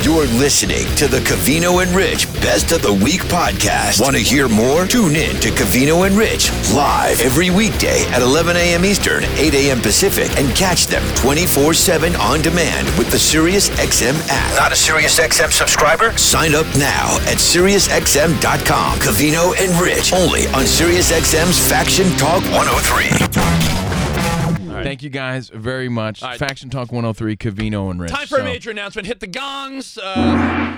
You're listening to the Cavino and Rich Best of the Week podcast. Want to hear more? Tune in to Cavino and Rich live every weekday at 11 a.m. Eastern, 8 a.m. Pacific, and catch them 24 7 on demand with the SiriusXM app. Not a SiriusXM subscriber? Sign up now at SiriusXM.com. Cavino and Rich, only on SiriusXM's Faction Talk 103. Thank you guys very much. right. Faction Talk 103, Cavino and Rich. Time for a So- major announcement. Hit the gongs, uh,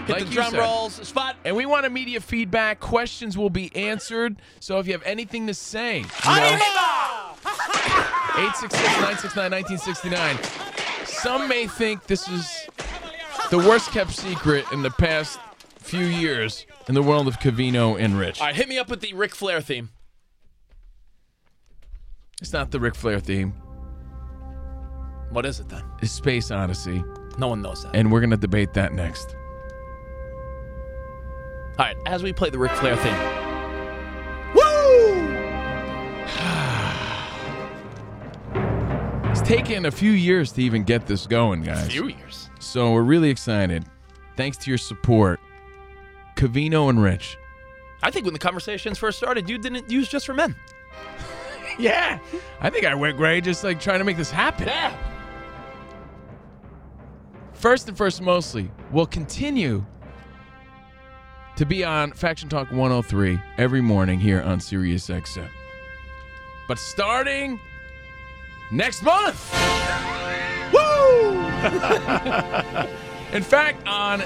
hit Like the you drum said. rolls. Spot. And we want immediate feedback. Questions will be answered. So if you have anything to say, you know, 866-969-1969. Some may think this is the worst kept secret in the past few years in the world of Cavino and Rich. All right, hit me up with the Ric Flair theme. It's not the Ric Flair theme. What is it then? It's Space Odyssey. No one knows that. And we're going to debate that next. All right, as we play the Ric Flair theme. It's taken a few years to even get this going, guys. Few years. So we're really excited. Thanks to your support, Cavino and Rich. I think when the conversations first started, you didn't use just for men. Yeah, I think I went gray just like trying to make this happen. Yeah. First and first, mostly, we'll continue to be on Faction Talk 103 every morning here on Sirius XM. But starting next month, woo! in fact, on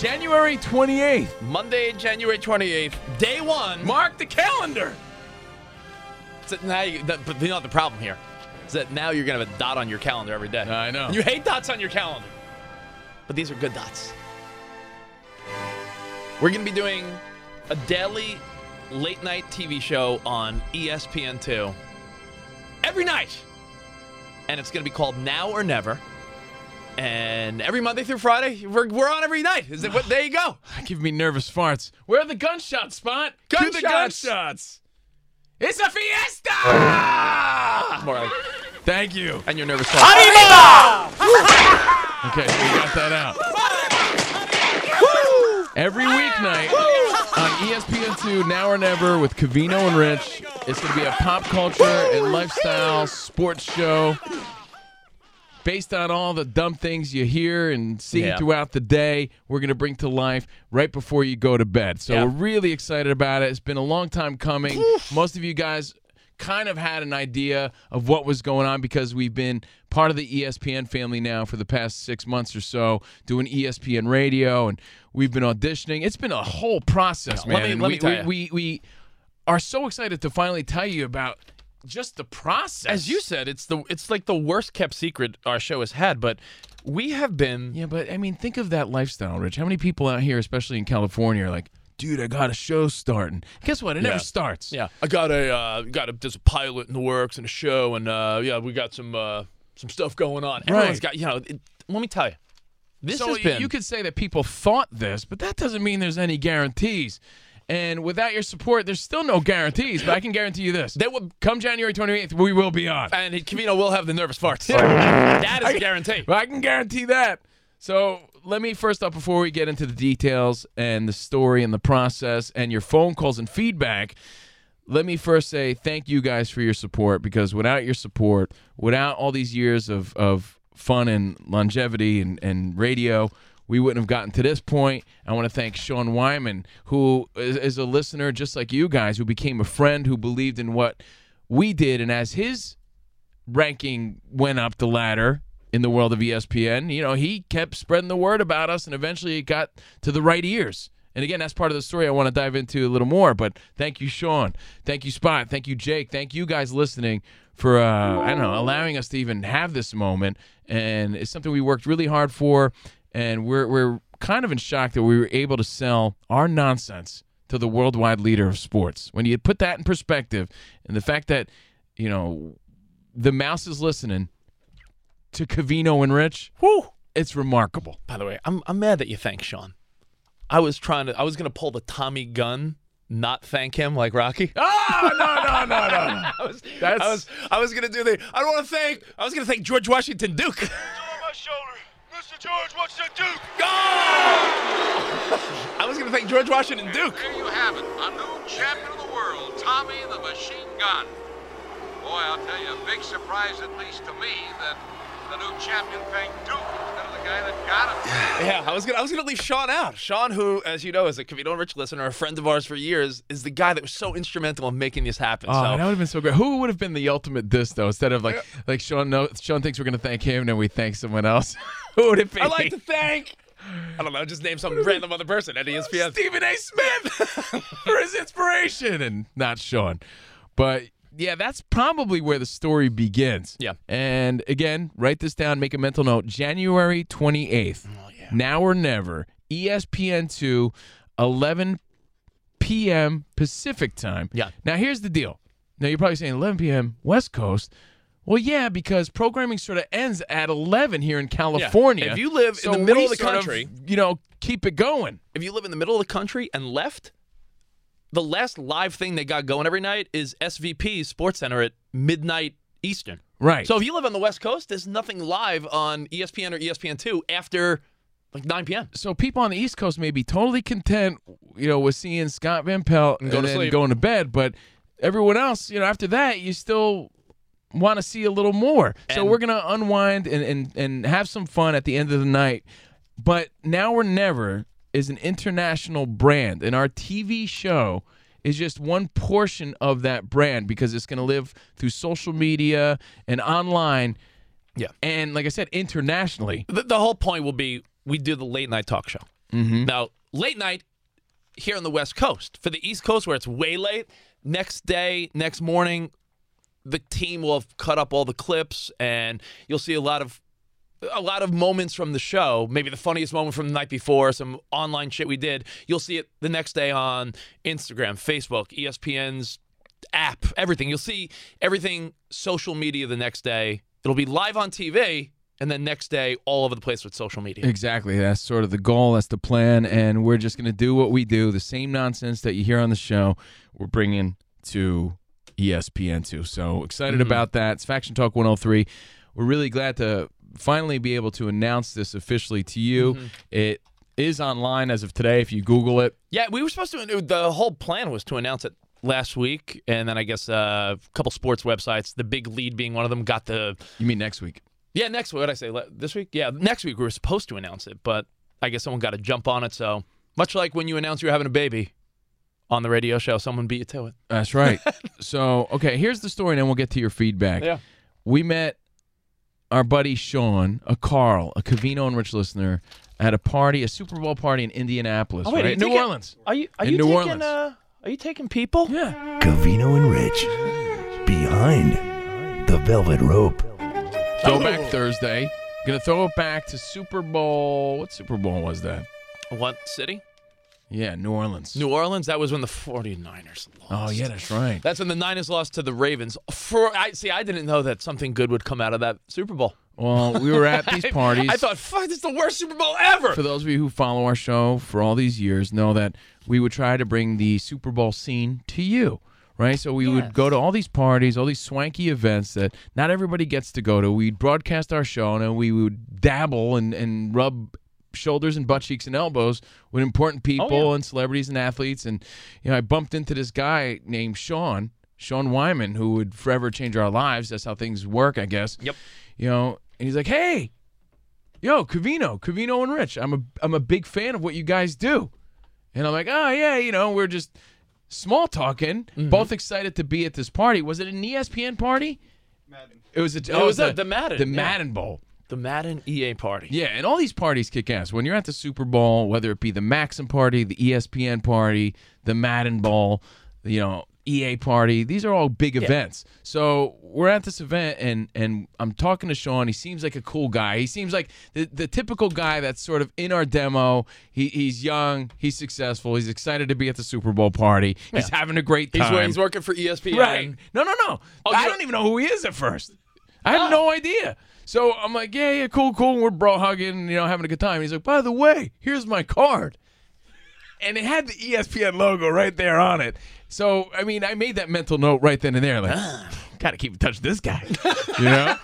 January 28th, Monday, January 28th, day one. mark the calendar. So now you, that, but you know what the problem here is that now you're gonna have a dot on your calendar every day. I know. You hate dots on your calendar, but these are good dots. We're gonna be doing a daily late night TV show on E ESPN two every night, and it's gonna be called Now or Never. And every Monday through Friday, we're, we're on every night. Is it? What, there you go. Give me nervous farts. Where are the gunshot spot? Cue the Gunshots. gunshots. It's a fiesta. More like, Thank you. and you're nervous. Okay, so we got that out. Every weeknight on E ESPN2, Now or Never with Cavino and Rich. It's going to be a pop culture and lifestyle sports show based on all the dumb things you hear and see Yeah. throughout the day. We're going to bring to life right before you go to bed. So Yeah. we're really excited about it. It's been a long time coming. Most of you guys kind of had an idea of what was going on because we've been part of the E ESPN family now for the past 6 months or so doing E ESPN radio and we've been auditioning. It's been a whole process, man. Yeah, let me- and let we, me tell we, ya. we we are so excited to finally tell you about just the process. as you said, it's the it's like the worst kept secret our show has had, but we have been Yeah, but I mean, think of that lifestyle, Rich. How many people out here, especially in California, are like, dude, I got a show starting. Guess what? It Yeah. never starts. yeah. I got a uh, got a there's a pilot in the works and a show and uh, yeah, we got some uh, some stuff going on. Everyone's Right. got you know, it, let me tell you. This so has y- been you could say that people thought this, but that doesn't mean there's any guarantees. And without your support, there's still no guarantees. But I can guarantee you this: They would- come January 28th, we will be on. and Camino will have the nervous farts. that is a guarantee. But I can guarantee that. So let me first up before we get into the details and the story and the process and your phone calls and feedback. Let me first say thank you guys for your support because without your support, without all these years of, of fun and longevity and, and radio, we wouldn't have gotten to this point. I want to thank Sean Wyman, who is, is a listener just like you guys, who became a friend, who believed in what we did. And as his ranking went up the ladder in the world of E ESPN. You know, he kept spreading the word about us, and eventually it got to the right ears. And again, that's part of the story I want to dive into a little more. But thank you, Sean. Thank you, Spot. Thank you, Jake. Thank you guys listening for uh, I don't know allowing us to even have this moment. And it's something we worked really hard for, and we're we're kind of in shock that we were able to sell our nonsense to the worldwide leader of sports. When you put that in perspective, and the fact that you know the mouse is listening to Cavino and Rich. Whew. It's remarkable. By the way, I'm I'm mad that you thank Sean. I was trying to I was gonna pull the Tommy gun, not thank him like Rocky. Oh no no no no! I was, That's- I was I was gonna do the I don't want to thank I was gonna thank George Washington Duke. on my shoulder. Mr. George, what's the Duke? Go! going to thank George Washington Duke. There you have it. A new champion of the world, Tommy the Machine Gun. Boy, I'll tell you, a big surprise, at least to me, that the new champion thanked Duke instead of the guy that got him. Yeah, I was gonna I was gonna leave Sean out. Sean, who, as you know, is a Cavito and Rich listener, a friend of ours for years, is the guy that was so instrumental in making this happen. Oh, so that would have been so great. Who would have been the ultimate diss though? Instead of like, like Sean, no, Sean thinks we're gonna thank him, and then we thank someone else. Who would it be? I'd like to thank I don't know, just name some random other person at E ESPN. Stephen A. Smith for his inspiration, and not Sean. But yeah, that's probably where the story begins. Yeah. And again, write this down, make a mental note. January 28th, Oh, now or never, E ESPN2, 11 p.m. Pacific time. Yeah. Now, here's the deal. Now, you're probably saying 11 p.m. West Coast. Well, yeah, because programming sort of ends at 11 here in California. If you live in So the middle we of the sort country- you know, keep it going. If you live in the middle of the country and left, the last live thing they got going every night is SVP Sports Center at midnight Eastern. Right. So if you live on the West Coast, there's nothing live on E ESPN or ESPN2 after like 9 p.m. so people on the East Coast may be totally content, you know, with seeing Scott Van Pelt and, go to then sleep. going to bed, but everyone else, you know, after that, you still want to see a little more. so And- we're gonna unwind and, and and have some fun at the end of the night. But now or never is an international brand, and our TV show is just one portion of that brand because it's gonna live through social media and online. Yeah. And like I said, internationally. The, the whole point will be we do the late night talk show. Now, late night here on the West Coast. For the East Coast, where it's way late, next day, next morning, the team will have cut up all the clips and you'll see a lot of a lot of moments from the show, maybe the funniest moment from the night before, some online shit we did. You'll see it the next day on Instagram, Facebook, E ESPN's app, everything. You'll see everything social media the next day. It'll be live on TV and then next day all over the place with social media. Exactly. That's sort of the goal. That's the plan. And we're just going to do what we do. The same nonsense that you hear on the show, we're bringing to E ESPN2. So excited about that. It's Faction Talk 103. We're really glad to finally be able to announce this officially to you. It is online as of today if you Google it. Yeah, we were supposed to. The whole plan was to announce it last week, and then I guess uh, a couple sports websites, the big lead being one of them, got the You mean next week? yeah next week. What I say le- this week? Yeah, next week we were supposed to announce it, but I guess someone got a jump on it. So much like when you announce you're having a baby on the radio show, someone beat you to it. That's right. so, okay, here's the story, and then we'll get to your feedback. Yeah. We met our buddy Sean, a Carl, a Cavino and Rich listener, at a party, a Super Bowl party in Indianapolis, Oh, wait, are right? you New taking- Orleans. Are you are In you New taking Orleans. Uh, are you taking people? Yeah. Cavino and Rich. Behind the velvet rope. Go Oh. back Thursday. Gonna throw it back to Super Bowl. What Super Bowl was that? What city? Yeah, New Orleans. New Orleans. That was when the 49ers lost. Oh yeah, that's right. That's when the Niners lost to the Ravens. For I see, I didn't know that something good would come out of that Super Bowl. Well, we were at these parties. I thought, fuck, this is the worst Super Bowl ever. for those of you who follow our show for all these years know that we would try to bring the Super Bowl scene to you, right? So we would go to all these parties, all these swanky events that not everybody gets to go to. We'd broadcast our show and then we would dabble and, and rub shoulders and butt cheeks and elbows with important people and celebrities and athletes. And, you know, I bumped into this guy named Sean, Sean Wyman, who would forever change our lives. That's how things work, I guess. Yep. You know, and he's like, hey, yo, Cavino, Cavino and Rich, I'm a I'm a big fan of what you guys do. And I'm like, oh yeah, you know, we're just small talking, Mm-hmm. both excited to be at this party. Was it an E ESPN party? Madden. It was a, oh, it was the, the- the Madden, The yeah. Madden Bowl. the Madden EA party. Yeah, and all these parties kick ass. When you're at the Super Bowl, whether it be the Maxim party, the E ESPN party, the Madden Bowl, you know, EA party, these are all big events. So we're at this event, and and I'm talking to Sean. He seems like a cool guy. He seems like the, the typical guy that's sort of in our demo. He, he's young, he's successful, he's excited to be at the Super Bowl party. He's having a great time. He's, wor- he's working for E ESPN. Right. No, no, no. I Oh, you- Oh. don't even know who he is at first. I had no idea. So I'm like, yeah, yeah, cool, cool. And we're bro hugging, you know, having a good time. And he's like, by the way, here's my card. And it had the E ESPN logo right there on it. So, I mean, I made that mental note right then and there. Like, Ah. gotta keep in touch with this guy. you know?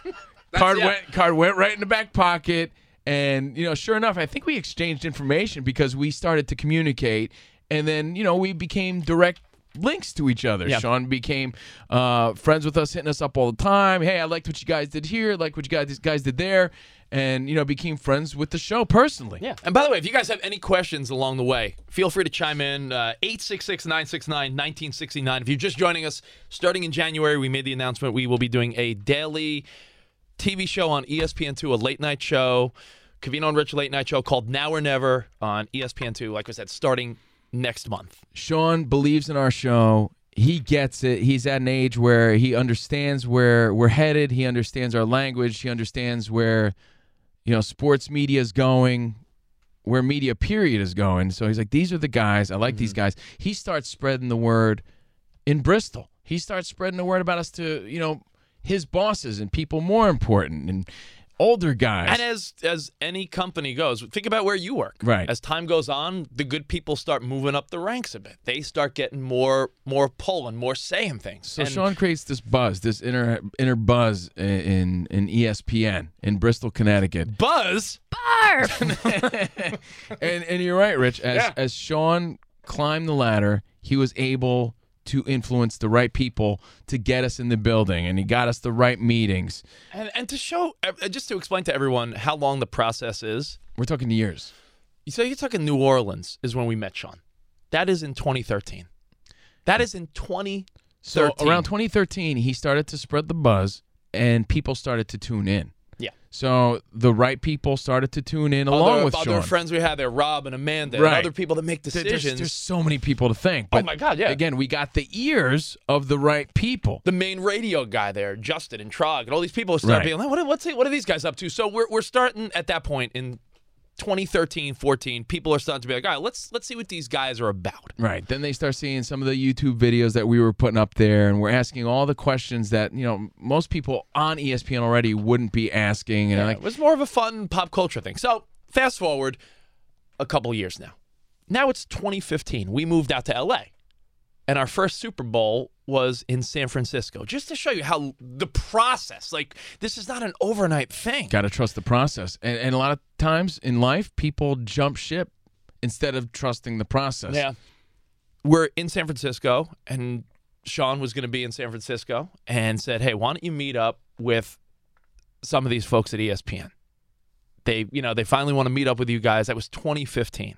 card yeah. went card went right in the back pocket. And, you know, sure enough, I think we exchanged information because we started to communicate. And then, you know, we became direct links to each other. Yeah. Sean became uh, friends with us, hitting us up all the time. Hey, I liked what you guys did here, like what you guys, guys did there. And, you know, became friends with the show personally. Yeah. And by the way, if you guys have any questions along the way, feel free to chime in. uh, 866 969 1969. If you're just joining us, starting in January, we made the announcement we will be doing a daily TV show on E ESPN2, a late night show, Cavino and Rich late night show called Now or Never on E ESPN2, like I said, starting next month. Sean believes in our show. He gets it. He's at an age where he understands where we're headed. He understands our language. He understands where, you know, sports media is going, where media period is going. So he's like, these are the guys. I like Mm-hmm. these guys. He starts spreading the word in Bristol. He starts spreading the word about us to, you know, his bosses and people more important and older guys. And as as any company goes, think about where you work. Right. As time goes on, the good people start moving up the ranks a bit. They start getting more more pull and more say in things. So and Sean creates this buzz, this inner inner buzz i- in in E ESPN in Bristol, Connecticut. Buzz. And and you're right, Rich. As as Sean climbed the ladder, he was able to influence the right people to get us in the building, and he got us the right meetings. And and to show uh, just to explain to everyone how long the process is. We're talking years. You say you're talking New Orleans is when we met Sean. That is in 2013. That is in 20. So 13. around 2013, he started to spread the buzz, and people started to tune in. Yeah. So the right people started to tune in along other, with other Sean. friends we had there, Rob and Amanda, Right. and other people that make There- decisions. There's, there's so many people to thank. Oh but my God, yeah. Again, we got the ears of the right people. the main radio guy there, Justin and Trog, and all these people start Right. being like, what, what's, what are these guys up to? So we're, we're starting at that point in 2013, 14, people are starting to be like, all right, let's, let's see what these guys are about. Right. Then they start seeing some of the YouTube videos that we were putting up there, and we're asking all the questions that you know most people on E ESPN already wouldn't be asking. And Yeah, like, it was more of a fun pop culture thing. So fast forward a couple years now. Now it's 2015. We moved out to LA, and our first Super Bowl was in San Francisco. Just to show you how the process, like, this is not an overnight thing. got to trust the process. And, and a lot of times in life, people jump ship instead of trusting the process. Yeah. We're in San Francisco, and Sean was going to be in San Francisco and said, Hey, why don't you meet up with some of these folks at E ESPN? They, you know, they finally want to meet up with you guys. That was 2015.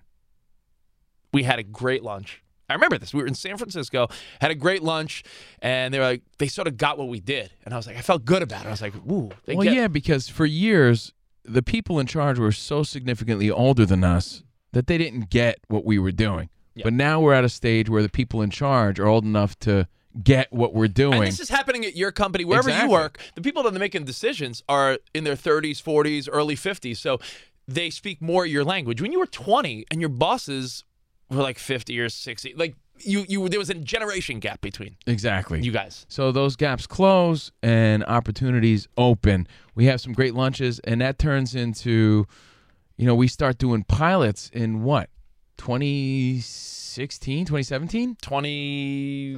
We had a great lunch. I remember this. We were in San Francisco, had a great lunch, and they were like, they sort of got what we did. And I was like, I felt good about it. I was like, ooh, they Well, get yeah, because for years the people in charge were so significantly older than us that they didn't get what we were doing. But now we're at a stage where the people in charge are old enough to get what we're doing. And this is happening at your company, wherever you Exactly. work. The people that are making decisions are in their 30s, 40s, early 50s. So they speak more your language. When you were 20 and your bosses were like 50 or 60, like you, you there was a generation gap between exactly. you guys. So those gaps close and opportunities open. We have some great lunches, and that turns into, you know, we start doing pilots in what, 2016, 2017? 20,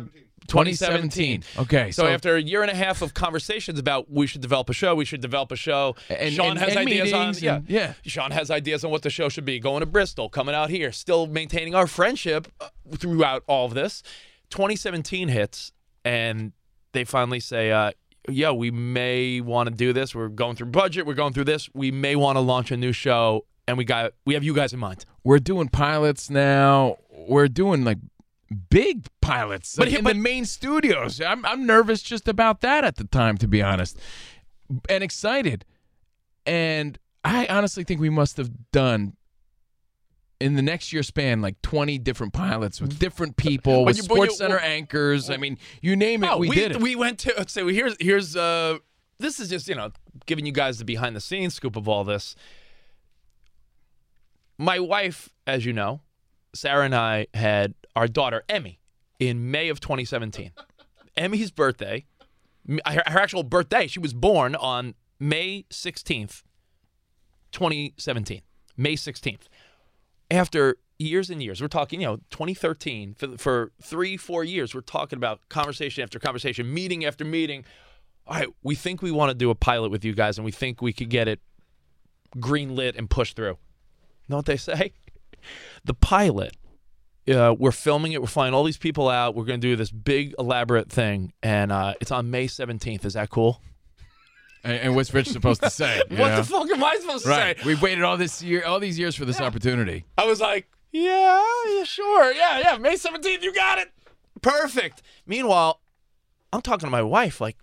2017. Okay, So, so- after a year and a half of conversations about we should develop a show, we should develop a show. And- Sean and- has and ideas on meetings and- yeah. Sean has ideas on what the show should be. Going to Bristol, coming out here, still maintaining our friendship uh, throughout all of this. 2017 hits, and they finally say, uh, "Yeah, we may want to do this. We're going through budget. We're going through this. We may want to launch a new show." And we got we have you guys in mind. We're doing pilots now. We're doing like big pilots But like, he- in but- the main studios. I'm, I'm nervous just about that at the time, to be honest, and excited. And I honestly think we must have done. In the next year span, like twenty different pilots with different people, But with you- but you- Sports Center anchors. I mean, you name it, No, we, did it. We went to so here's here's uh this is just you know giving you guys the behind the scenes scoop of all this. My wife, as you know, Sarah and I had our daughter Emmy in May of 2017. Emmy's birthday, m- her, her actual birthday. She was born on May 16th, 2017. May 16th after years and years, we're talking, you know, 2013 for, for three, four years, we're talking about conversation after conversation, meeting after meeting. All right, we think we want to do a pilot with you guys, and we think we could get it greenlit and pushed through. Know what they say? The pilot. Uh, we're filming it. We're flying all these people out. We're going to do this big elaborate thing, and uh, it's on May seventeenth. Is that cool? And, and what's Rich supposed to say? you What know? the fuck am I supposed to Right. say? We've waited all this year, all these years for this opportunity. I was like, yeah, yeah, sure. Yeah, yeah. May 17th, you got it. Perfect. Meanwhile, I'm talking to my wife, like,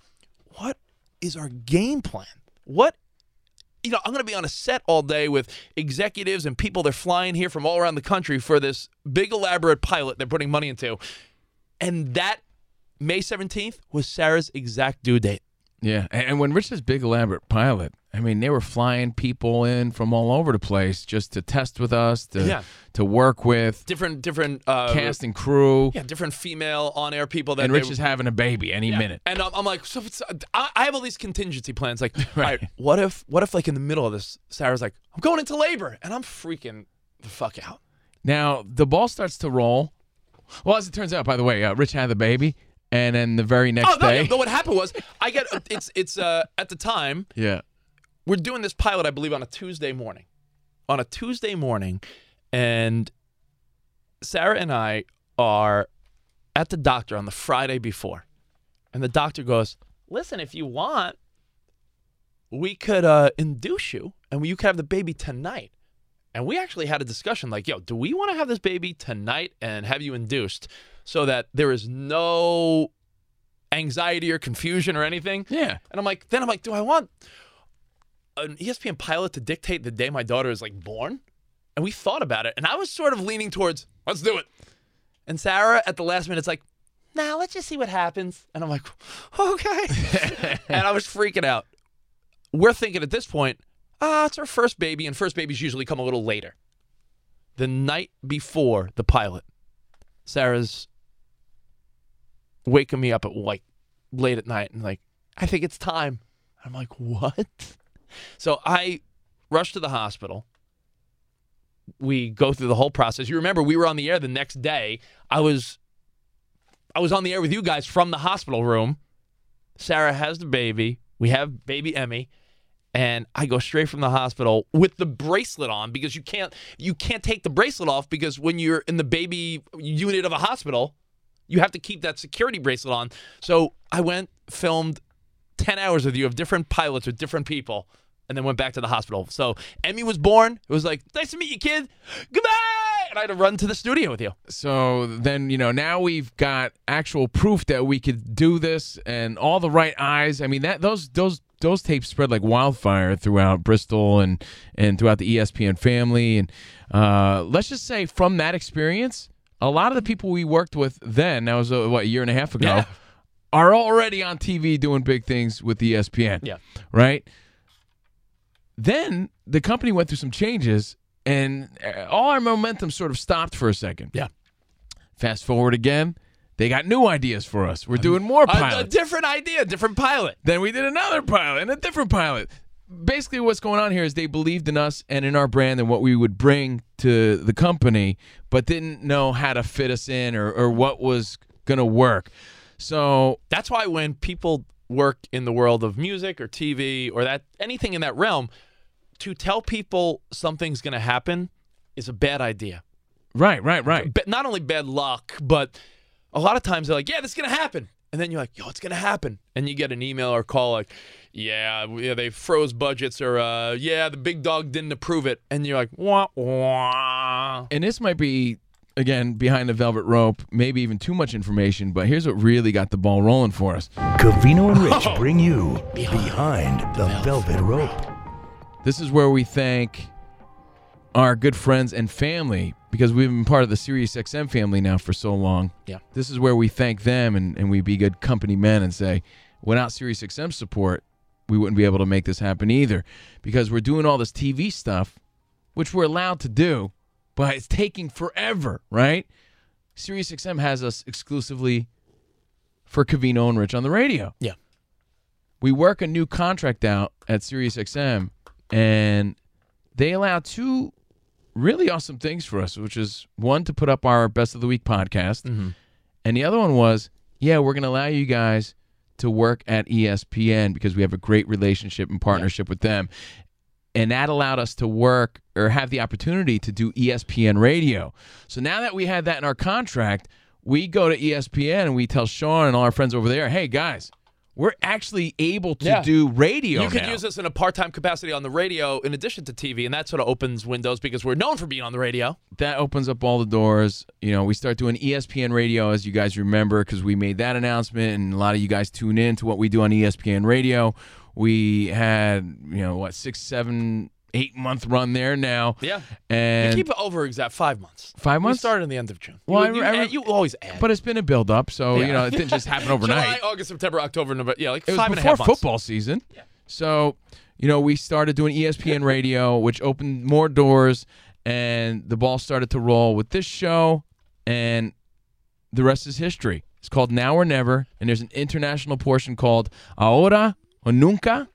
what is our game plan? What, you know, I'm going to be on a set all day with executives and people they're flying here from all around the country for this big, elaborate pilot they're putting money into. And that May 17th was Sarah's exact due date. Yeah, and, and when Rich says big elaborate pilot, I mean they were flying people in from all over the place just to test with us, to Yeah. to work with Different, different, uh, cast and crew. yeah, different female on air people that and they Rich is having a baby any minute. And I'm, I'm like, so it's, I, I have all these contingency plans. Like, all right, what if, what if, like, in the middle of this, Sarah's like, I'm going into labor, and I'm freaking the fuck out. Now the ball starts to roll. Well, as it turns out, by the way, uh, Rich had the baby, and then the very next Oh no! day, no, what happened was, I get it's, it's, uh, at the time, yeah, we're doing this pilot, I believe, on a Tuesday morning. On a Tuesday morning, and Sarah and I are at the doctor on the Friday before. And the doctor goes, Listen, if you want, we could uh, induce you and you could have the baby tonight. And we actually had a discussion like, yo, do we want to have this baby tonight and have you induced so that there is no anxiety or confusion or anything? yeah. And I'm like, then I'm like, do I want an E ESPN pilot to dictate the day my daughter is like born? And we thought about it, and I was sort of leaning towards, let's do it. And Sarah at the last minute's like, nah, let's just see what happens. And I'm like, okay. and I was freaking out. We're thinking at this point, ah, it's our first baby, and first babies usually come a little later. The night before the pilot, Sarah's waking me up at like late at night and like, I think it's time. I'm like, what? So I rush to the hospital. We go through the whole process. You remember we were on the air the next day. I was I was on the air with you guys from the hospital room. Sarah has the baby. We have baby Emmy. And I go straight from the hospital with the bracelet on because you can't you can't take the bracelet off because when you're in the baby unit of a hospital, you have to keep that security bracelet on. So I went, filmed 10 hours with you of different pilots with different people, and then went back to the hospital. So Emmy was born. It was like, nice to meet you, kid. Goodbye. And I had to run to the studio with you. So then, you know, now we've got actual proof that we could do this, and all the right eyes. I mean, that those those those tapes spread like wildfire throughout Bristol and and throughout the E ESPN family. And uh, let's just say, from that experience, a lot of the people we worked with then, that was uh, what a year and a half ago, Yeah. are already on TV doing big things with E ESPN. Yeah. Right. Then the company went through some changes, and uh, all our momentum sort of stopped for a second. Yeah. Fast forward again, they got new ideas for us. We're doing more A, a pilots. different idea, different pilot. then we did another pilot and a different pilot. Basically, what's going on here is they believed in us and in our brand and what we would bring to the company, but didn't know how to fit us in or, or what was going to work. So That's why when people work in the world of music or TV or that anything in that realm, to tell people something's going to happen is a bad idea. right, right, right. ba- not only bad luck, but a lot of times they're like, "Yeah, this is gonna happen," and then you're like, "Yo, it's gonna happen," and you get an email or call like, "Yeah, w- yeah they froze budgets," or uh, "Yeah, the big dog didn't approve it," and you're like, "Wah wah." and this might be again behind the velvet rope, maybe even too much information, but here's what really got the ball rolling for us. Cavino and Rich Oh. bring you behind the velvet rope. This is where we thank our good friends and family because we've been part of the Sirius XM family now for so long. Yeah. This is where we thank them and, and we be good company men and say, without Sirius XM support, we wouldn't be able to make this happen either because we're doing all this TV stuff, which we're allowed to do, but it's taking forever, right? Sirius XM has us exclusively for Cavino and Rich on the radio we work a new contract out at SiriusXM, and they allow two really awesome things for us, which is one to put up our best of the week podcast, Mm-hmm. and the other one was, yeah, we're going to allow you guys E to work at ESPN because we have a great relationship and partnership with them. and that allowed us to work or have the opportunity to do E ESPN radio. So now that we had that in our contract, we go to E ESPN and we tell Sean and all our friends over there, "Hey guys, we're actually able to Yeah. do radio You could now." use this in a part-time capacity on the radio in addition to TV, and that sort of opens windows because we're known for being on the radio. that opens up all the doors. You know, we start doing E ESPN radio, as you guys remember, because we made that announcement, and a lot of you guys tune in to what we do on E ESPN radio. We had, you know, what six, seven, eight month run there now. Yeah. and Keep it over exact five months. Five We months? started in the end of June. Well, I you, re- you I add- re- you always add. but it's been a build up, so you Yeah. know it didn't just happen overnight. July, August, September, October, November. Yeah, like it was five and a before half months. football season. So, you know, we started doing E ESPN radio, which opened more doors, and the ball started to roll with this show, and the rest is history. It's called Now or Never, and there's an international portion called Ahora o Nunca,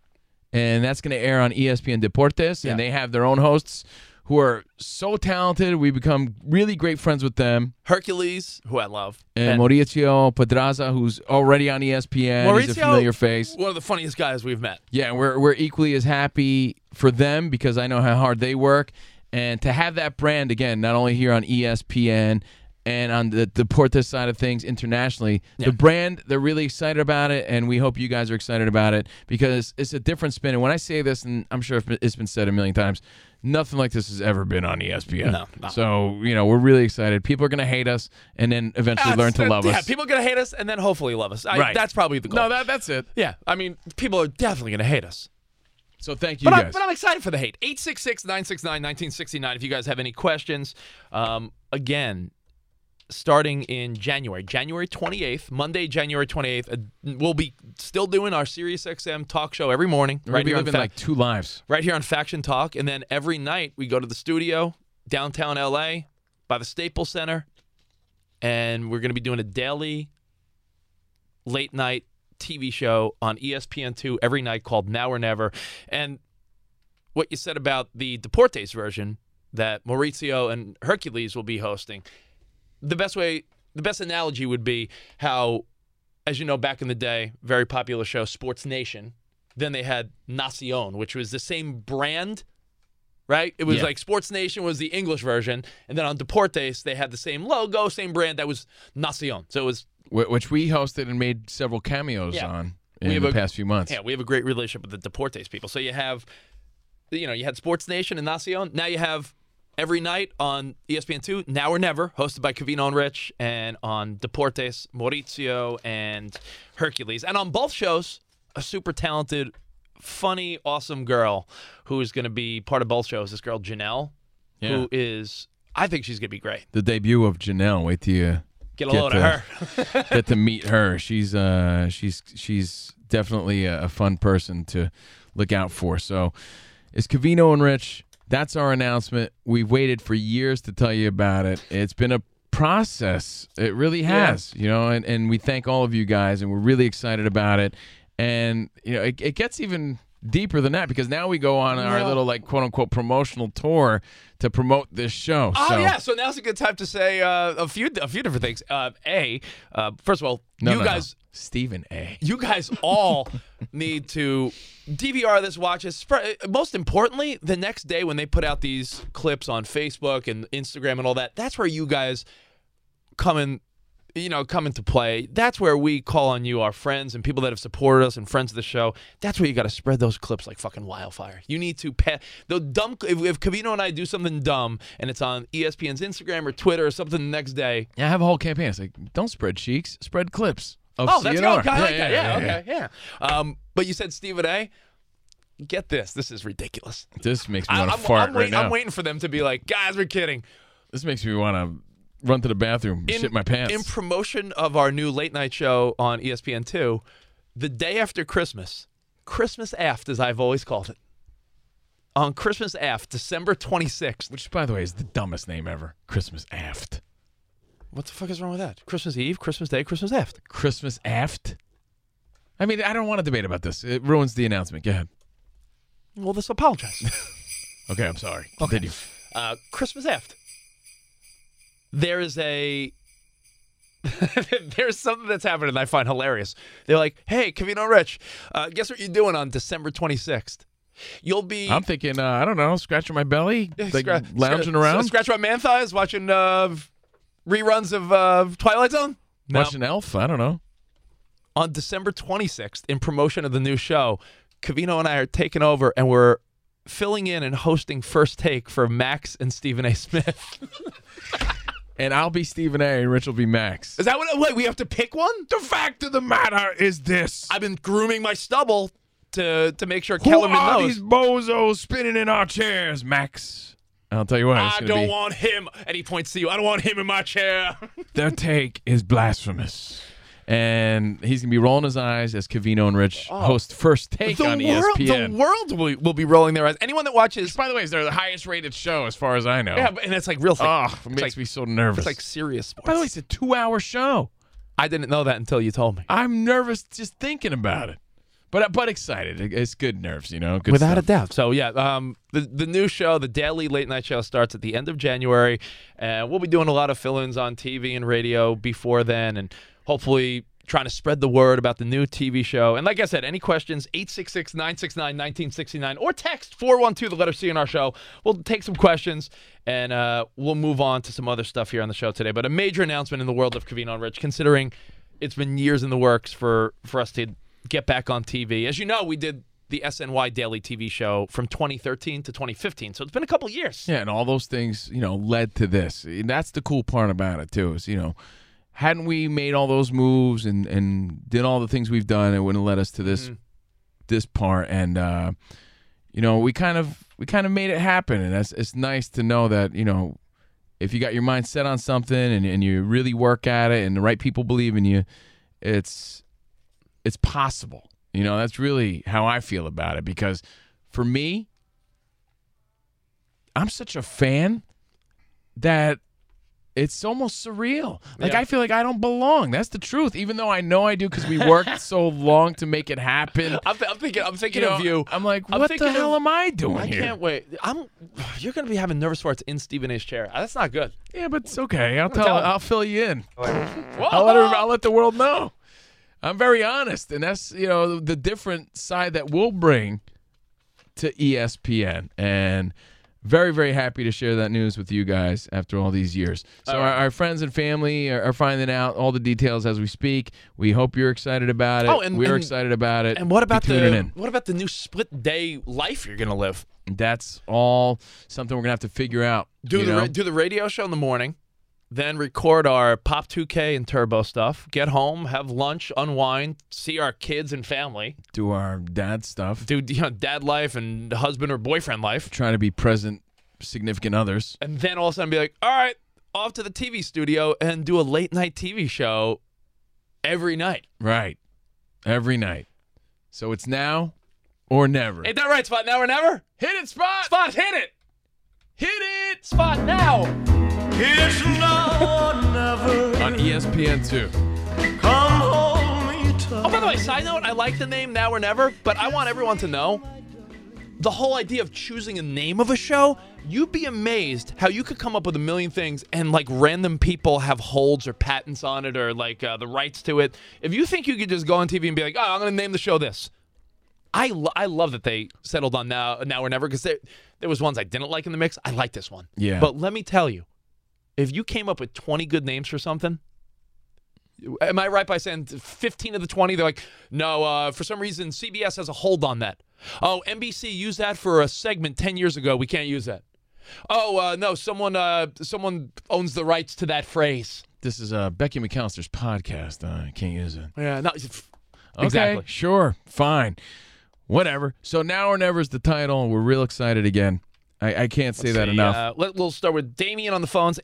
and that's going to air on E ESPN Deportes, and they have their own hosts who are so talented. We become really great friends with them. Hercules, who I love. And, Mauricio Pedraza, who's already on E ESPN, he's a Mauricio- familiar face. one of the funniest guys we've met. Yeah, we're we're equally as happy for them because I know how hard they work, and to have that brand again, not only here on E ESPN and on the Deportes side of things internationally, the brand they're really excited about it, and we hope you guys are excited about it because it's a different spin. And when I say this, and I'm sure it's been said a million times, nothing like this has ever been on E ESPN. No, no. So you know we're really excited. People are gonna hate us, and then eventually learn to love yeah, us. people are gonna hate us and then hopefully love us. I, Right. That's probably the goal. no, that, that's it. yeah, I mean, people are definitely gonna hate us. So thank you But, I'm, guys. but I'm excited for the hate. 866 969 1969. If you guys have any questions, um, again, starting in January, January 28th, Monday, January 28th, uh, we'll be still doing our Sirius XM talk show every morning. we're gonna Right be here, on living Fa- like two lives. right here on Faction Talk. And then every night we go to the studio, downtown LA, by the Staples Center. And we're going to be doing a daily late night TV show on E ESPN2 every night called Now or Never. And what you said about the Deportes version that Maurizio and Hercules will be hosting, the best way, the best analogy would be how, as you know, back in the day, very popular show, Sports Nation. Then they had Nacion, which was the same brand, right? It was Yeah. like Sports Nation was the English version. And then on Deportes, they had the same logo, same brand. That was Nacion. So it was Wh- which we hosted and made several cameos Yeah. on We in have the a- past few months. Yeah, we have a great relationship with the Deportes people. So you have, you know, you had Sports Nation and Nacion. Now you have every night on E ESPN2, Now or Never, hosted by Cavino and Rich, and on Deportes, Maurizio and Hercules. And on both shows, a super talented, funny, awesome girl who is going to be part of both shows. This girl, Janelle, Yeah. who is, I think she's going to be great. The debut of Janelle. uh, Wait till you Get a Get load the- of her. get to meet her. She's uh she's she's definitely a, a fun person to look out for. So it's Cavino and Rich. That's our announcement. We've waited for years to tell you about it. It's been a process. It really has, you know, and, and we thank all of you guys and we're really excited about it. And you know, it, it gets even deeper than that because now we go on our little like quote unquote promotional tour to promote this show. Oh so yeah, so now's a good time to say uh, a few a few different things. Uh, a, uh, first of all, No, you no, no. guys Stephen A. you guys all need to DVR this, watch this. Spread- Most importantly, the next day when they put out these clips on Facebook and Instagram and all that, that's where you guys come in, you know, come into play. That's where we call on you, our friends and people that have supported us and friends of the show. That's where you got to spread those clips like fucking wildfire. You need to pa the dumb. If, if Cavino and I do something dumb and it's on E ESPN's Instagram or Twitter or something the next day, Yeah, I have a whole campaign. It's like, don't spread cheeks, spread clips. Of Oh, that's CNR. okay. I like that. Yeah, okay, yeah. Um, but you said Stephen A. Get this. This is ridiculous. This makes me I, want am to fart right waiting, now. I'm waiting for them to be like, guys, we're kidding. This makes me want to run to the bathroom, and shit my pants. In promotion of our new late night show on E ESPN two, the day after Christmas, Christmas aft, as I've always called it. On Christmas aft, December twenty sixth. Which, by the way, is the dumbest name ever. Christmas aft. What the fuck is wrong with that? Christmas Eve, Christmas Day, Christmas aft. Christmas aft. I mean, I don't want to debate about this. It ruins the announcement. Go ahead. Well, let's apologize. Okay, I'm sorry. Continue. uh, Christmas aft. there is a there's something that's happening that I find hilarious. They're like, "Hey, Cavino Rich, uh, guess what you're doing on December 26th?" You'll be I'm thinking, uh, I don't know, scratching my belly, Yeah, like scra- lounging scra- around, Scratch my man thighs, watching uh, reruns of uh, Twilight Zone. No. watching Elf. I don't know. on December 26th in promotion of the new show, Cavino and I are taking over and we're filling in and hosting First Take for Max and Stephen A. Smith. And I'll be Stephen A. and Rich will be Max. Is that what? Wait, we have to pick one? The fact of the matter is this. I've been grooming my stubble to to make sure Kellerman knows. bozos spinning in our chairs, Max? I'll tell you what, it's I gonna don't be, want him. And he points to you. I don't want him in my chair. their take is blasphemous. And he's going to be rolling his eyes as Cavino and Rich Oh. host First Take the on E world, ESPN. the world will, will be rolling their eyes. Anyone that watches, By the way, it's their highest rated show as far as I know. yeah, but- and it's like real. It's like, oh, it it's makes like, me so nervous. it's like serious sports. By the way, it's a two hour show. I didn't know that until you told me. I'm nervous just thinking about it, but uh, but excited. It's good nerves, you know. Good Without stuff. a doubt. So yeah, um, the the new show, the daily late night show, starts at the end of January, and we'll be doing a lot of fill-ins on TV and radio before then, and hopefully trying to spread the word about the new TV show. And like I said, any questions, 866-969-1969, or text 412, the letter C in our show. We'll take some questions, and uh, we'll move on to some other stuff here on the show today. But a major announcement in the world of Cavino and Rich, considering it's been years in the works for, for us to get back on TV. As you know, we did the SNY Daily TV show from 2013 to 2015. So it's been a couple years. Yeah, and all those things, you know, led to this. And that's the cool part about it too. Is you know, hadn't we made all those moves and and did all the things we've done, it wouldn't have led us to this this part. And uh, you know, we kind of we kind of made it happen, and that's it's nice to know that you know. If you got your mind set on something and, and you really work at it and the right people believe in you, it's it's possible. You know, that's really how I feel about it because for me, I'm such a fan that it's almost surreal. Like Yeah. I feel like I don't belong. That's the truth, even though I know I do because we worked so long to make it happen. I'm, th- I'm thinking. I'm thinking You know, of you. I'm like, I'm what thinking the of- hell am I doing I here? can't wait. I'm. You're gonna be having nervous farts in Stephen A's chair. Uh, That's not good. Yeah, but it's okay. I'll tell. tell him. I'll fill you in. Whoa! I'll let her, I'll let the world know. I'm very honest, and that's you know the different side that we'll bring to E ESPN, and very very happy to share that news with you guys after all these years. So Uh, our, our friends and family are, are finding out all the details as we speak. We hope you're excited about it. Oh, and- we're and- excited about it. and what Be about tuning the in? what about the new split day life you're gonna live? That's all something we're gonna have to figure out. Do you the know? ra- do the radio show in the morning, then record our pop 2K and Turbo stuff. Get home, have lunch, unwind, see our kids and family, do our dad stuff. do you know, dad life and husband or boyfriend life. Try to be present, significant others. and then all of a sudden be like, all right, off to the TV studio and do a late night TV show every night. Right. Every night. So it's now or never. Ain't that right, Spot? Now or never? hit it, spot! Spot, hit it! Hit it! Spot now! On E ESPN2. Oh, by the way, side note, I like the name Now or Never, but I want everyone to know the whole idea of choosing a name of a show. You'd be amazed how you could come up with a million things and like random people have holds or patents on it or like uh, the rights to it. If you think you could just go on TV and be like, oh, I'm going to name the show this. I, lo- I love that they settled on now now or never because there there was ones I didn't like in the mix. I like this one. Yeah. But let me tell you, if you came up with 20 good names for something, am I right by saying 15 of the 20 they're like no uh, for some reason cbs has a hold on that oh nbc used that for a segment 10 years ago we can't use that oh uh, no someone uh, someone owns the rights to that phrase This is uh, Becky McAllister's podcast. Uh, I can't use it. yeah no, Okay, Exactly. Sure. Fine. Whatever. So now or never is the title. We're real excited again. I, I can't say that enough. uh, let, we'll start with damien on the phones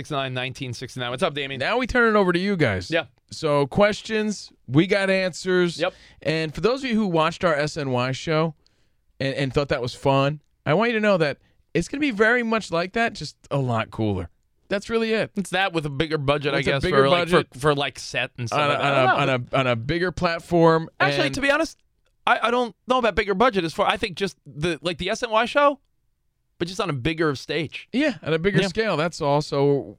866-969-1969 what's up damien Now we turn it over to you guys. Yeah. So questions, we got answers. Yep. And for those of you who watched our SNY show and, and thought that was fun, I want you to know that it's going to be very much like that, just a lot cooler. That's really it. it's that with a bigger budget With a i guess bigger for, like, for- budget. for, like set and stuff On a, like that. I don't on, know. a, on, a, on a bigger platform. Actually, and- to be honest, I, I don't know about bigger budget as far. I think just the like the SNY show, but just on a bigger stage. Yeah, on a bigger Yeah. scale. That's all. So,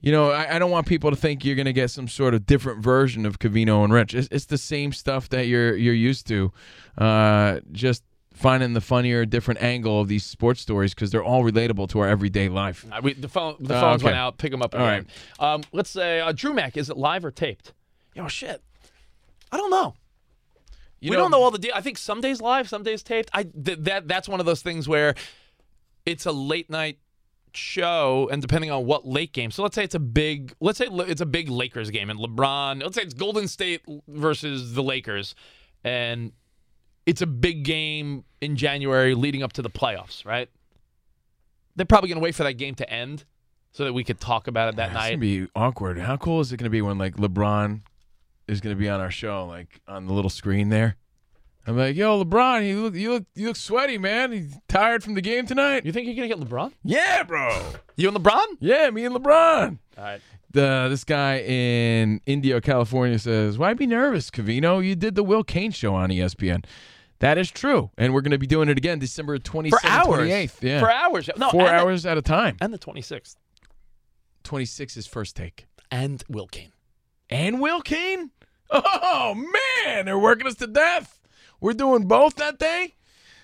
you know, I, I don't want people to think you're going to get some sort of different version of Cavino and Rich. It's, it's the same stuff that you're you're used to, uh, just finding the funnier, different angle of these sports stories because they're all relatable to our everyday life. Uh, we, the phone, the Uh, phones went okay. out. Pick them up All again. Um, let's say uh, Drew Mac, is it live or taped? Yo, shit. I don't know. You we don't know all the. De- I think some days live, some days taped. I th- that that's one of those things where it's a late night show, and depending on what late game. So let's say it's a big. Let's say it's a big Lakers game, and LeBron. Let's say it's Golden State versus the Lakers, and it's a big game in January leading up to the playoffs, right? They're probably going to wait for that game to end so that we could talk about it that It's gonna night. be awkward. How cool is it gonna be when like LeBron is gonna be on our show, like on the little screen there? I'm like, yo, LeBron, you look, you look, you look sweaty, man. You tired from the game tonight? You think you're going to get LeBron? Yeah, bro. You and LeBron? Yeah, me and LeBron. All right. The this guy in Indio, California says, "Why be nervous, Cavino? You did the Will Kane show on E ESPN. That is true, and we're gonna be doing it again, December 27th, For hours. 28th. Yeah, For hours. No, four and the- hours at a time. and the 26th. 26 is first take." And Will Kane. and Will Kane? Oh man, they're working us to death. We're doing both that day.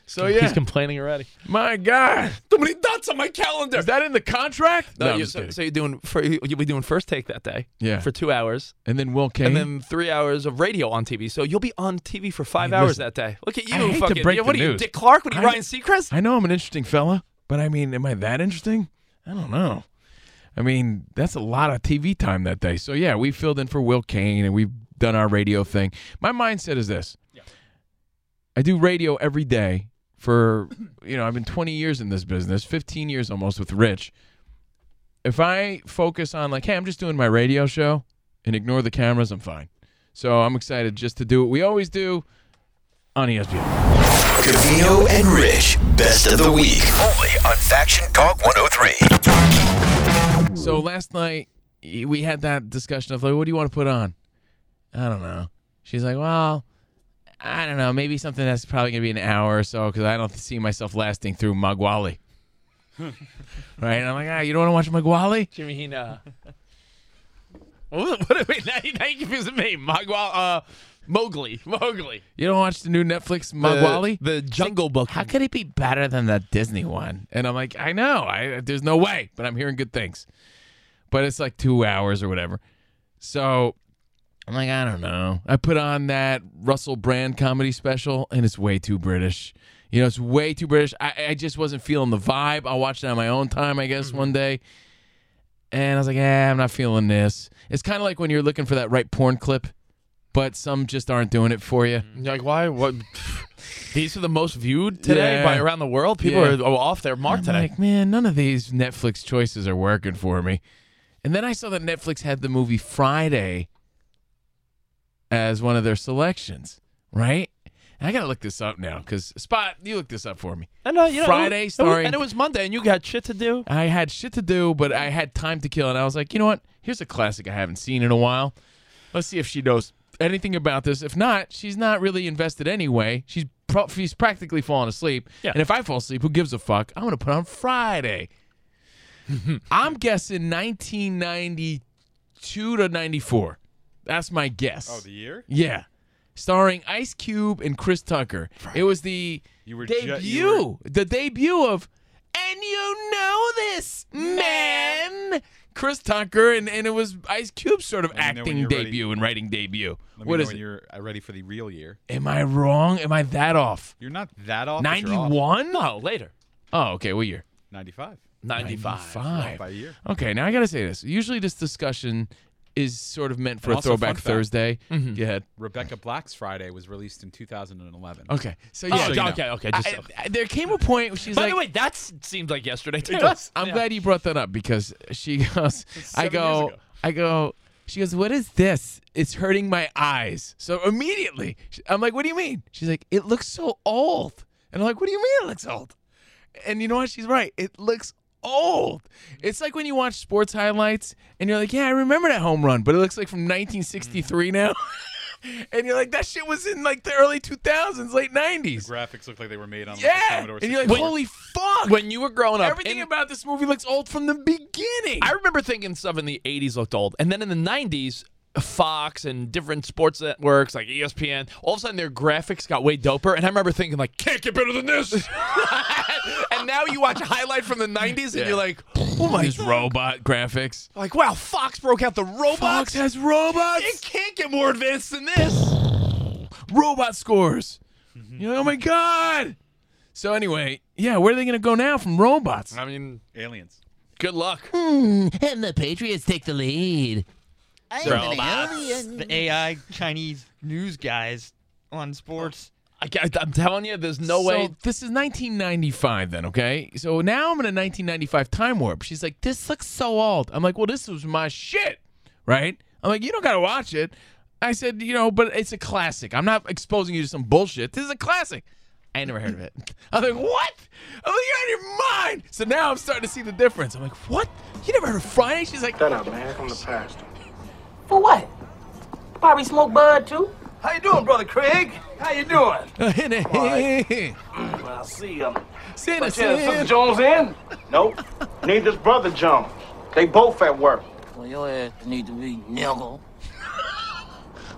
So Oh, yeah, He's complaining already. my God, Too many dots on my calendar. is that in the contract? no, I'm you, just so, kidding. so you're doing for, you'll be doing first take that day. Yeah. For two hours, and then Will Kane. and then three hours of radio on TV. So you'll be on TV for five Hey, hours listen, that day. Look at you, I hate to fucking. break yeah, what the are you, news. Dick Clark? What are you, I- Ryan Seacrest? I know I'm an interesting fella, but I mean, am I that interesting? I don't know. I mean, that's a lot of TV time that day. So yeah, we filled in for Will Kane and we've done our radio thing. My mindset is this. I do radio every day for you know, I've been 20 years in this business, 15 years almost with Rich. If I focus on like, hey, I'm just doing my radio show and ignore the cameras, I'm fine. So I'm excited just to do what we always do on E ESPN. Cavino and Rich, best of the week. Only on Faction Talk 103. So last night y- we had that discussion of like, what do you want to put on? I don't know. She's like, well, I don't know. Maybe something that's probably gonna be an hour or so because I don't see myself lasting through Magwali. right? And I'm like, ah, you don't want to watch Magwali? Jimmy Hina. uh, what, what, wait, now, you- now you're confusing me. Mogwal, uh, Mowgli. Mowgli. You don't watch the new Netflix The- Magwali? The, Jungle Book. How could it be better than the Disney one? And I'm like, I know, I there's no way, but I'm hearing good things. But it's like two hours or whatever. So I'm like, I don't know. I put on that Russell Brand comedy special, and it's way too British. You know, it's way too British. I, I just wasn't feeling the vibe. I'll watch it on my own time, I guess, one day. And I was like, eh, I'm not feeling this. It's kind of like when you're looking for that right porn clip, but some just aren't doing it for you. You're Mm. like, why? What? These are the most viewed today Yeah. by around the world. People Yeah. are oh, off their mark I'm today. like, man, none of these Netflix choices are working for me. And then I saw that Netflix had the movie Friday as one of their selections, right? And I gotta look this up now because Spot, you look this up for me. and, uh, you know, Friday it was- starring- and it was Monday, and you got shit to do. I had shit to do, but I had time to kill, and I was like, you know what? Here's a classic I haven't seen in a while. Let's see if she knows anything about this. If not, she's not really invested anyway. She's pro- she's practically falling asleep. Yeah. And if I fall asleep, who gives a fuck? I'm gonna put on Friday. I'm guessing 1992 to 94. That's my guess. Oh, the year? yeah. Starring Ice Cube and Chris Tucker. It was the You were ju- you debut, were- the debut of, and you know this man, Chris Tucker, and, and it was Ice Cube's sort of me know when acting you're ready. debut and writing debut. Let me What know is when it? you're uh, ready for the real year. Am I wrong? Am I that off? You're not that off. but you're off. Ninety-one? No, later. Oh, okay. What year? 95. 95. Five. By a year. Okay, now I gotta say this. Usually, this discussion is sort of meant for And a also, throwback fun fact. Mm-hmm. Thursday. Go ahead. Rebecca Black's Friday was released in 2011. Okay, so Oh, yeah, so you know. okay, okay. I- Just, I- there came a point where she's by like, the way, that s- seemed like yesterday too. I'm glad you brought that up because she goes, I seven years go, ago. I go, she goes, what is this? It's hurting my eyes. So immediately, she- I'm like, what do you mean? She's like, it looks so old. And I'm like, what do you mean it looks old? And you know what? She's right. It looks old. It's like when you watch sports highlights and you're like, yeah, I remember that home run, but it looks like from Mm. 1963 now. and you're like, that shit was in like the early 2000s, late 90s. Graphics look like they were made on like, the Yeah. Commodore And you're like, 64. holy fuck. When you were growing up, Everything and about this movie looks old from the beginning. I remember thinking stuff in the 80s looked old, and then in the 90s, Fox and different sports networks like E ESPN, all of a sudden their graphics got way doper. And I remember thinking, like, can't get better than this. and now you watch a highlight from the 90s and you're like, oh my These robot graphics. Like, wow, Fox broke out the robots. has robots. it can't get more advanced than this. robot scores. Mm-hmm. You're like, oh my god. So anyway, yeah, where are they gonna go now from robots? I mean, Aliens. good luck. And the Patriots take the lead. I am Robots. an alien. The AI Chinese news guys on sports. I, am telling you, there's So no way. This is 1995 then, okay? So now I'm in a 1995 time warp. She's like, this looks so old. I'm like, well, this was my shit, right? I'm like, you don't gotta watch it. I said, you know, but it's a classic. I'm not exposing you to some bullshit. This is a classic. I ain't never heard of it. I'm like, what? I'm like, you're out of your mind. So now I'm starting to see the difference. I'm like, what? You never heard of Friday? She's like, Shut up, man. From the past. For what? Probably smoke bud too. How you doing, brother Craig? How you doing? Well, I see um, Santa, Sister Santa. Jones in? Nope. Neither's brother Jones. They both at work. Well, your ass need to be niggle.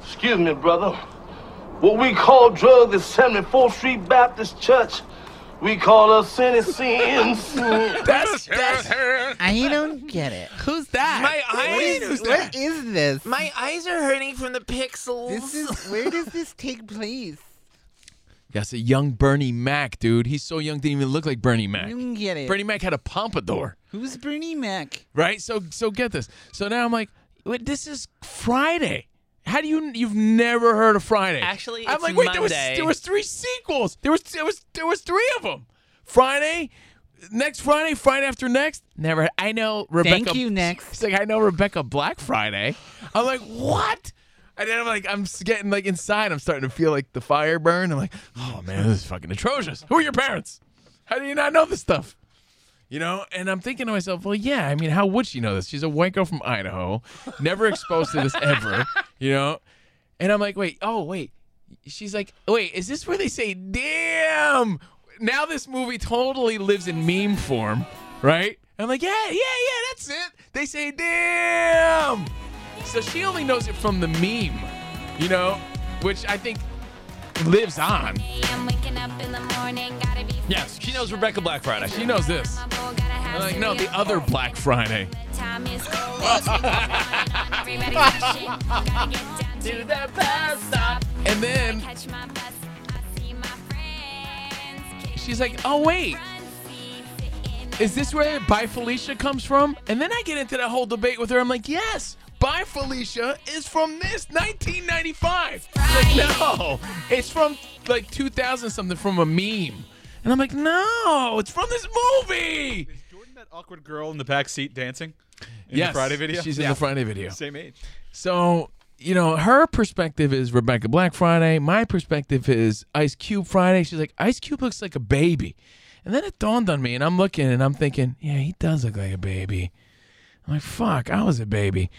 Excuse me, brother. What we call drug is 74th Street Baptist Church. We call us sin is sin. sin. That's, that's I don't get it. who's that? What is this? My eyes are hurting from the pixels. This is where does this take place? That's a young Bernie Mac, dude. He's so young, didn't even look like Bernie I Mac. don't get it. Bernie Mac had a pompadour, Who's Bernie Mac? right? So, so get this. So now I'm like, wait, this is Friday. How do you? You've never heard of Friday? Actually, I'm it's like, wait, there was Monday. there was three sequels. There was there was there was three of them. Friday, next Friday, Friday after next. Never. I know Rebecca. Thank you, next. It's like I know Rebecca Black Friday. I'm like, what? And then I'm like, I'm s- getting like inside. I'm starting to feel like the fire burn. I'm like, oh man, this is fucking atrocious. Who are your parents? How do you not know this stuff? You know, and I'm thinking to myself, well, yeah, I mean, how would she know this? She's a white girl from Idaho, never exposed to this ever, you know? And I'm like, wait, oh, wait. She's like, wait, is this where they say, damn? Now this movie totally lives in meme form, right? I'm like, yeah, yeah, yeah, that's it. They say, damn. So she only knows it from the meme, you know, which I think lives on. I'm waking up in the morning, gotta be Yes, she knows Rebecca Black Friday. She knows this. my bowl, gotta I'm have like, no, the other Black Friday. time is Everybody's rushing, gotta get down to the bus stop. And then Catch my bus, I see my friends. Kick she's like, oh, wait. front seat, sitting Is this where By Felicia comes from? And then I get into that whole debate with her. I'm like, yes, By Felicia is from this 1995. She's Like, no, it's from like 2000 something from a meme. And I'm like, no, it's from this movie. Is Jordan that awkward girl in the back seat dancing? In Yes, the Friday video? She's in the Friday video. Same age. So, you know, her perspective is Rebecca Black Friday. My perspective is Ice Cube Friday. She's like, Ice Cube looks like a baby. And then it dawned on me, and I'm looking and I'm thinking, yeah, he does look like a baby. I'm like, fuck, I was a baby.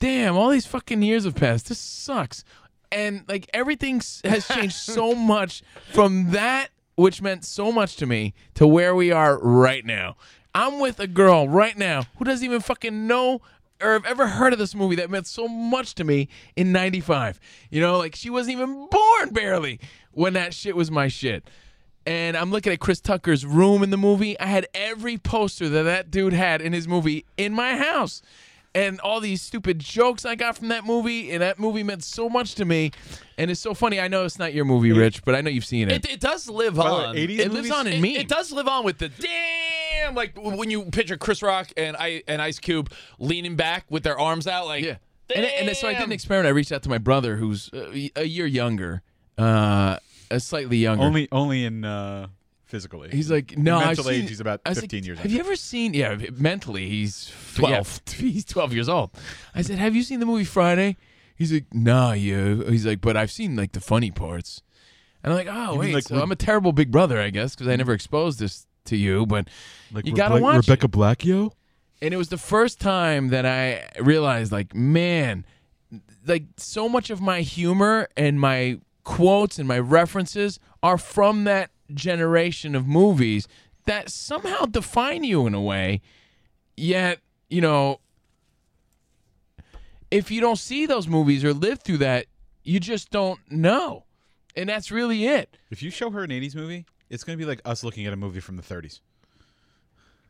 Damn, all these fucking years have passed. This sucks. And like everything s- has changed so much from that, which meant so much to me, to where we are right now. I'm with a girl right now who doesn't even fucking know or have ever heard of this movie that meant so much to me in 95. You know, like she wasn't even born barely when that shit was my shit and I'm looking at Chris Tucker's room in the movie. I had every poster that that dude had in his movie in my house. And all these stupid jokes I got from that movie, and that movie meant so much to me. And it's so funny. I know it's not your movie, Rich, but I know you've seen it. It, it does live the way, on. 80s It lives movies- on in it, meme. It does live on with the damn, like w- when you picture Chris Rock and I and Ice Cube leaning back with their arms out, like Yeah. Damn. And, and so I did an experiment. I reached out to my brother, who's uh, a year younger, uh, uh, slightly younger. Only only in uh, physical age. He's like, no, Mental I've seen, age, he's about I was 15 like, years Have you ever seen? Yeah, mentally, he's f- 12. yeah, he's twelve years old. I said, have you seen the movie Friday? He's like, nah, yeah. He's like, but I've seen like the funny parts. And I'm like, You oh mean, wait, like, so when- I'm a terrible big brother, I guess, because I never exposed this to you, but Like you gotta watch it. Rebecca Black, yo? And it was the first time that I realized, like, man, like so much of my humor and my quotes and my references are from that generation of movies that somehow define you in a way. Yet, you know, if you don't see those movies or live through that, you just don't know. And that's really it. If you show her an 80s movie, it's going to be like us looking at a movie from the 30s.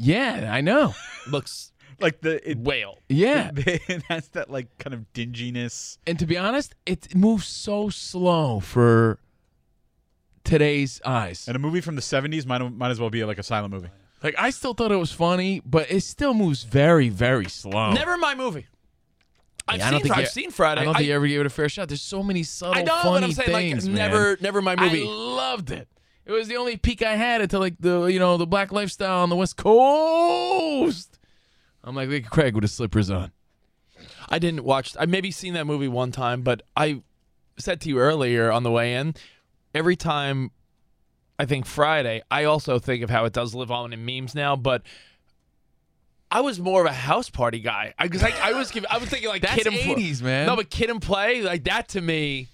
Yeah, I know. Looks like the it, whale. Yeah. It has that like kind of dinginess. And to be honest, it moves so slow for today's eyes. And a movie from the 70s might, might as well be like a silent movie. Like I still thought it was funny, but it still moves very, very slow. Never my movie. I've, Yeah, I seen, don't think I've you- seen Friday. I don't I, think you ever gave it a fair shot. There's so many subtle, I know, funny but I'm saying things. like man. never, never my movie. I loved it. It was the only peak I had until like the you know the black lifestyle on the West Coast. I'm like look at Craig with his slippers on. I didn't watch. I maybe seen that movie one time, but I said to you earlier on the way in. Every time I think Friday, I also think of how it does live on in memes now. But I was more of a house party guy because I, 'cause I, I was giving- I was thinking like That's kid and Play- 80s, man. No, but kid and play like that to me.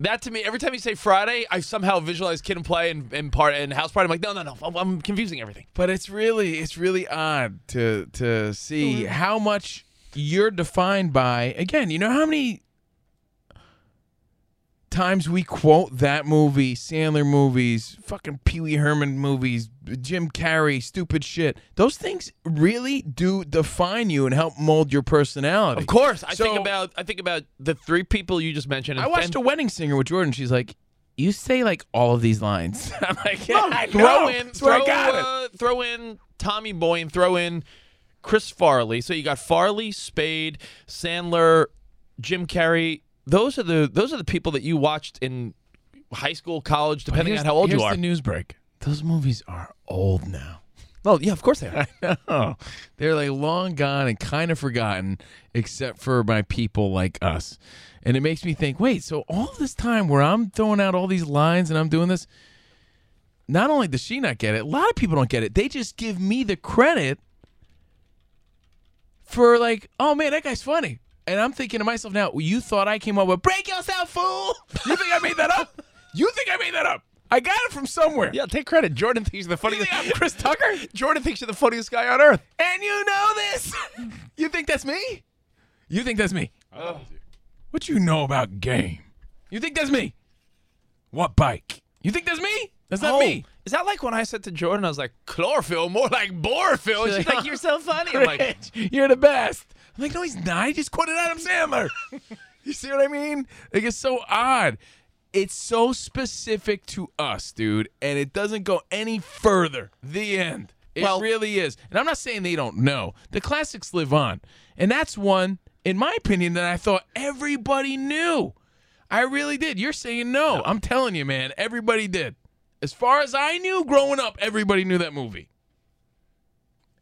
That to me, every time you say Friday, I somehow visualize kid and play and, and part and house party. I'm like, no, no, no, I'm- I'm confusing everything. But it's really it's really odd to to see how much you're defined by. Again, you know how many times we quote that movie, Sandler movies, fucking Pee Wee Herman movies, Jim Carrey, stupid shit. Those things really do define you and help mold your personality. Of course, I So- think about I think about the three people you just mentioned. I watched and, a wedding singer with Jordan. She's like, you say like all of these lines. I'm like, yeah, I throw know. in That's where throw, I got it. uh, throw in Tommy Boy and throw in Chris Farley. So you got Farley, Spade, Sandler, Jim Carrey. Those are the those are the people that you watched in high school, college, But depending here's- on how old you here's are. the news break. Those movies are old now. well, yeah, of course they are. I know. They're like long gone and kind of forgotten, except for by people like us. And it makes me think wait, so all this time where I'm throwing out all these lines and I'm doing this, not only does she not get it, a lot of people don't get it. They just give me the credit for, like, oh man, that guy's funny. And I'm thinking to myself now, you thought I came up with break yourself, fool. You think I made that up? You think I made that up? I got it from somewhere. Yeah, take credit. Jordan thinks you're the You funniest. think I'm Chris Tucker? Jordan thinks you're the funniest guy on earth. And you know this. you think that's me? You think that's me? What you know about game? You think that's me? What bike? You think that's me? That's not Oh, me. Is that like when I said to Jordan, I was like, chlorophyll, more like borophyll. She's like, you're so funny. I'm like, Rich, you're the best. I'm like, no, he's not. He just quoted Adam Sandler. you see what I mean? Like, it's so odd. It's so specific to us, dude, and it doesn't go any further. The end. It Well- really is. And I'm not saying they don't know. The classics live on. And that's one, in my opinion, that I thought everybody knew. I really did. You're saying no. I'm telling you, man, everybody did. As far as I knew growing up, everybody knew that movie.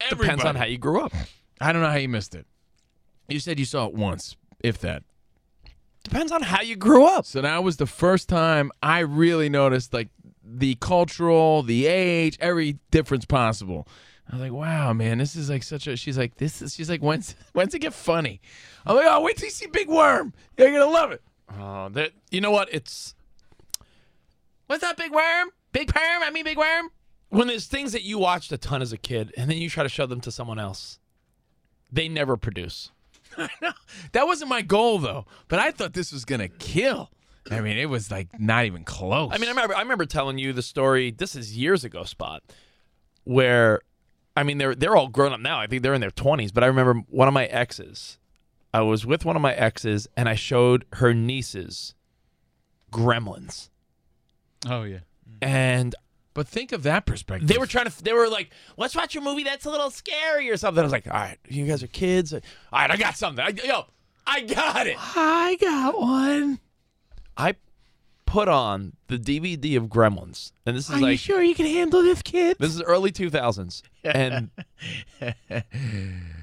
Everybody. depends on how you grew up. I don't know how you missed it. You said you saw it once, if that. Depends on how you grew up. So that was the first time I really noticed like the cultural, the age, every difference possible. I was like, wow, man, this is like such a. She's like, this is. She's like, when's when's it get funny? I'm like, oh, wait till you see Big Worm. You're gonna love it. Oh, that you know what? It's What's up, Big Worm? Big Perm? I mean, Big Worm. when there's things that you watched a ton as a kid, and then you try to show them to someone else. They never produce. That wasn't my goal though, but I thought this was gonna kill. I mean, it was like not even close. I mean, I remember, I remember telling you the story. This is years ago, spot where, I mean, they're they're all grown up now. I think they're in their twenties. But I remember one of my exes. I was with one of my exes, and I showed her nieces Gremlins, Oh, yeah. and but think of that perspective. They were trying to. They were like, "Let's watch a movie that's a little scary or something." I was like, "All right, you guys are kids. All right, I got something. I, yo, I got it. I got one. I put on the DVD of Gremlins, and this is like you can handle this, kid? this is early two thousands, and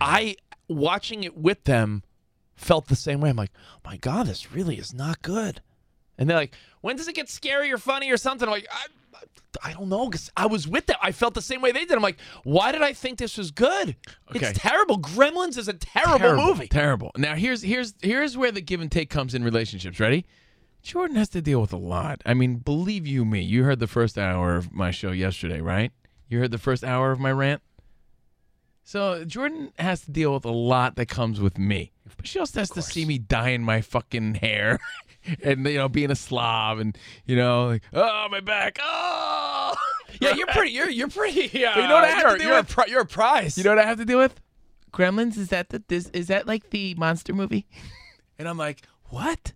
I watching it with them felt the same way. I'm like, "My God, this really is not good." And they're like, "When does it get scary or funny or something?" I'm like, "I." I don't know because I was with them. I felt the same way they did. I'm like, why did I think this was good? Okay. It's terrible. Gremlins is a terrible, movie. Terrible. Now here's here's here's where the give and take comes in relationships. Ready? Jordan has to deal with a lot. I mean, believe you me, you heard the first hour of my show yesterday, right? You heard the first hour of my rant. So Jordan has to deal with a lot that comes with me. But she also has to see me dyeing my fucking hair and, you know, being a slob and, you know, like, oh, my back. Oh. Yeah, you're pretty. You're you're pretty. Uh, But you know what I have you're, to do you're with- a pri- you're a prize. You know what I have to deal with? Gremlins, is that the this is that like the monster movie? and I'm like, what?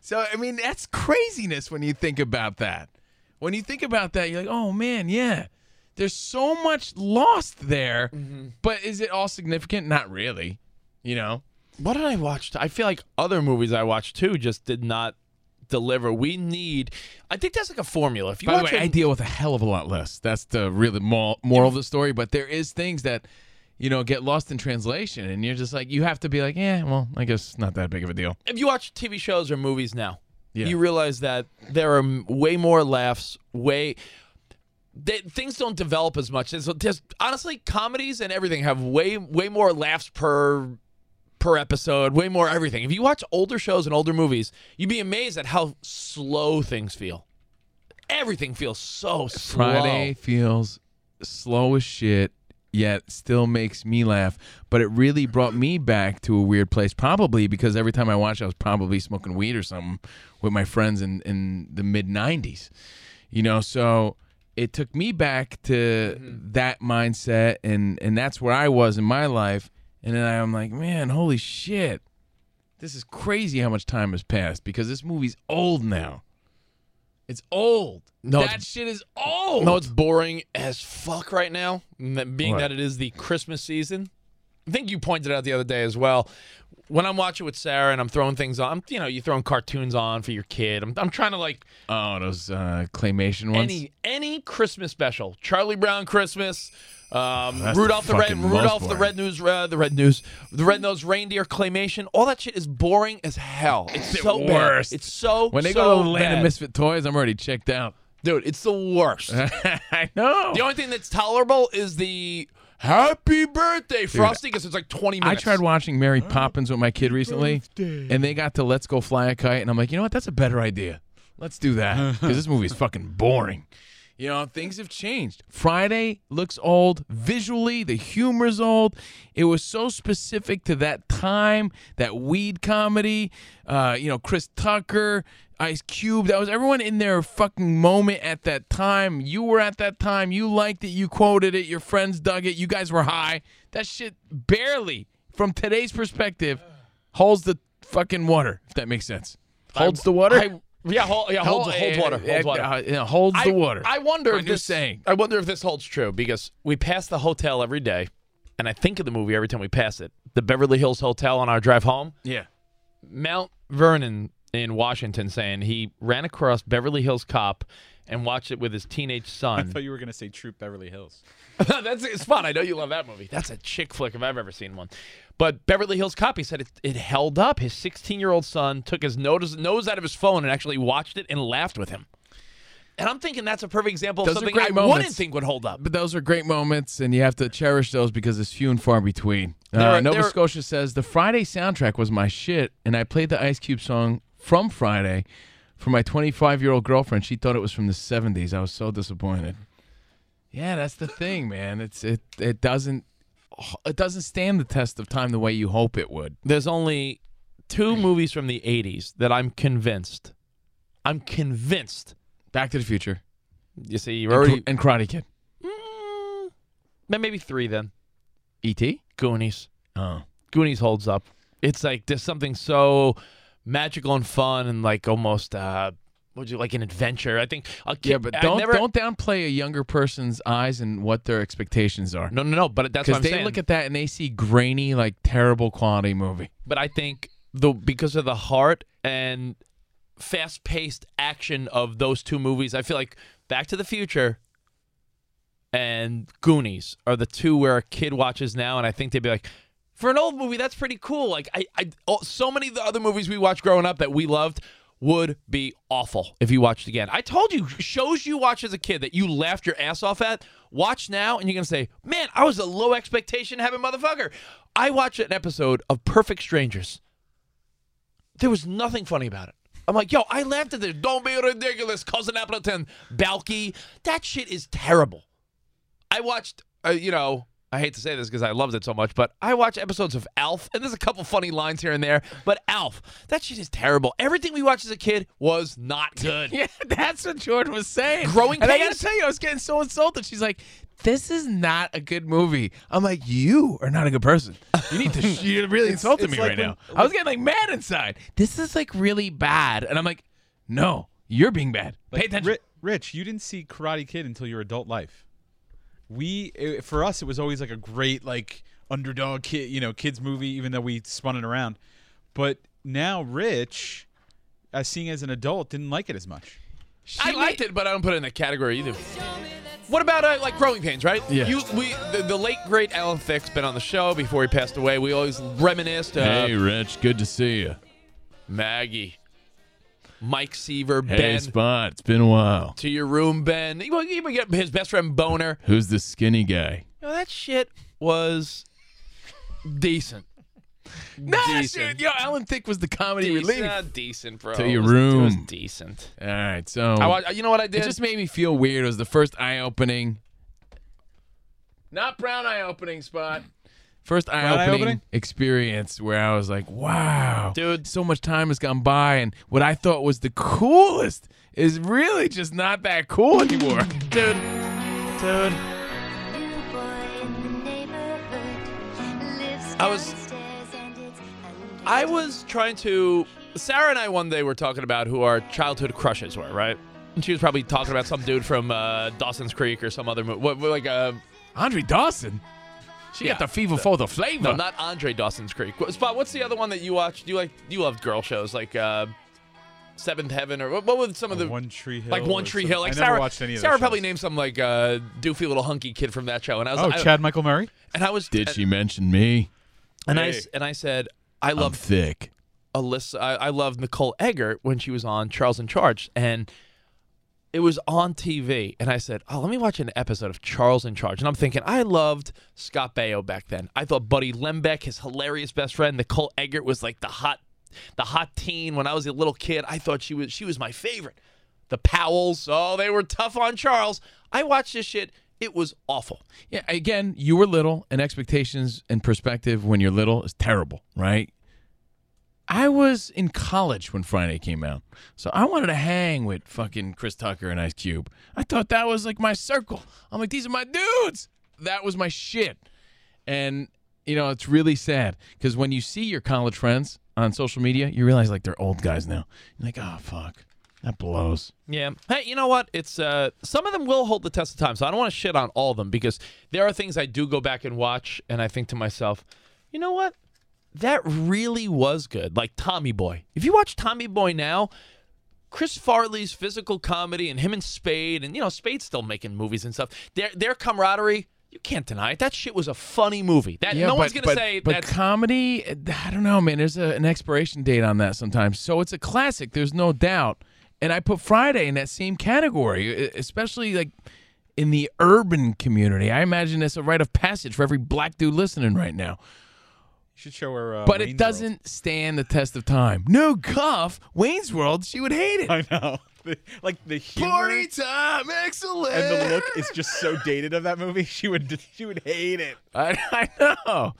So I mean, that's craziness when you think about that. When you think about that, you're like, oh man, yeah. There's so much lost there, but is it all significant? Not really. You know? What did I watch? I feel like other movies I watched too just did not deliver. We need. I think that's like a formula. If you By the watch way, a- I deal with a hell of a lot less. That's the really moral, moral of the story. But there is things that, you know, get lost in translation, and you're just like, you have to be like, yeah, well, I guess it's not that big of a deal. if you watch TV shows or movies now, Yeah. you realize that there are m- way more laughs, way they, things don't develop as much. There's, there's honestly comedies and everything have way way more laughs per per episode, way more everything. If you watch older shows and older movies, you'd be amazed at how slow things feel. Everything feels so slow. Friday feels slow as shit, yet still makes me laugh. But it really brought me back to a weird place, probably because every time I watched, I was probably smoking weed or something with my friends in, in the mid 90s. You know, so it took me back to Mm-hmm. that mindset, and, and that's where I was in my life. And then I'm like, man, holy shit. This is crazy how much time has passed because this movie's old now. It's old. No, that it's- shit is old. No, it's boring as fuck right now. and that- Being What? that it is the Christmas season, I think you pointed out the other day as well. When I'm watching with Sarah and I'm throwing things on, I'm, you know, you're throwing cartoons on for your kid. I'm, I'm trying to like Oh, those uh, claymation ones. any any Christmas special, Charlie Brown Christmas, um, that's Rudolph the the, Red fucking most Rudolph the boring. Red News uh, the Red News the Red Nosed Reindeer claymation. All that shit is boring as hell. It's so bad. worst. It's so when they so go to Land bad. of Misfit Toys, I'm already checked out. Dude, it's the worst. Uh-huh. I know. The only thing that's tolerable is the happy birthday frosty because it's like 20 I minutes. tried watching Mary Poppins with my kid recently, and they got to Let's Go Fly a Kite, and I'm like, you know what? That's a better idea. Let's do that because this movie is fucking boring. You know, things have changed. Friday looks old visually, the humor's old. It was so specific to that time, that weed comedy, uh, you know, Chris Tucker, Ice Cube. That was everyone in their fucking moment at that time. You were at that time. You liked it. You quoted it. Your friends dug it. You guys were high. That shit barely, from today's perspective, holds the fucking water, if that makes sense. Holds the water? I- yeah, hold, yeah, holds, Hol- holds water. Holds uh, water. uh, yeah, holds I, the water. I wonder My if new this saying. I wonder if this holds true because we pass the hotel every day, and I think of the movie every time we pass it. The Beverly Hills Hotel on our drive home. Yeah. Mount Vernon in Washington saying he ran across Beverly Hills Cop and watched it with his teenage I son. thought you were gonna say Troop Beverly Hills. That's it's fun. I know you love that movie. That's a chick flick if I've ever seen one. But Beverly Hills Cop, he said it, it held up. His 16 year old son took his nose, nose out of his phone and actually watched it and laughed with him. And I'm thinking that's a perfect example Those of are something great I wouldn't moments. think would hold up. But those are great moments, and you have to cherish those because it's few and far between. Uh, There are- Nova there are- Scotia says the Friday soundtrack was my shit, and I played the Ice Cube song from Friday for my 25 year old girlfriend. She thought it was from the 70s. I was so disappointed. Yeah, that's the thing, man. It's it it doesn't it doesn't stand the test of time the way you hope it would. There's only two movies from the 80s that I'm convinced. I'm convinced. Back to the Future. You see, you're And Kar- already. and Karate Kid. Maybe three then. E.T. Goonies. Oh. Goonies holds up. It's like there's something so magical and fun and like almost uh would you like an adventure? I think a kid, Yeah, but I don't never- don't downplay a younger person's eyes and what their expectations are. No, no, no, but that's Because what I'm they saying. look at that and they see grainy, like terrible quality movie. but I think the because of the heart and fast-paced action of those two movies, I feel like Back to the Future and Goonies are the two where a kid watches now, and I think they'd be like, for an old movie, that's pretty cool. Like I, I oh, so many of the other movies we watched growing up that we loved would be awful if you watched again. I told you shows you watched as a kid that you laughed your ass off at. Watch now, and you're gonna say, "Man, I was a low expectation having motherfucker." I watched an episode of Perfect Strangers. There was nothing funny about it. I'm like, yo, I laughed at this. Don't be ridiculous, cousin Appleton, Balky. That shit is terrible. I watched, uh, you know, I hate to say this because I loved it so much, but I watch episodes of Alf, and there's a couple funny lines here and there. But Alf, that shit is terrible. Everything we watched as a kid was not good. yeah, that's what Jordan was saying. Growing and I Pains? gotta tell you, I was getting so insulted. She's like, "This is not a good movie." I'm like, "You are not a good person. You need to. you really It's- insulted it's me like right when- now." I was getting like mad inside. This is like really bad, and I'm like, "No, you're being bad." Pay attention. Rich, you didn't see Karate Kid until your adult life. We it, for us it was always like a great like underdog kid, you know, kids movie even though we spun it around. But now Rich as seeing as an adult didn't like it as much. I liked it, but I don't put it in that category either. What about uh, like Growing Pains, right? Yeah. You, we, the, the late great Alan Thicke's been on the show before he passed away. We always reminisced. Uh, hey, Rich, good to see you. Maggie, Mike Seaver, Hey, Ben, Spot, it's been a while. to your room, Ben. You want- you want to get his best friend Boner. Who's the skinny guy? Oh, You know, that shit was decent. No, Decent. shit. Ah, Yo, Alan Thicke was the comedy decent, relief. uh, decent, bro. to your It was- room. It was decent. All right, so I wa- you know what I did? It just made me feel weird. It was the first eye opening, Not brown eye opening spot. first eye Brown eye opening, opening? experience where I was like, "Wow, dude, so much time has gone by, and what I thought was the coolest is really just not that cool anymore." Dude, dude. I was. I was trying to. Sarah and I one day were talking about who our childhood crushes were, right? And she was probably talking about some dude from uh, Dawson's Creek or some other movie. What, what, like uh, Andre Dawson. She got the fever for the flavor. No, not Andre Dawson's Creek. What, Spot, what's the other one that you watched? You like you loved girl shows like uh, Seventh Heaven or what, what was some of the One Tree Hill. like One or Tree some- Hill? Like I Sarah, never watched any of those Sarah probably named some like uh, doofy little hunky kid from that show, and I was Oh, I- Chad Michael Murray? and I was Did and- she mention me? and I s- and I said I I'm love thick. Alyssa. I, I loved Nicole Eggert when she was on Charles in Charge, and it was on TV. And I said, "Oh, let me watch an episode of Charles in Charge." And I'm thinking, I loved Scott Baio back then. I thought Buddy Lembeck, his hilarious best friend, Nicole Eggert was like the hot, the hot teen when I was a little kid. I thought she was she was my favorite. The Powells, oh, they were tough on Charles. I watched this shit. It was awful. Yeah, again, you were little, and expectations and perspective when you're little is terrible, right? I was in college when Friday came out, so I wanted to hang with fucking Chris Tucker and Ice Cube. I thought that was like my circle. I'm like, these are my dudes. That was my shit. And, you know, it's really sad because when you see your college friends on social media, you realize like they're old guys now. You're like, oh, fuck. That blows. Yeah. Hey, you know what? It's uh some of them will hold the test of time, so I don't want to shit on all of them because there are things I do go back and watch and I think to myself, you know what? That really was good. Like Tommy Boy. If you watch Tommy Boy now, Chris Farley's physical comedy and him and Spade and you know, Spade's still making movies and stuff. Their their camaraderie, you can't deny it. That shit was a funny movie. That Yeah, no one's but- gonna but- say but that's comedy. I don't know, man. There's a, an expiration date on that sometimes, so it's a classic. There's no doubt. And I put Friday in that same category, e- especially like in the urban community. I imagine that's a rite of passage for every black dude listening right now. You should show her uh, but Wayne's it doesn't stand the test of time. No guff, Wayne's World. She would hate it. I know. World. like the humor Party time, excellent. and the look is just so dated of that movie. She would she would hate it. I, I know.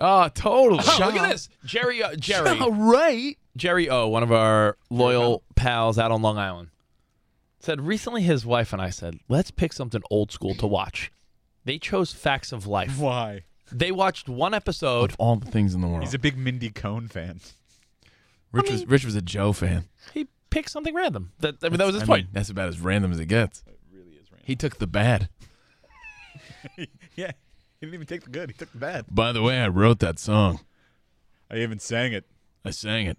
Oh, totally. Oh, look at this. Jerry uh, Jerry. All right. Jerry O, one of our loyal pals out on Long Island, said recently his wife and I said, let's pick something old school to watch. They chose Facts of Life. Why? They watched one episode. All the things in the world. He's a big Mindy Cohn fan. Rich was Rich was a Joe fan. He picked something random. That, I mean, that was his I point. mean, that's about as random as it gets. It really is random. He took the bad. yeah. He didn't even take the good. He took the bad. By the way, I wrote that song. I even sang it. I sang it.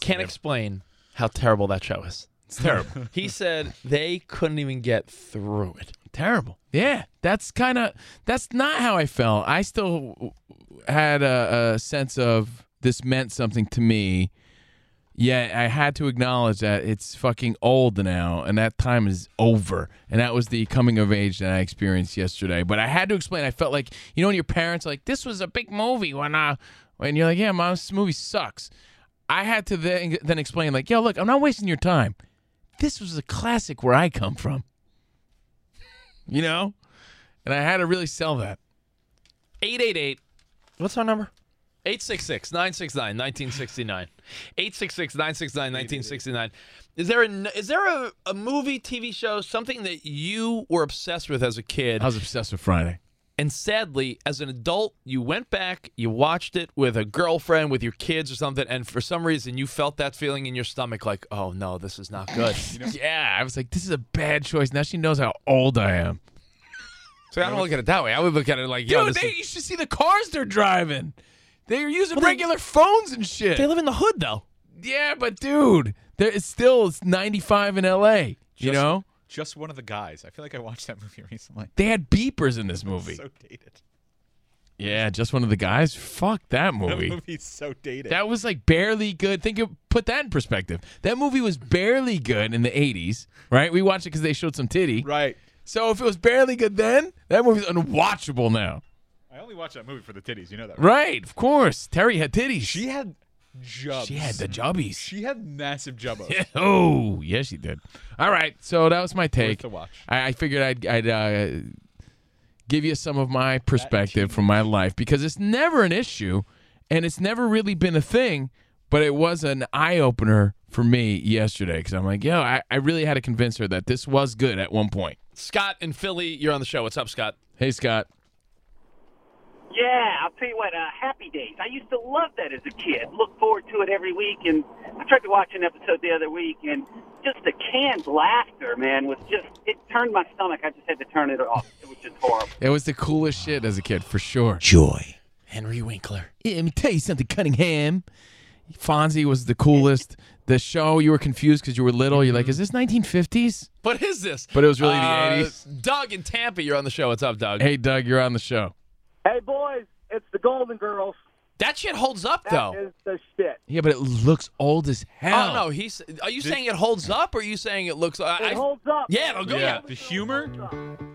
Can't explain how terrible that show is. It's terrible. he said they couldn't even get through it. Terrible. Yeah, that's kind of that's not how I felt. I still w- had a, a sense of this meant something to me. Yet I had to acknowledge that it's fucking old now, and that time is over. And that was the coming of age that I experienced yesterday. But I had to explain. I felt like you know when your parents are like this was a big movie when I and you're like yeah, mom, this movie sucks. I had to then then explain like yo, look, I'm not wasting your time. This was a classic where I come from you know? and I had to really sell that. 888. What's our number? 866 969 1969. 866 969 1969. Is there, a, n- is there a, a movie, TV show, something that you were obsessed with as a kid? I was obsessed with Friday. And sadly, as an adult, you went back, you watched it with a girlfriend, with your kids or something, and for some reason you felt that feeling in your stomach like, oh no, this is not good. Yeah, I was like, this is a bad choice. Now she knows how old I am. See, I don't look at it that way. I would look at it like, yo, Dude, this they, is- you should see the cars they're driving. They're using regular phones and shit. They live in the hood, though. Yeah, but dude, there, it's still it's 95 in L.A. you know, Just one of the guys. I feel like I watched that movie recently. they had beepers in this movie. So dated. yeah, just one of the guys. Fuck that That movie. movie's so dated. That was like barely good. Think of put that in perspective. That movie was barely good in the 80s, right? We watched it because they showed some titty. Right. So if it was barely good then, that movie's unwatchable now. I only watched that movie for the titties. You know that. Right, of course. Terry had titties. She had Jubs. She had the jubbies. She had massive jubbos. oh, yes, she did. All right, so that was my take. the watch. I, I figured I'd, I'd uh, give you some of my perspective from my life because it's never an issue, and it's never really been a thing. But it was an eye opener for me yesterday because I'm like, yo, I, I really had to convince her that this was good at one point. Scott in Philly, you're on the show. What's up, Scott? Hey, Scott. Yeah, I'll tell you what, uh, Happy Days. I used to love that as a kid. Look forward to it every week, and I tried to watch an episode the other week, and just the canned laughter, man, was just, it turned my stomach. I just had to turn it off. It was just horrible. It was the coolest shit as a kid, for sure. Joy. Henry Winkler. Yeah, let me tell you something, Cunningham. Fonzie was the coolest. The show, you were confused because you were little. You're Mm-hmm. like, is this 1950s? What is this? But it was really the Uh, 80s. Doug in Tampa, you're on the show. What's up, Doug? Hey, Doug, you're on the show. Hey, boys, it's the Golden Girls. That shit holds up, That though. is the shit. Yeah, but it looks old as hell. Oh no, he's. Are you saying it holds up, or are you saying it looks? I, It I- holds up. Yeah, it'll go. Yeah. The humor,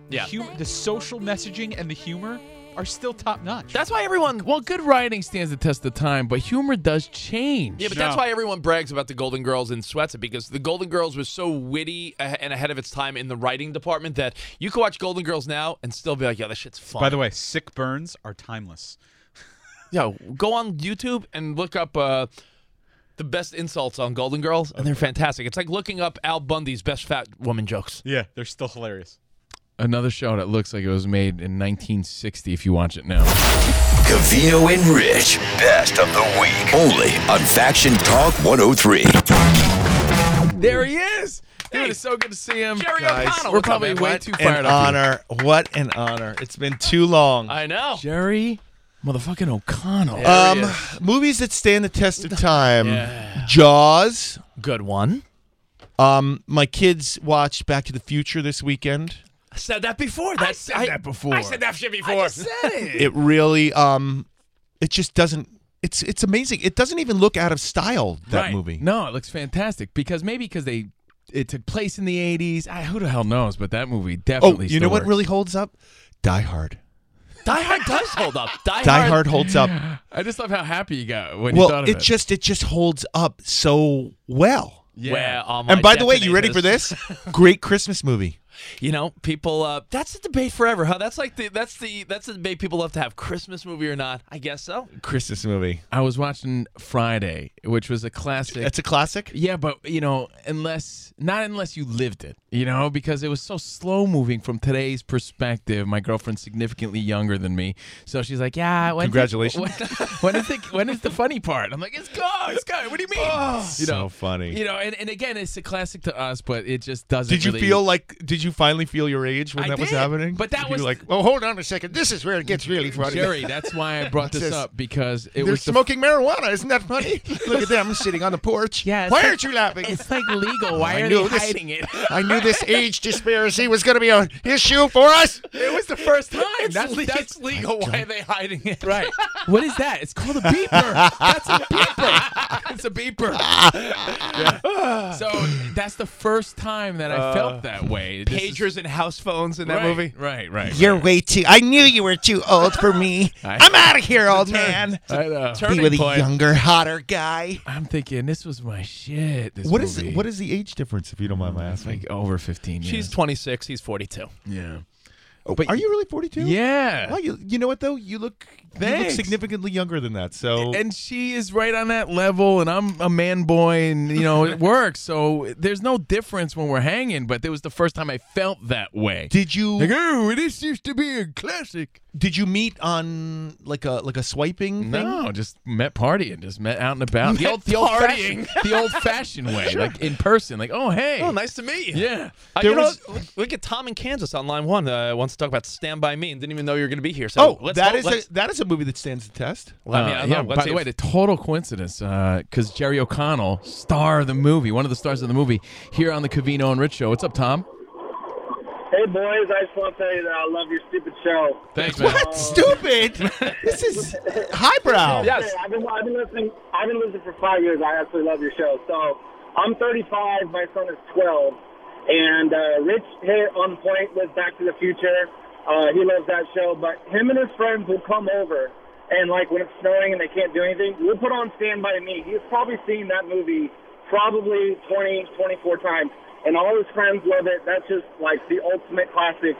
Yeah. The, hu- the social messaging and the humor are still top notch. That's why everyone. Well, good writing stands the test of time, but humor does change. Yeah, but that's why everyone brags about the Golden Girls and sweats it because the Golden Girls was so witty a- and ahead of its time in the writing department that you could watch Golden Girls now and still be like, "Yo, this shit's fun." By the way, sick burns are timeless. yo, go on YouTube and look up uh, the best insults on Golden Girls, and they're fantastic. It's like looking up Al Bundy's best fat woman jokes. Yeah, they're still hilarious. Another show that looks like it was made in 1960 if you watch it now. Cavino and Rich, best of the week. Only on Faction Talk 103. There he is. Dude, it's so good to see him. Jerry O'Connell, We're what's up, probably man? way What too an fired an up. honor. What an honor. It's been too long. I know. Jerry motherfucking O'Connell. Uh, Um, movies that stand the test of time. Yeah. Jaws. Good one. Um, my kids watched Back to the Future this weekend. I said that before. That, I said that before. I said that shit before. I said it. It really, um, it just doesn't. It's it's amazing. It doesn't even look out of style. That Right. movie. No, it looks fantastic because maybe because they it took place in the 80s. I, who the hell knows? But that movie Oh, definitely. you know still what works. really holds up? Die Hard. Die Hard does hold up. Die, Die Hard holds up. I just love how happy you got when you well, thought of it it. just it just holds up so well. Where are my and by the way, you ready for detonators? this? Great Christmas movie. You know, people. Uh, that's a debate forever, huh? That's like the that's the that's the debate people love to have: Christmas movie or not? I guess so. Christmas movie. I was watching Friday, which was a classic. That's a classic. yeah, but you know, unless not unless you lived it, you know, because it was so slow moving from today's perspective. My girlfriend's significantly younger than me, so she's like, "Yeah, when's the- Congratulations. when is the when is the funny part?" I'm like, "It's go, it's go. What do you mean?" you know, Oh, so funny. You know, and, and again, it's a classic to us, but it just doesn't. Did you really- feel like? Did you finally feel your age when I that was did, happening? but that You was- were like, oh, hold on a second. This is where it gets really funny. Jerry? That's why I brought this Just- up because it They're was the smoking marijuana. Isn't that funny? Look at them sitting on the porch. Yeah, it's Why like- aren't you laughing? It's like legal. Why I are knew they this- hiding it? I knew this age disparity was going to be an issue for us. It was the first time. that's, le- that's legal. Why are they hiding it? right. What is that? It's called a beeper. That's a beeper. It's a beeper. Yeah. So that's the first time that I Uh, felt that way. This is- Pagers and house phones in that right, movie. Right, right. You're way too. I knew you were too old for me. I- I'm out of here, old man. I know. Be with a younger, hotter guy. I'm thinking this was my shit. This What is movie. what is the age difference, if you don't mind my asking? like over 15 years? She's 26. He's 42. yeah. Oh, are you really 42? Yeah. Well, you, you know what though? You look you look Thanks. significantly younger than that. So and she is right on that level and i'm a man boy and you know it works so there's no difference when we're hanging but it was the first time i felt that way did you like oh this used to be a classic did you meet on like a like a swiping thing? Oh, no just met partying just met out and about the Met old, the old fashioned, partying. the old fashioned way like in person like oh hey Oh, nice to meet you. Yeah. Uh, There you know, was- what? Look- look at Tom in Kansas on line one. Uh, wants to talk about Stand By Me and didn't even know you were going to be here. So oh, let's that hope- is let's- a, that is a movie that stands the test. Well, I mean, I Uh, don't yeah, know. Let's by see the if- way, the total coincidence, because Jerry O'Connell, star of the movie, one of the stars of the movie, here on the Cavino and Rich Show. What's up, Tom? Hey, boys, I just want to tell you that I love your stupid show. Thanks, man. What? Stupid. this is highbrow. Yes. I've been, I've been listening. I've been listening for five years. I absolutely love your show. So I'm 35. My son is 12, and uh, Rich hit on point with Back to the Future. Uh, he loves that show, but him and his friends will come over, and like when it's snowing and they can't do anything, we'll put on Stand By Me. He's probably seen that movie probably 20, 24 times, and all his friends love it. That's just like the ultimate classic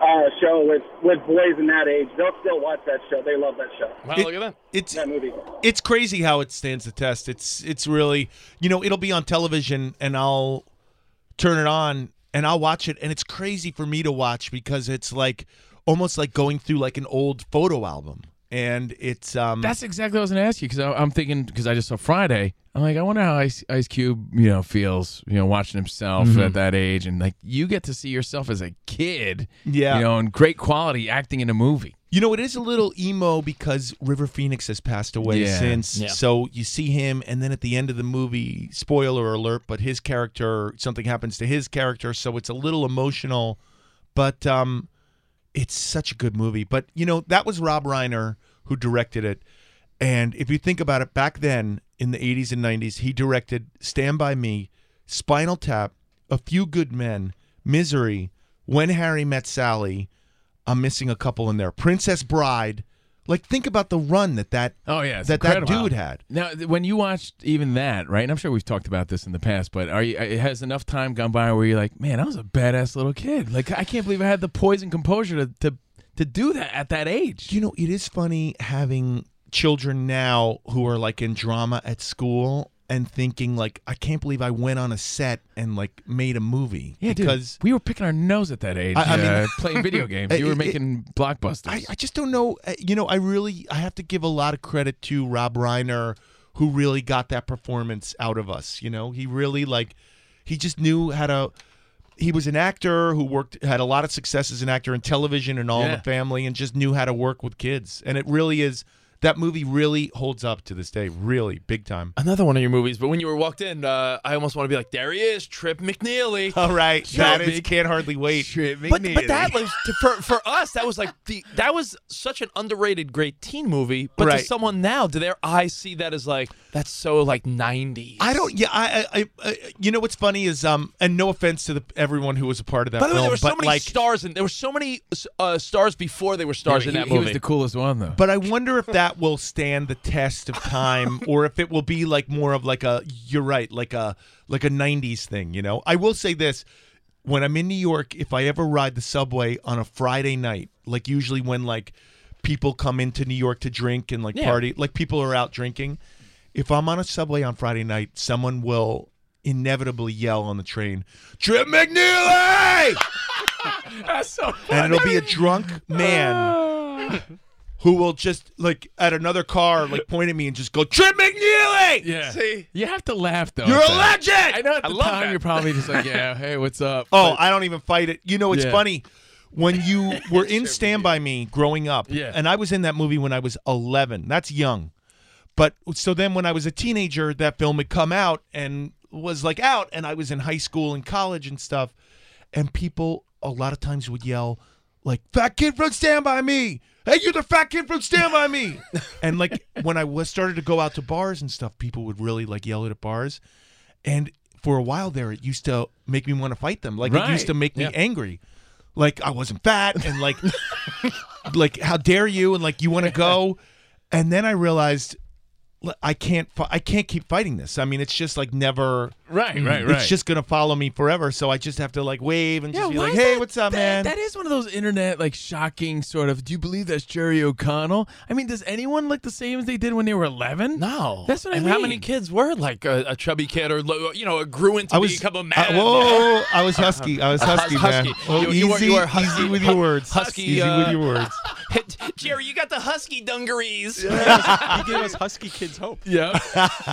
uh, show with with boys in that age. They'll still watch that show. They love that show. Wow, look at that. It's that movie. it's crazy how it stands the test. It's it's really you know it'll be on television and I'll turn it on and I'll watch it and it's crazy for me to watch because it's like almost like going through like an old photo album and it's um That's exactly what I was going to ask you because I'm thinking because I just saw Friday. I'm like, I wonder how Ice, Ice Cube, you know, feels, you know, watching himself Mhm. at that age, and like you get to see yourself as a kid, Yeah. you know, and great quality acting in a movie. you know it is a little emo because River Phoenix has passed away Yeah. since Yeah. so you see him and then at the end of the movie spoiler alert but his character something happens to his character so it's a little emotional but um it's such a good movie. But you know, that was Rob Reiner who directed it. And if you think about it, back then in the 80s and 90s, he directed Stand By Me, Spinal Tap, A Few Good Men, Misery, When Harry Met Sally. I'm missing a couple in there. Princess Bride. Like think about the run that that Oh yeah, it's that that incredible. dude had. Now, th- when you watched even that, right? And I'm sure we've talked about this in the past, but are you uh, has enough time gone by where you're like, man, I was a badass little kid. Like I can't believe I had the poise and composure to to, to do that at that age. You know, it is funny having children now who are like in drama at school and thinking like, I can't believe I went on a set and like made a movie. Yeah, dude, because we were picking our nose at that age. I- I mean- uh, playing video games. You It- were it- making blockbusters. I, I just don't know. uh, You know, I really I have to give a lot of credit to Rob Reiner, who really got that performance out of us. You know, he really like he just knew how to. He was an actor who worked had a lot of success as an actor in television and all in Yeah. the family, and just knew how to work with kids. And it really is that movie really holds up to this day, really big time. Another one of your movies, but when you were walked in, uh, I almost want to be like, there he is, Trip McNeely. All right, that is Trip can't hardly wait. But, but that was to- for, for us that was like the that was such an underrated great teen movie. But to Right. someone now, do their eyes see that as like that's so like '90s? I don't. Yeah, I, I, I. You know what's funny is um, and no offense to the everyone who was a part of that By the way, film, there were so but many like stars in there were so many uh, stars before they were stars in he, that he movie. was the coolest one though. But I wonder if that will stand the test of time, or if it will be like more of like a you're right, like a like a '90s thing. You know, I will say this: when I'm in New York, if I ever ride the subway on a Friday night, like usually when like people come into New York to drink and like Yeah. party, like people are out drinking. If I'm on a subway on Friday night, someone will inevitably yell on the train, "Trip McNeely!" That's so Ah. and it'll be a drunk man who will just like at another car like point at me and just go Trip McNeely. Yeah. You have to laugh though. You're at a that. legend! I know at I the love time that. you're probably just like, yeah, hey, what's up? Oh, But- I don't even fight it. You know, it's Yeah. funny when you were in Stand by Me growing up. Yeah. and I was in that movie when I was 11. That's young, but so then when I was a teenager, that film had come out and was like out, and I was in high school and college and stuff, and people a lot of times would yell like "Fat kid from Stand by Me." Hey, you're the fat kid from Stand By Me. and like when I was started to go out to bars and stuff, people would really like yell it at bars. And for a while there, it used to make me want to fight them. Like it Right. used to make me Yeah. angry. Like I wasn't fat and like like how dare you and like you want to go. And then I realized l- I can't fi- I can't keep fighting this. I mean, it's just like never Right, right, It's right. just gonna follow me forever. So I just have to like wave and just be like, "Hey, what's up, man?" That is one of those internet like shocking sort of. Do you believe that's Jerry O'Connell? I mean, does anyone look the same as they did when they were eleven? No, that's what I and mean. how many kids were like uh, a, a chubby kid or lo- you know grew into I was become a man? I- whoa, whoa, whoa, I was husky. I was A hus- husky, man. husky. Oh, You- you are- easy, you are husky. easy with your words. Husky, easy with uh, your words. Jerry, you got the husky dungarees. he gave us husky kids hope. Yep.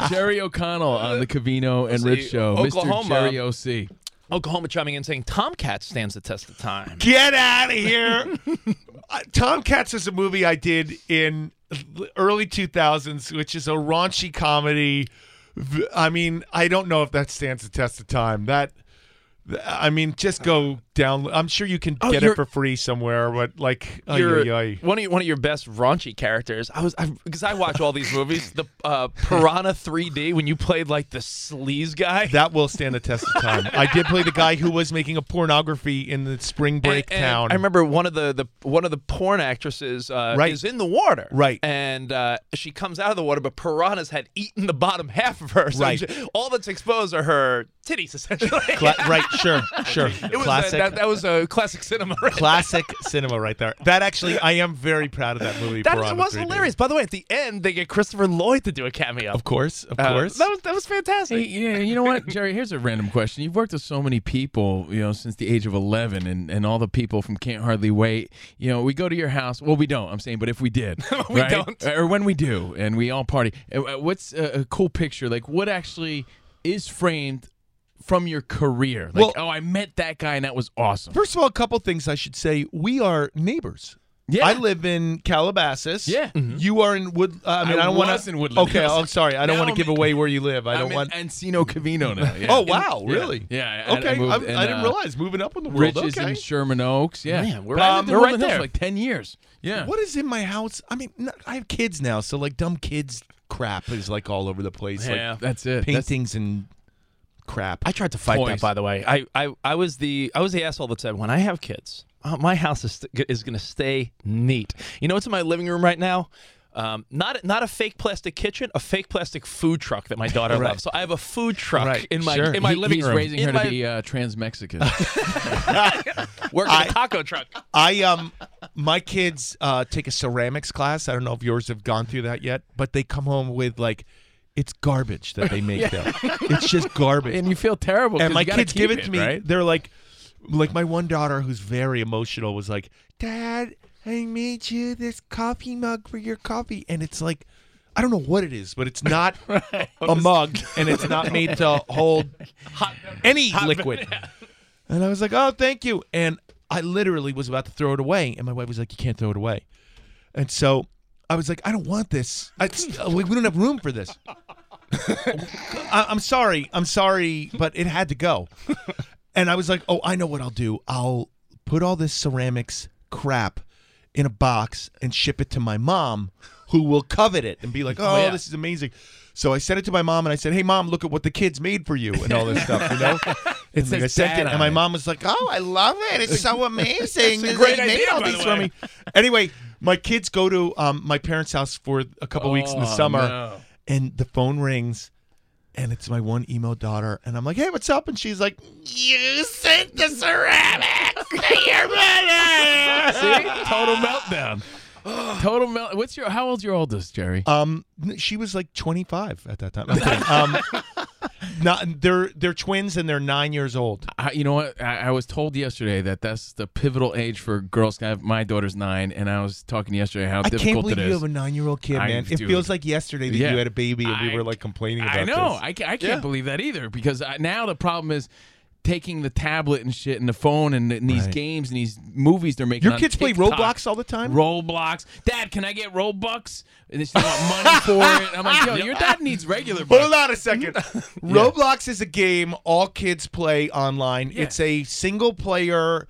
Jerry O'Connell on the Cavino and see, Rich show. Oklahoma. Mr. Jerry OC. Oklahoma chiming in saying Tomcat stands the test of time. Get out of here. Uh, Tomcats is a movie I did in the early 2000s, which is a raunchy comedy. V- I mean, I don't know if that stands the test of time. That, th- I mean, just go down. I'm sure you can Oh, get you're- Oh, it for free somewhere, but like, ay, Your- ay, ay. one of your, one of your best raunchy characters. I was because I, watch all these movies. The uh, Piranha 3D when you played like the sleaze guy. that will stand the test of time. I did play the guy who was making a pornography in the spring break And- and town. I remember one of the, the one of the porn actresses uh, Right. is in the water, Right. And uh, she comes out of the water, but piranhas had eaten the bottom half of her, so Right. j- all that's exposed are her titties, essentially. Cla- right, sure, sure. It was Classic. A, that, that was a classic cinema. Right Classic cinema right there. That actually, I am very proud of that movie. That Piranha was 3D. hilarious. By the way, at the end, they get Christopher Lloyd to do a cameo. Of course, of Uh, course. that was that was fantastic. Hey, yeah, you know what, Jerry? Here's a random question. You've worked with so many people, you know, since the age of 11, and, and all the people from Can't Hardly Wait. You know, we go to your house. Well, we don't. I'm saying, but if we did, We right? don't. or when we do, and we all party. uh, uh, What's a, a cool picture? Like, what actually is framed from your career? Like, Well- oh, I met that guy, and that was awesome. First of all, a couple things I should say. We are neighbors. Yeah. I live in Calabasas. Yeah. You are in Wood. uh, I mean, Mm-hmm. I I, don't want was to. in Woodland Okay. Hills. I'm sorry. I don't Now want to I'm give in- away where you live. I don't am want. in Encino Cavino now. yeah. oh wow! Yeah. Really? Yeah. I- I- okay. I, moved, I'm- and, I didn't uh, realize moving up in the Rich world. is okay. in Sherman Oaks. Yeah, Man, we're- But I lived Um, in we're right Woodland Hills there. for like ten years. Yeah. What is in my house? I mean, n I I have kids now, so like dumb kids crap is like all over the place. Yeah. Like That's it. That's- Paintings and crap. I tried to fight Toys. that, by the way. I, I, I was the I was the asshole that said when I have kids, uh, my house is is going to stay neat. You know what's in my living room right now? Um, not not a fake plastic kitchen, a fake plastic food truck that my daughter Right. loves. So I have a food truck Right, in my sure. in my He- living he's room. raising in her my, to be uh, trans Mexican. working a taco truck. I um my kids uh take a ceramics class. I don't know if yours have gone through that yet, but they come home with like it's garbage that they make them. It's just garbage. and you feel terrible. and 'cause my you gotta kids give keep it to me. right? They're like like my one daughter who's very emotional was like, "Dad, I made you this coffee mug for your coffee." And it's like I don't know what it is, but it's not a mug and it's not made to hold any liquid. And I was like, "Oh, thank you." And I literally was about to throw it away, and my wife was like, "You can't throw it away." And so I was like, "I don't want this. I, it's- we we don't have room for this." I, I'm sorry. I'm sorry, but it had to go. And I was like, "Oh, I know what I'll do. I'll put all this ceramics crap in a box and ship it to my mom, who will covet it and be like, "Oh, yeah. this is amazing." So I sent it to my mom and I said, "Hey, mom, look at what the kids made for you and all this stuff." You know, it says I sent dad it, on and my it. mom was like, "Oh, I love it. It's so amazing. It's a They great made idea, all by the these for way." me." Anyway, my kids go to um, my parents' house for a couple weeks in the Oh, summer, no. and the phone rings, and it's my one emo daughter, and I'm like, "Hey, what's up?" And she's like, "You sent the ceramics to your mother." See? Total meltdown. Total melt. What's your? How old's your oldest, Jerry? Um, n- she was like 25 at that time. I'm kidding. um, not they're they're twins and they're nine years old. I, you know what? I, I was told yesterday that that's the pivotal age for girls. I have- My daughter's nine, and I was talking yesterday how I can't difficult believe it you is. have a nine-year-old kid, I- man. dude. it feels like yesterday that Yeah. you had a baby and we I- were like complaining about I know. this. I, ca- I can't believe that either because I, now the problem is taking the tablet and shit and the phone and, and these Right. games and these movies they're making. Your on kids play TikTok. Roblox all the time? Roblox. Dad, can I get Robux? And they still want money for it. I'm like, yo, your dad needs regular. Hold Bucks. on a second. Roblox is a game all kids play online. It's a single player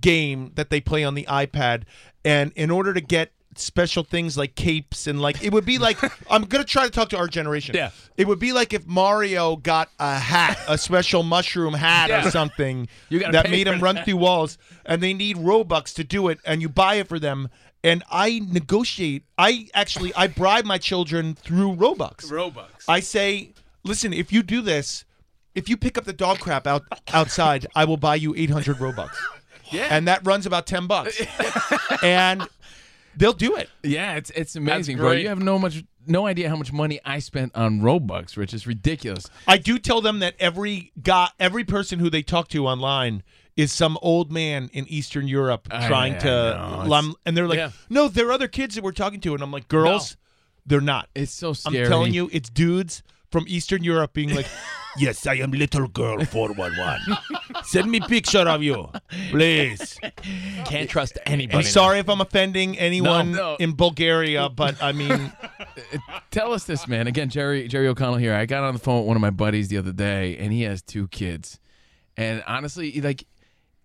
game that they play on the iPad. And in order to get special things like capes and like, it would be like, I'm going to try to talk to our generation. Yeah. It would be like if Mario got a hat, a special mushroom hat Yeah. or something You gotta that pay made for him run that. through walls. And they need Robux to do it. And you buy it for them. and I negotiate. I actually I bribe my children through Robux. Robux. I say, listen, if you do this, if you pick up the dog crap out outside, I will buy you 800 Robux. Yeah. And that runs about 10 bucks. and they'll do it. Yeah, it's it's amazing, bro. You have no much no idea how much money I spent on Robux, Rich. It's ridiculous. I do tell them that every guy, every person who they talk to online is some old man in Eastern Europe I- trying I know, to, it's- lum- and they're like, Yeah. "No, there are other kids that we're talking to," and I'm like, "Girls, they're not." It's so I'm scary. telling you, it's dudes from Eastern Europe being like, "Yes, I am little girl 411. Send me picture of you, please." Can't trust I'm anybody. sorry if I'm offending anyone no. in Bulgaria, but I mean, Tell us this, man. Again, Jerry Jerry O'Connell here. I got on the phone with one of my buddies the other day, and he has two kids. And honestly, like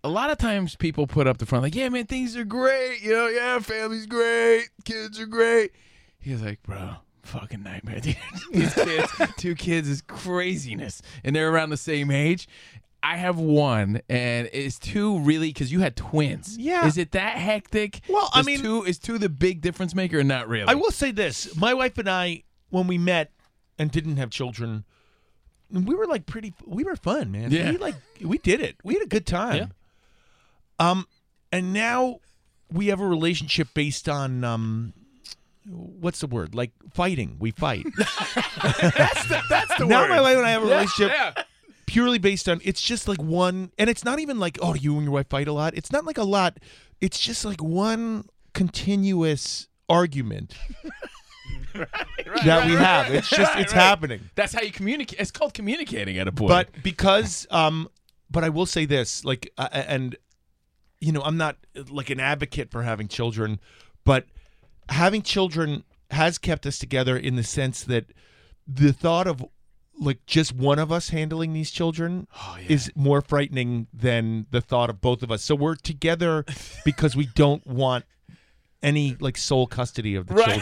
a lot of times people put up the front, like, "Yeah, man, things are great. You know, yeah, family's great, kids are great." He's like, "Bro, fucking nightmare. dude. These kids, two kids is craziness, and they're around the same age." I have one, and is two really because you had twins. Yeah. is it that hectic? Well, I Does mean- two is two the big difference maker, or not really? I will say this: my wife and I, when we met and didn't have children, we were like pretty. We were fun, man. Yeah. We like we did it. We had a good time. Um, and now we have a relationship based on um, what's the word? Like fighting. We fight. that's the, that's the now word. my wife and I have a Yeah, relationship. yeah. Purely based on it's just like one, and it's not even like oh you and your wife fight a lot. It's not like a lot. It's just like one continuous argument that we have. It's just Right, it's right. happening. That's how you communicate. It's called communicating at a point. But because um, but I will say this, like, uh, and you know, I'm not uh, like an advocate for having children, but having children has kept us together in the sense that the thought of like just one of us handling these children is more frightening than the thought of both of us. So we're together because we don't want any like sole custody of the right.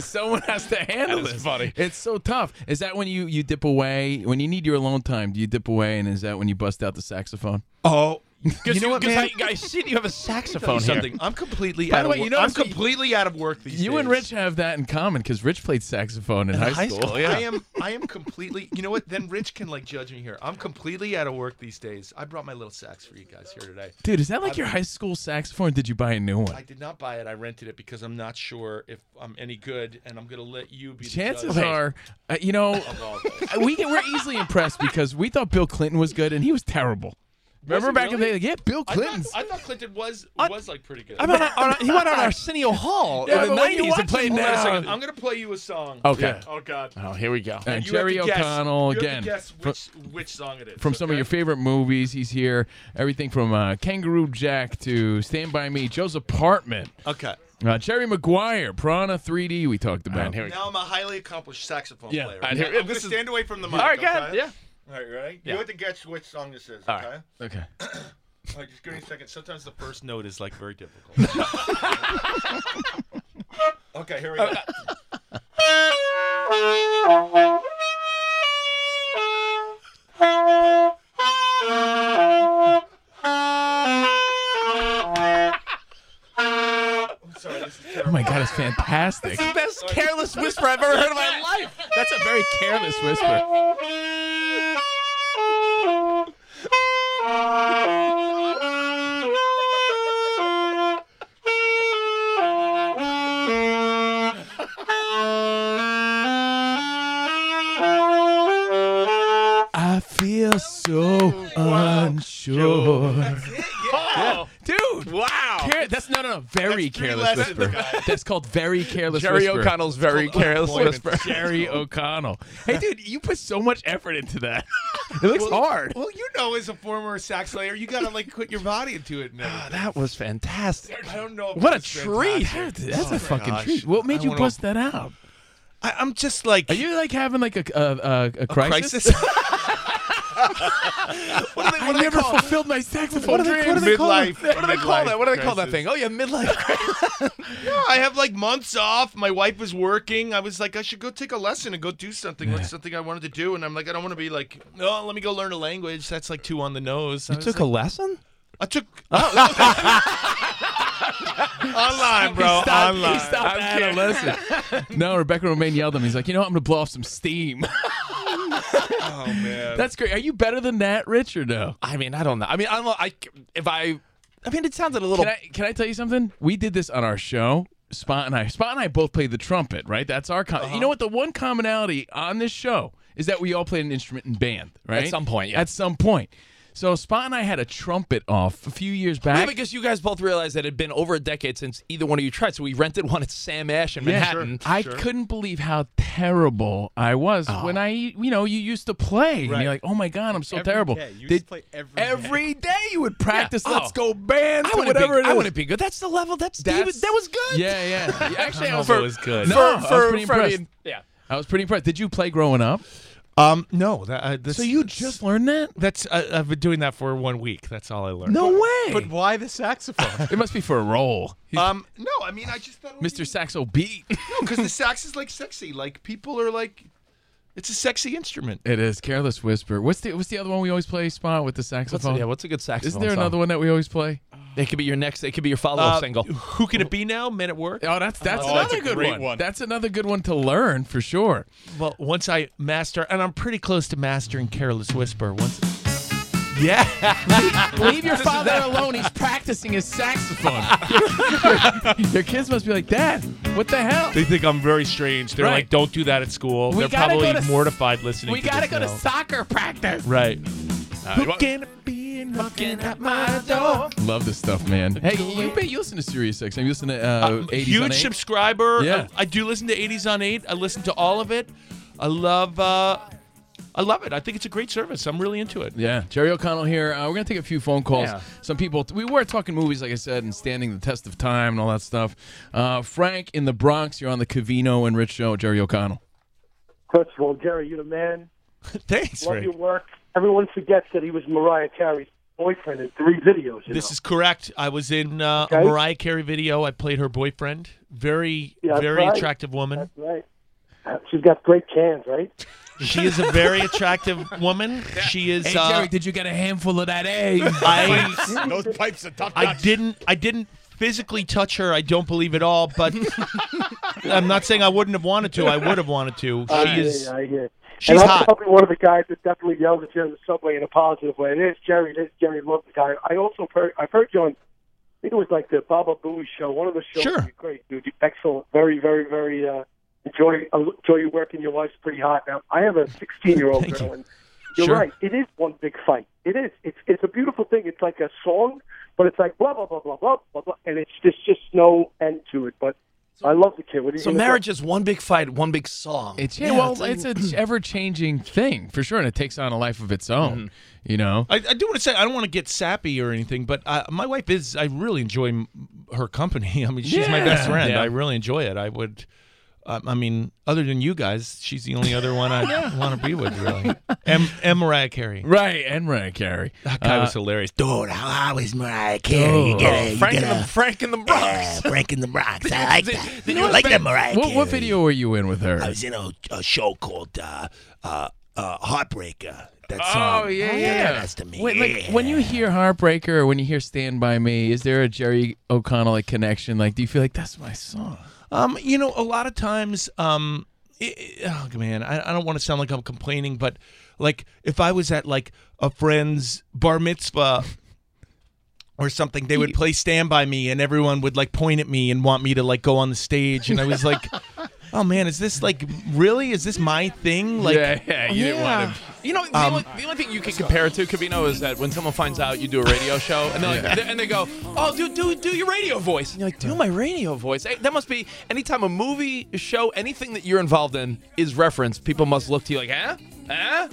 Someone has to handle That is this. funny. It's so tough. Is that when you you dip away when you need your alone time? Do you dip away, and is that when you bust out the saxophone? Oh, You know what, man? I, I see you have a saxophone here. Something. I'm completely By out the of way, wo- you know I'm completely out of work these You days. and Rich have that in common because Rich played saxophone in, high, school. I am I am completely you know what? Then Rich can like judge me here. I'm completely out of work these days. I brought my little sax for you guys here today. Dude, is that like I- your high school saxophone? Or did you buy a new I one? did not buy it. I rented it because I'm not sure if I'm any good, and I'm gonna let you be. Chances the judge. are, uh, you know, uh, Of all things. we get, we're easily impressed because we thought Bill Clinton was good and he was terrible. Remember he back in the day, really? like, yeah, Bill I thought- Clinton's. I thought, Clinton was was like pretty good. I mean, on, on, he went on Arsenio Hall Yeah, in the but when you 90s watch and played him- Wait a now. second. I'm gonna play you a song. Okay. Oh God. Oh, here we go. And you Jerry have to guess- O'Connell you have to again. guess fr- which, which song it is. from some of your favorite movies. He's here. Everything from uh, Kangaroo Jack to Stand By Me, Joe's Apartment, Okay. Oh, uh, Jerry Maguire, Piranha 3D, we talked about. here we go. Now I'm a highly accomplished saxophone Yeah. player. All right, here- I'm gonna this is- stand away from the mic. All right, go okay? ahead. Yeah. All right, ready? Yeah. You have to guess which song this is, All right. okay? All okay. right, just give me a second. Sometimes the first note is like very difficult. okay, here we go. I'm sorry, this is Oh terrible. my God, it's fantastic. The best careless whisper I've ever heard in my life. That's a very careless whisper. I feel so unsure. Oh, Dude, wow. care- that's no, no, no. Very careless lessons whisper. That's called very careless Jerry whisper. O'Connell's very careless whisper. Jerry O'Connell. Hey, dude, you put so much effort into that. It looks hard. Well, you know, as a former sax player, you gotta like put your body into it now. That was fantastic. I don't know. If What a it's treat. fantastic. Dude, That's Oh my a fucking gosh. treat. What made I you wanna- bust that out? I, I'm just like Are you like having like a a, a, a crisis? crisis. What do they, I what do they never call it? fulfilled my saxophone What do they, dream. what do they call Midlife- that? What do they call midlife that? What do they call that crisis. thing? Oh yeah, midlife. I have like months off. My wife was working. I was like, I should go take a lesson and go do something, like something I wanted to do. And I'm like, I don't want to be like, no, let me go learn a language. That's like too on the nose. I, was like- lesson? I took. Online, bro, online. He stopped I'm kidding. adolescent. no, Rebecca Romaine yelled at him. He's like, you know, what? I'm gonna blow off some steam. Oh man, That's great. Are you better than that, Rich, or no? I mean, I don't know. I mean, I don't know. I if I, I mean, it sounded a little. Can I, can I tell you something? We did this on our show. Spot and I. Spot and I both played the trumpet. Right. That's our. Con- Uh-huh. You know what? The one commonality on this show is that we all played an instrument in band. Right. At some point, At some point. So Spot and I had a trumpet off a few years back. Yeah, because you guys both realized that it had been over a decade since either one of you tried. So we rented one at Sam Ash in Yeah. Manhattan. I couldn't believe how terrible I was when I, you know, you used to play. And Right. you're like, oh my God, I'm so Every terrible. day. You used Did- to play every every day you would practice, Yeah. let's Oh. go band, I to wouldn't be- whatever it is. I wouldn't be good. That's the level. That's, David. That was good. Yeah, yeah. Yeah, Actually, I was, Hangover was good. No, For- I was for- pretty for being- impressed. yeah. I was pretty impressed. Did you play growing up? Um, no. That, uh, that's, So you just learned that? That's I, I've been doing that for one week. That's all I learned. No way. But why the saxophone? it must be for a role. Um, no, I mean I just thought Mr. Saxo beat. no, because the sax is like sexy. Like people are like, it's a sexy instrument. It is Careless Whisper. What's the What's the other one we always play? Spot with the saxophone. yeah, what's a good saxophone Isn't there song? another one that we always play? It could be your next. It could be your follow-up Uh, single. Who can it be now? Men at work. Oh, that's that's Oh, another that's a good great one. one. That's another good one to learn for sure. Well, once I master, and I'm pretty close to mastering "Careless Whisper." Once, yeah. Leave your This is father that- alone. He's practicing his saxophone. your kids must be like, Dad, what the hell? They think I'm very strange. They're Right. like, "Don't do that at school." We They're gotta go probably to s- mortified listening. We to gotta this go to now. soccer practice. Right. Who can- be knocking at my door? Love this stuff, man. Hey, you, you listen to Sirius XM. You listen to uh, 80s on 8? Huge subscriber. Yeah. I, I do listen to 80s on 8. I listen to all of it. I love uh, I love it. I think it's a great service. I'm really into it. Yeah, Jerry O'Connell here. Uh, we're gonna take a few phone calls. Yeah. Some people. We were talking movies, like I said, and standing the test of time and all that stuff. Uh, Frank in the Bronx. You're on the Cavino and Rich show. Jerry O'Connell. First of all, Jerry, you're the man. Thanks, Love Rick. your work. Everyone forgets that he was Mariah Carey's boyfriend in three videos. You This know? is correct. I was in uh, a Okay. Mariah Carey video. I played her boyfriend. Very, Yeah, that's very right. attractive woman. right. Uh, She's got great cans, right? She is a very attractive woman. She is. Hey uh, Jerry, did you get a handful of that A? I- Those pipes are top I didn't. I didn't physically touch her. I don't believe at all. But I'm not saying I wouldn't have wanted to. I would have wanted to. She I hear is. you, I hear. you. and she's I'm hot. probably one of the guys that definitely yelled at you in the subway in a positive way. There's Jerry. There's Jerry. Love the guy. I also heard, I've heard you on. I think it was like the Baba Booey show. One of the shows. Sure. You're great, dude. You're excellent. Very, very, very. Uh, enjoy enjoy your work and your wife's pretty hot. Now I have a 16 year old Thank girl. you. And you're Sure. right. It is one big fight. It is. It's it's a beautiful thing. It's like a song, but it's like blah blah blah blah blah blah, blah and it's just just no end to it. But I love the kid. What are you So gonna do? marriage is one big fight, one big song. It's yeah, well, it's, an ever changing thing for sure, and it takes on a life of its own. Mm-hmm. You know, I, I do want to say I don't want to get sappy or anything, but uh my wife is. I really enjoy m- her company. I mean, she's my best Yeah. friend. Yeah. I really enjoy it. I would. Uh, I mean, other than you guys, she's the only other one I want to be with. Really, and, and Mariah Carey. right? And Mariah Carey. That guy Uh, was hilarious, dude. How I was Mariah Carey. You Oh. get a, Frank you in get the- a, Frank in the Bronx. Frank in the Bronx. I like that. You know I what, like Frank- that Mariah What, Carey. what video were you in with her? I was in a, a show called uh, uh, uh, Heartbreaker. That song. Oh yeah, yeah, That's the me. Wait, like when you hear Heartbreaker or when you hear Stand by Me, is there a Jerry O'Connell like connection? Like, do you feel like that's my song? Um, you know, a lot of times, um, it, it- oh man, I, I don't want to sound like I'm complaining, but like if I was at like a friend's bar mitzvah or something, they would play "Stand by Me," and everyone would like point at me and want me to like go on the stage, and I was like. Oh man, is this like really? Is this my thing? Like, Yeah, yeah, you didn't want to- You know, the, Um, only, the only thing you can compare it to, Cavino, is that when someone finds out you do a radio show, and they're like, Yeah. and they go, "Oh, do do do your radio voice," and you're like, "Do my radio voice?" Hey, that must be anytime a movie, a show, anything that you're involved in is referenced. People must look to you like, "Huh? Huh?"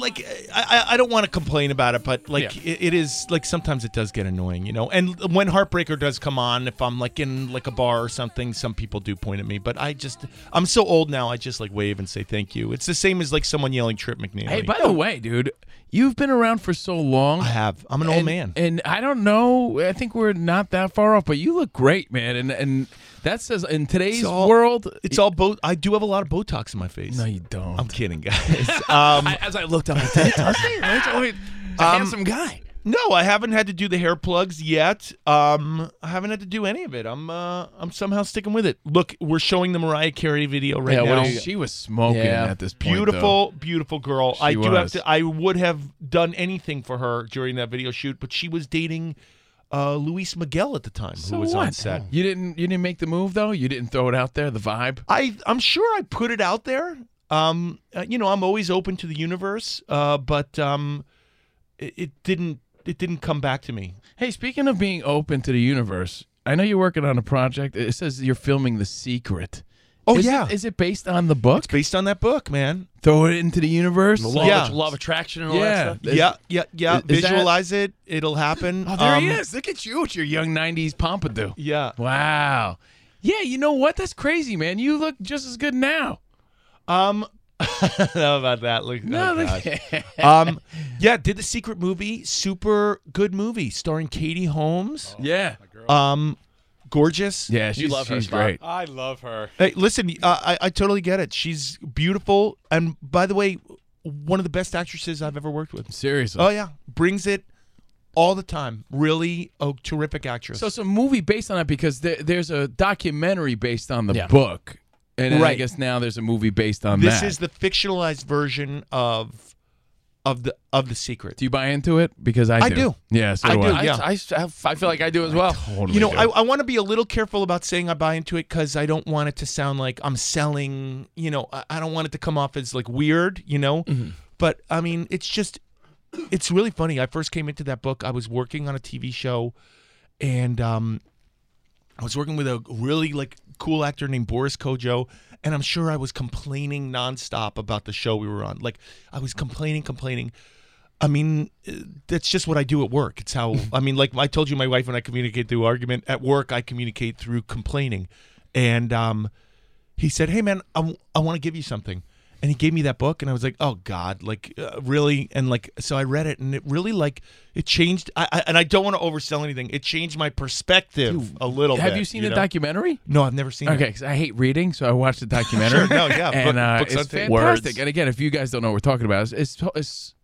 like I, I I don't want to complain about it, but like it, it is like sometimes it does get annoying, you know. And when Heartbreaker does come on, if I'm like in like a bar or something, some people do point at me, but I just I'm so old now, I just like wave and say thank you. It's the same as like someone yelling Trip McNeely. Hey, by the way, dude, you've been around for so long. I have. I'm an Oh, old and, man. and I don't know. I think we're not that far off, but you look great, man. And and that says in today's world, it's all bo- I do have a lot of Botox in my face. No, you don't. I'm kidding, guys. Um, Um, I- as I looked, I'm like, "That's- "That's a handsome guy." No, I haven't had to do the hair plugs yet. Um, I haven't had to do any of it. I'm uh, I'm somehow sticking with it. Look, we're showing the Mariah Carey video right Yeah, what now. do you- she was smoking at this point, Beautiful, beautiful girl. I She do have was. to. I would have done anything for her during that video shoot, but she was dating uh, Luis Miguel at the time, who was on set. You didn't you didn't make the move though. You didn't throw it out there. The vibe. I I'm sure I put it out there. Um, uh, you know, I'm always open to the universe, uh, but um, it, it didn't it didn't come back to me. Hey, speaking of being open to the universe, I know you're working on a project. It says you're filming The Secret. Oh, Is it- yeah. is it based on the book? It's based on that book, man. Throw it into the universe. The law, Yeah. of, law of attraction and all Yeah, that stuff. yeah, yeah, yeah. Is- is that- Visualize it; it'll happen. Oh, there he Um, is. Look at you with your young 90s pompadour. Yeah. Wow. Yeah, you know what? That's crazy, man. You look just as good now. Um, I don't know about that. Look, No, oh, look- gosh. um, yeah, did the secret movie, super good movie, starring Katie Holmes. yeah, um, gorgeous. Oh. Yeah, You she's- love her, she's Spot. great. I love her. Hey, listen, uh, I I totally get it. She's beautiful, and by the way, one of the best actresses I've ever worked with. Seriously. Oh yeah, brings it all the time. Really, a terrific actress. So it's a movie based on it because there, there's a documentary based on the book. And then I Right. guess now there's a movie based on this that. is the fictionalized version of of the of the secret. do you buy into it? Because I do. I do. Yeah, so I do do, I. yeah. I, I, have- I feel like I do as well. Totally you know, do. I, I want to be a little careful about saying I buy into it because I don't want it to sound like I'm selling. You know, I, I don't want it to come off as like weird. You know, but I mean, it's just, it's really funny. I first came into that book. I was working on a TV show, and um, I was working with a really like cool actor named Boris Kojo, and I'm sure I was complaining nonstop about the show we were on. Like I was complaining, complaining. I mean, uh, that's just what I do at work. It's how I mean, like I told you, my wife and I communicate through argument. At work, I communicate through complaining. And um, he said, "Hey, man, I, w- I want to give you something." And he gave me that book, and I was like, "Oh God, like uh, really?" And like, so I read it, and it really like it changed. I, I and I don't want to oversell anything. It changed my perspective Dude, a little. Have bit, you seen the know? documentary? No, I've never seen it. okay, because I hate reading, so I watched the documentary. Sure, no, yeah, and book- uh, books it's on tape. fantastic. Words. And again, if you guys don't know what we're talking about, it's, it's it's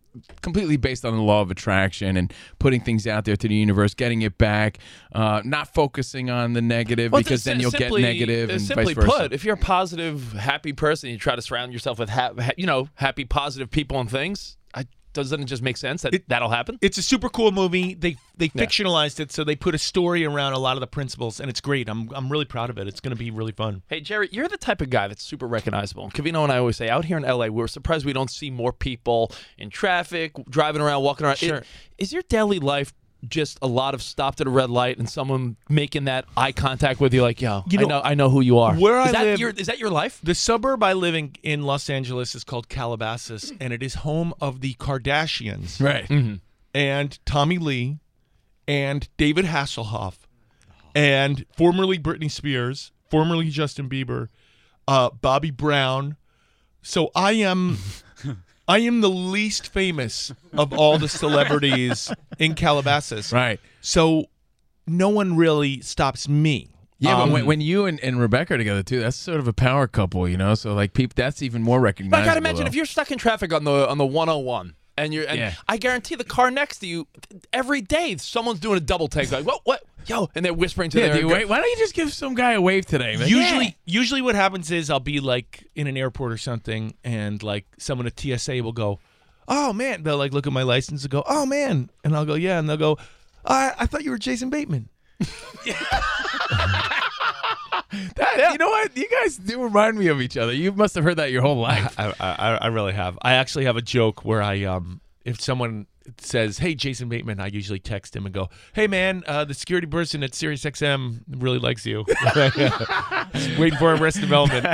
completely based on the law of attraction and putting things out there to the universe, getting it back, uh, not focusing on the negative Well, because sim- then you'll simply- get negative uh, and simply vice versa. put, if you're a positive, happy person, you try to surround yourself with ha- ha- you know happy, positive people and things. I, doesn't it just make sense that that'll happen? It's a super cool movie. They they Yeah. fictionalized it, so they put a story around a lot of the principles, and it's great. I'm I'm really proud of it. It's going to be really fun. Hey Jerry, you're the type of guy that's super recognizable. Cavino and I always say out here in LA, we're surprised we don't see more people in traffic, driving around, walking around. Sure. Is, your daily life just a lot of stopped at a red light and someone making that eye contact with you, like, yo, You I know- know I know who you are. Where is I that live- your, is that your life? The suburb I live in in Los Angeles is called Calabasas, and it is home of the Kardashians, Right. Mhm. And Tommy Lee, and David Hasselhoff, and formerly Britney Spears, formerly Justin Bieber, uh, Bobby Brown. So I am, I am the least famous of all the celebrities in Calabasas. Right. So no one really stops me. Yeah, Um, but when, when you and, and Rebecca are together too, that's sort of a power couple, you know. So like, peep, that's even more recognizable. But I gotta imagine though. if you're stuck in traffic on the on the 101 and you're and Yeah. I guarantee the car next to you every day someone's doing a double take like what what yo and they're whispering to yeah, their dude, wait, why don't you just give some guy a wave today? Like, usually usually what happens is I'll be like in an airport or something and like someone at TSA will go, "Oh man." They'll like look at my license and go, "Oh man." And I'll go, "Yeah." And they'll go, "I I thought you were Jason Bateman." That- You know what? You guys do remind me of each other. You must have heard that your whole life. I, I I really have. I actually have a joke where I um if someone says, "Hey, Jason Bateman," I usually text him and go, "Hey, man, uh, the security person at SiriusXM really likes you. Just waiting for arrest development."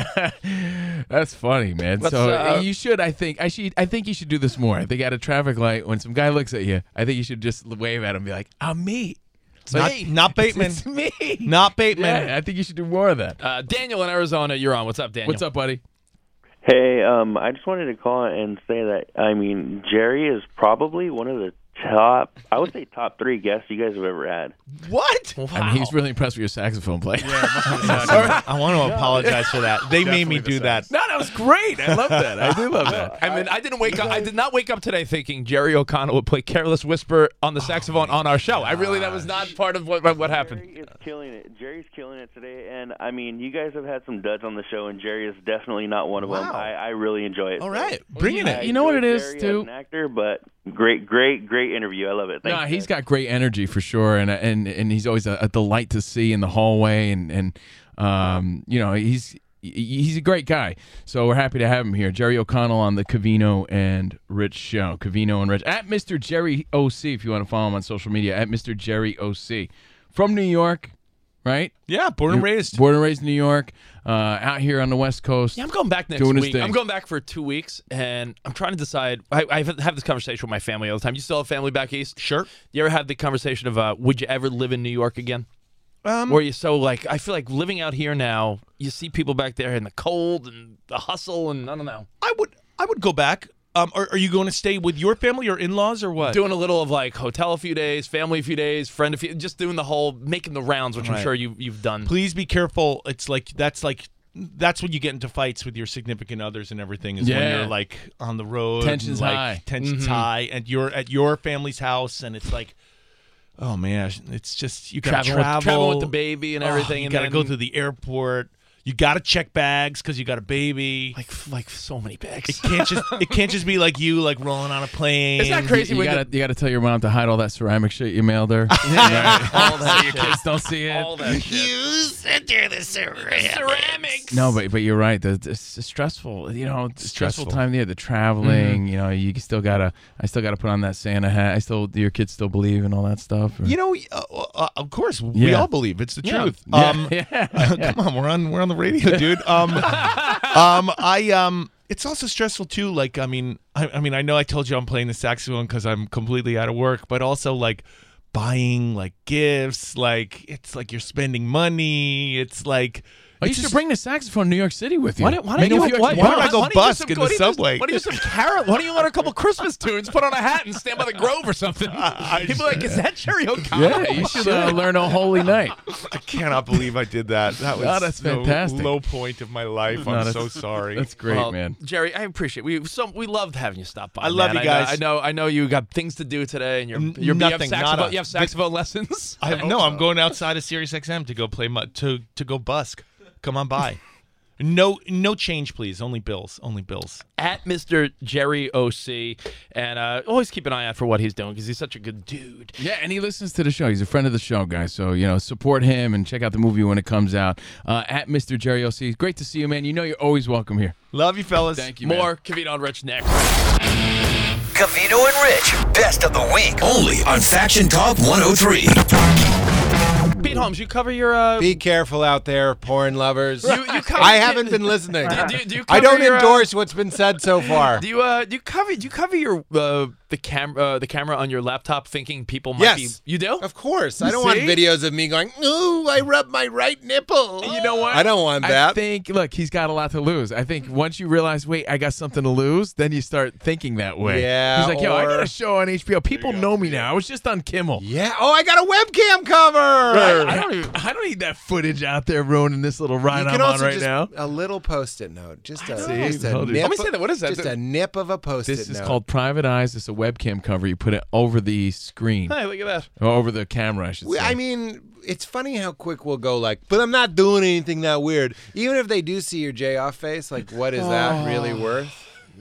That's funny, man. What's so uh, up? you should, I think, I should, I think you should do this more. I think at a traffic light, when some guy looks at you, I think you should just wave at him, and be like, "I'm me." It's Not, me. not Bateman. It's me. Not Bateman. Yeah, I think you should do more of that. Uh, Daniel in Arizona, you're on. What's up, Daniel? What's up, buddy? Hey, um, I just wanted to call and say that I mean Jerry is probably one of the top, I would say top three guests you guys have ever had. What? I mean, he was really impressed with your saxophone play. I want to apologize for that. They made me do that. No, that was great. I love that. I do love that. I mean, I didn't wake up. I did not wake up today thinking Jerry O'Connell would play "Careless Whisper" on the Oh, saxophone on our show. I really that was not part of what what happened. Jerry is killing it. Jerry's killing it today, and I mean, you guys have had some duds on the show, and Jerry is definitely not one of them. Wow. I, I really enjoy it. All So, right. Oh, Bringing I it. You know what it enjoy is, Jerry too? As an actor, but great, great, great interview. I love it. Thank No, he's got great energy for sure, and and and he's always a, a delight to see in the hallway, and and um, you know he's he's a great guy. So we're happy to have him here, Jerry O'Connell on the Cavino and Rich show. Cavino and Rich at Mr. Jerry OC if you want to follow him on social media at Mr. Jerry OC from New York, right? Yeah, born and raised. Born and raised in New York, uh, out here on the West Coast. Yeah, I'm going back next doing his week. thing. I'm going back for two weeks, and I'm trying to decide. I, I have this conversation with my family all the time. You still have family back east? Sure. You ever have the conversation of uh, would you ever live in New York again? Um, Where you so like I feel like living out here now. You see people back there in the cold and the hustle, and I don't know. I would I would go back. Um, are, are you going to stay with your family or in-laws or what? Doing a little of like hotel a few days, family a few days, friend a few, just doing the whole making the rounds, which Right. I'm sure you you've done. Please be careful. It's like that's like that's when you get into fights with your significant others and everything. Is when Yeah. you're like on the road, Tensions and, like, high. tensions Mhm. Mm-hmm. high, and you're at your family's house, and it's like, oh man, it's just you gotta Traveling with- travel, traveling with the baby and Oh, everything, you and gotta go then- through the airport. You gotta check bags because you got a baby. Like like so many bags. It can't just it can't just be like you like rolling on a plane. You, you gotta, you gotta tell your mom to hide all that ceramic shit you mailed her. All that so your kids don't see it. All that You sent her the ceramics. No, but but you're right. The, the- it's stressful. You know, it's stressful, Stressful. Mm-hmm. time there. The traveling. You know, you still gotta. I still gotta put on that Santa hat. I still. Your kids still believe and all that stuff. or- You know, uh, uh, of course, we Yeah. all believe it's the Yeah. truth. Yeah. Um, Yeah. come on, we're on we're on the radio, dude. Um, um, I um, it's also stressful too. Like, I mean, I, I mean, I know I told you I'm playing the saxophone because I'm completely out of work, but also like buying like gifts, like it's like you're spending money. It's like. Oh, you it's should just- bring the saxophone to New York City with you. Why don't- why don't Make you- a few why- extra- why don't I go Why don't you do busk some- in the why don't you do some- subway? Why do you do some carrot? Why don't you learn a couple Christmas tunes, put on a hat, and stand by the Grove or something? People are like, is that Jerry O'Connell? Yeah, you should uh, learn a holy night. I cannot believe I did that. That was Oh, that's the fantastic. low point of my life. No, I'm that's- so sorry. that's great, Well, man. Jerry, I appreciate we so we loved having you stop by. I love man. you know- guys. I know, I know, you got things to do today, and you're, N- you're nothing, You have saxophone, nada. you have saxophone lessons. I no, I'm going outside of Sirius XM to go play mu- to to go busk. Come on by. No no change please, only bills, only bills. at Mr. Jerry OC, and uh, always keep an eye out for what he's doing because he's such a good dude. Yeah, and he listens to the show. He's a friend of the show, guys. So you know, support him and check out the movie when it comes out. Uh, at Mr. Jerry OC, great to see you, man. You know, you're always welcome here. Love you fellas. Thank you. man. More Kavita and Rich next. Cavino and Rich, best of the week, only on Faction Talk 103. Pete Holmes, you cover your. Uh, Be careful out there, porn lovers. You- you cover- I haven't been listening. Do- do- do you I cover don't your, uh, endorse what's been said so far. do you uh do you cover do you cover your uh, the camera uh, the camera on your laptop thinking people might Yes. be you do of course I don't want videos of me going, ooh, I rubbed my right nipple. You know what? I don't want that. I think look, he's got a lot to lose. I think once you realize, wait, I got something to lose, then you start thinking that way. Yeah, He's like, yo, I got or- a show on HBO. People know me now. I was just on Kimmel. Yeah. Oh, I got a webcam cover. Right. I don't even, I don't need that footage out there ruining this little You ride can I'm on also right just now. a little post-it note, just a, know. just a Told you. nip. Let me say that. What is that? Just a nip of a post-it This is note. called Private Eyes. It's a webcam cover. You put it over the screen. Hey, look at that. Or over the camera, I should We- say. I mean, it's funny how quick we'll go. Like, but I'm not doing anything that weird. Even if they do see your J off face, like, what is that Oh. really worth?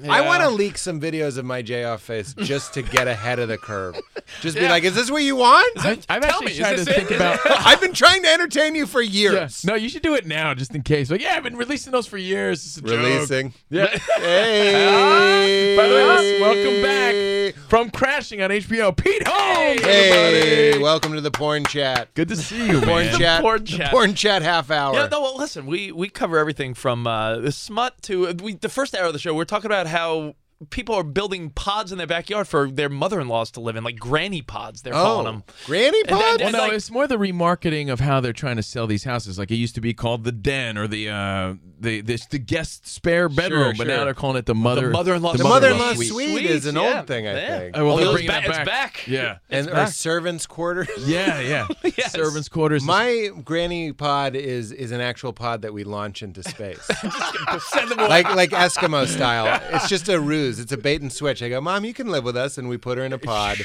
I Yeah. want to leak some videos of my J off face just to get ahead of the curve. Just be Yeah. like, is this what you want? I've, I've actually tried to think about. I've been trying to entertain you for years. Yeah. No, you should do it now, just in case. Like, yeah, I've been releasing those for years. It's a joke. Releasing. Yeah. Hey. By the way, listen, welcome back from crashing on HBO. Pete Holmes. Hey, everybody. welcome to the porn chat. Good to see you, porn man. Chat, The porn the chat. porn chat half hour. Yeah, no, well, uh, listen, we we cover everything from uh, the smut to we, the first hour of the show. We're talking about how people are building pods in their backyard for their mother-in-laws to live in, like granny pods. They're Oh, calling them granny Well, no, it's more the remarketing of how they're trying to sell these houses. Like it used to be called the den or the uh, the this the guest spare bedroom, but now sure. they're calling it the mother mother-in-law the suite. mother-in-law Suite. suite. It is an Yeah, old thing, I yeah. think. Oh, well, they're it's bringing that ba- it's back. back. Yeah, It's and or back. servants' quarters. Yeah, yeah. Servants' quarters. My granny pod is is an actual pod that we launch into space, Send them away. like like Eskimo style. It's just a ruse. It's a bait and switch. I go, Mom, you can live with us, and we put her in a pod.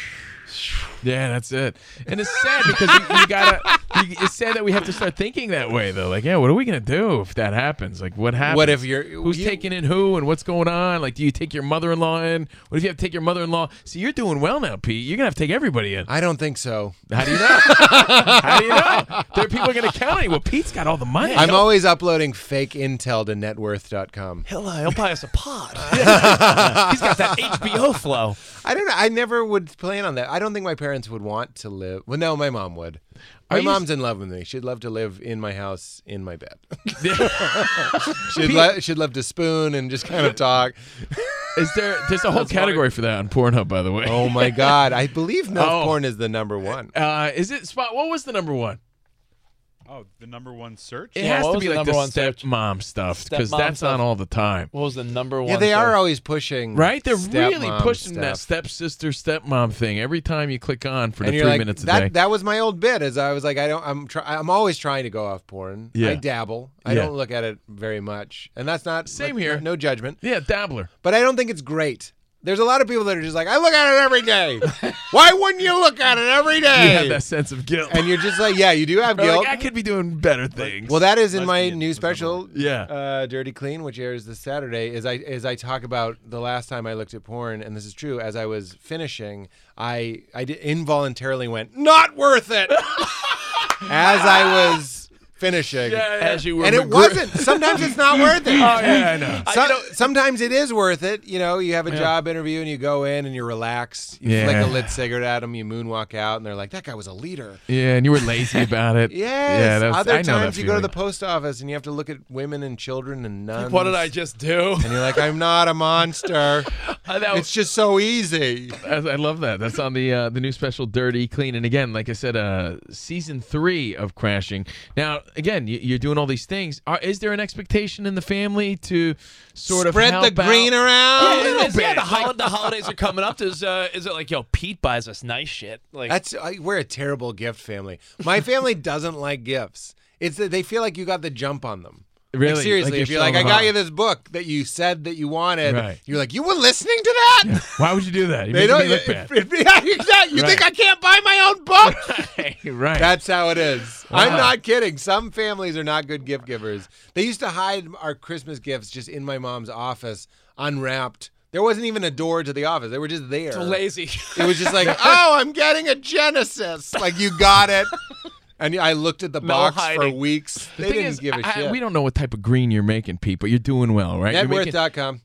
Yeah, that's it. And it's sad because you, you gotta. You, it's sad that we have to start thinking that way, though. Like, yeah, what are we gonna do if that happens? Like, what happens? What if you're- who's you- taking in who and what's going on? Like, do you take your mother-in-law in? What if you have to take your mother-in-law? See, you're doing well now, Pete. You're gonna have to take everybody in. I don't think so. How do you know? How do you know? There are people gonna count on you. Well, Pete's got all the money. I'm always uploading fake intel to networth.com. He'll, he'll buy us a pod. He's got that HBO flow. I don't know. I never would plan on that. I don't think my parents would want to live. Well, no, my mom would. Are My you- mom's in love with me. She'd love to live in my house, in my bed. she'd, Pete- lo- she'd love to spoon and just kind of talk. Is there? There's a whole category for that on Pornhub, by the way. Oh my God! I believe milk Oh. porn is the number one. Uh, is it spot? What was the number one? Oh, the number one search. It has to be like the stepmom stuff because Stepmom that's stuff. on all the time. What was the number Yeah, they are always pushing. Right? They're really stepmom pushing that stuff. stepsister, stepmom thing every time you click on for and the you're three like, minutes a that, day. That was my old bit. Is I was like, I don't. I'm. Try, I'm always trying to go off porn. Yeah. I dabble. I Yeah. don't look at it very much, and that's not Same that- here. No, judgment. Yeah, dabbler. But I don't think it's great. There's a lot of people that are just like, I look at it every day. Why wouldn't you look at it every day? you have that sense of guilt. And you're just like, yeah, you do have Or like, guilt. I could be doing better things. Well, that is in my new special, Yeah. uh, "Dirty Clean," which airs this Saturday. Is I is I talk about the last time I looked at porn, and this is true. As I was finishing, I I did, involuntarily went, "Not worth it." as I was finishing, Yeah, yeah. As you were and it McGr- wasn't. Sometimes it's not worth it. Oh, yeah, I know. So- sometimes it is worth it. You know, you have a Yeah. job interview and you go in and you're relaxed. You Yeah. flick a lit cigarette at them, you moonwalk out, and they're like, "That guy was a leader." yeah, and you were lazy about it. Yes. Yeah, that was- Other I know that times you go to feeling. the post office and you have to look at women and children and nuns. What did I just do? And you're like, I'm not a monster. Uh, it's just so easy. I, I love that. That's on the uh, the new special, Dirty Clean. And again, like I said, uh, season three of Crashing. Now, again, you, you're doing all these things. Are, is there an expectation in the family to sort Spread of help the green out? around. Yeah, a Yeah, little it's- uh, yeah, bit. the, hol- the holidays are coming up. Does uh, is it like yo Pete buys us nice shit? Like That's I, we're a terrible gift family. My family doesn't like gifts. It's that they feel like you got the jump on them. Like, Really? Like seriously, you're if you're like, I showing got off. you this book that you said that you wanted, Right. you're like, you were listening to that? Why would you do that? You're They making me don't- look bad. yeah, exactly. You Right. think I can't buy my own book? right. That's how it is. I'm Wow. not kidding. Some families are not good gift givers. They used to hide our Christmas gifts just in my mom's office, unwrapped. There wasn't even a door to the office. They were just there. so lazy. It was just like, oh, I'm getting a Genesis. Like you got it. And I looked at the No box for hiding. weeks. The they thing didn't is, give a I- I- shit. we don't know what type of green you're making, Pete, but you're doing well, right? You're making- Networth.com.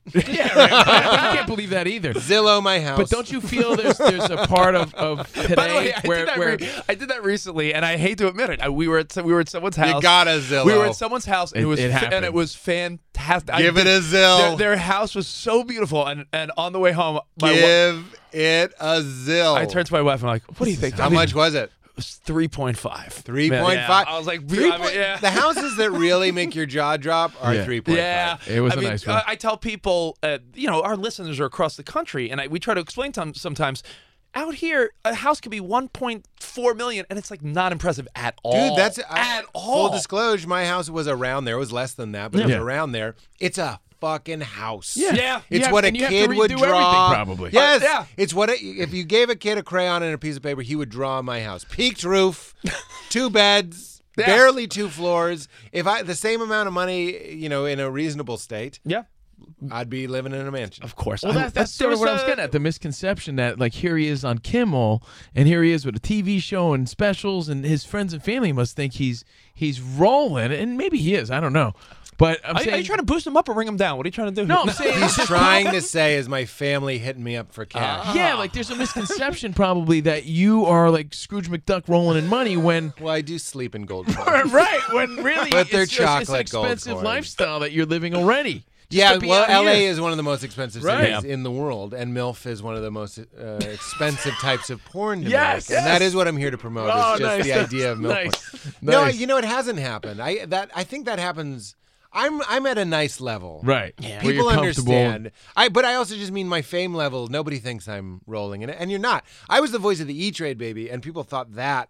I can't believe that either. Zillow my house. But don't you feel there's there's a part of, of today By the way, I where, did, that where re- I did that recently, and I hate to admit it. I, we were at some- we were at someone's You house. gotta Zillow. We were at someone's house, and It- it, was it fa- and happened. it was fantastic. Give it a Zill. Their, their house was so beautiful, and, and on the way home, my wa- give it a zill. I turned to my wife. and I'm like, "What do you think? How much was it? Three point five. Three point five. I was like, Three I mean, point- yeah. The houses that really make your jaw drop are Yeah. three point five. Yeah, It was I a mean, nice one. I, I tell people, uh, you know, our listeners are across the country, and I, we try to explain to them sometimes. Out here, a house could be 1.4 million, and it's like not impressive at all. Dude, that's I- at all. Full disclosure, my house was around there. It was less than that, but it was Yeah. around there. It's a fucking house. Yeah. Yeah. It's Yeah, what a and you have to kid would redo draw. everything probably. Yes. Uh, yeah. It's what a, if you gave a kid a crayon and a piece of paper, he would draw my house. Peaked roof, two beds, Yeah. barely two floors. If I the same amount of money, you know, in a reasonable state, yeah. I'd be living in a mansion. Of course. Well, I- that's, that's there sort of was what I was a- getting at. The misconception that, like, here he is on Kimmel, and here he is with a TV show and specials, and his friends and family must think he's he's rolling, and maybe he is. I don't know. But I'm Are, are saying, you trying to boost them up or bring them down? What are you trying to do? No, here? I'm saying- He's trying to say, is my family hitting me up for cash? yeah, like, there's a misconception probably that you are like Scrooge McDuck rolling in money when. Well, I do sleep in gold. coins. right, when really But they're it's, just- it's an chocolate gold expensive coins. lifestyle that you're living already. yeah, to be well, out LA here. is one of the most expensive Right. cities in the world, and MILF is one of the most uh, expensive types of porn to Yes, make, and that yes. is what I'm here to promote. Oh, it's just nice, the that's idea of MILF. porn. nice, No, nice. you know it hasn't happened. I that I think that happens. I'm I'm at a nice level, Right. Yeah. Where you're People comfortable. understand. I but I also just mean my fame level. Nobody thinks I'm rolling in it, and you're not. Ah, I was the voice of the E Trade baby, and people thought that.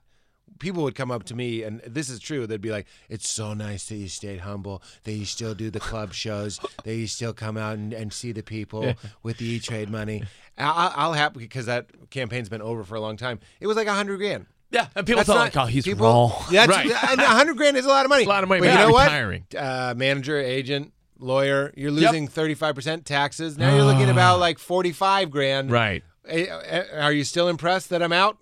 People would come up to me, and this is true. They'd be like, "It's so nice that you stayed humble. That you still do the club shows. That you still come out and, and see the people Yeah. with the E Trade money." I- I- I'll have because that campaign's been over for a long time. It was like a hundred grand. Yeah, and people That's thought, not- like, oh, he's people- raw. That's Right. and a hundred grand is a lot of money. It's a lot of money, But but you know not what? retiring. Uh, manager, agent, lawyer, you're losing thirty five percent taxes. Now you're looking at about like forty five grand. Right. Eh, eh, Are you still impressed that I'm out?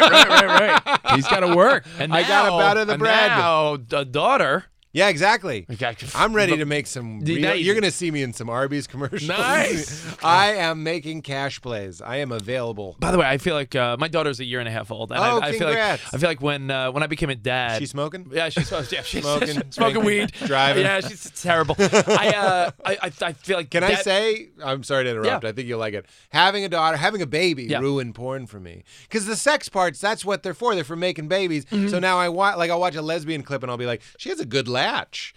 right, right, right. He's gotta work. And I got now- up out of the and bread. now the daughter. Yeah, exactly. I'm ready but- to make some. Did Real, they- you're going to see me in some Arby's commercials. Nice. I am making cash plays. I am available. By the way, I feel like uh, my daughter's a year and a half old. And Oh, I, I feel like I congrats. feel like when uh, when I became a dad, She smoking? Yeah, she's smoking. Yeah, she's Smoking, smoking, drinking, weed, driving. Yeah, she's terrible. I, uh, I, I I feel like Can I that- say? I'm sorry to interrupt. I think you'll like it. Having a daughter, having a baby, ruined porn for me. Because the sex parts, that's what they're for. They're for making babies. Mm-hmm. So now I watch, like, I'll watch a lesbian clip and I'll be like, she has a good latch.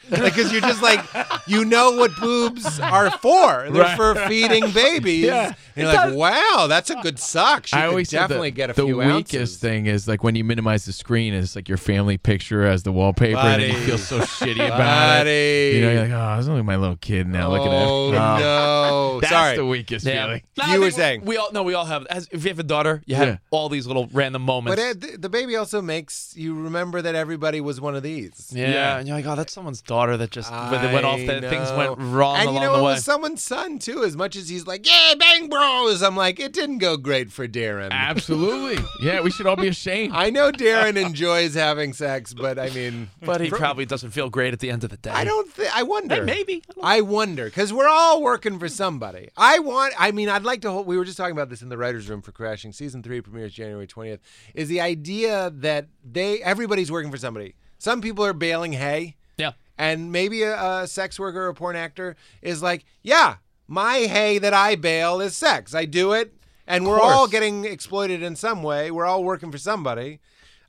Because you're just like, you know what boobs are for. They're Right. for feeding babies. Yeah. And you're It like, does- wow, that's a good sock. She I could always said that definitely get a the few weakest ounces. thing is like when you minimize the screen is like your family picture as the wallpaper and then Buddy. you feel so shitty about it. Buddy. You know, you're like, oh, it's only my little kid now. Look at that. Oh, no. That's Sorry. the weakest Yeah. feeling. No, I You were think saying. we all no, we all have. As, if you have a daughter, you have Yeah. all these little random But moments. it, the- the baby also makes you remember that everybody was one of these. yeah. and you're like, oh, that's someone's daughter that just when they went off. I That things went know. wrong and along you know the it way. was someone's son too. As much as he's like, "Yeah, bang bros," I'm like, it didn't go great for Darren. Ah. Absolutely. Yeah, we should all be ashamed. I know Darren enjoys having sex, but I mean, but he for- probably doesn't feel great at the end of the day. I don't. Th- I wonder. Hey, maybe. I wonder because we're all working for somebody. I want. I mean, I'd like to. Hold, we were just talking about this in the writers' room for Crashing. Season three premieres January twentieth. Is the idea that they everybody's working for somebody. Some people are baling hay. Yeah. And maybe a, a sex worker or porn actor is like, yeah, my hay that I bail is sex. I do it, and we're all course. getting exploited in some way. We're all working for somebody.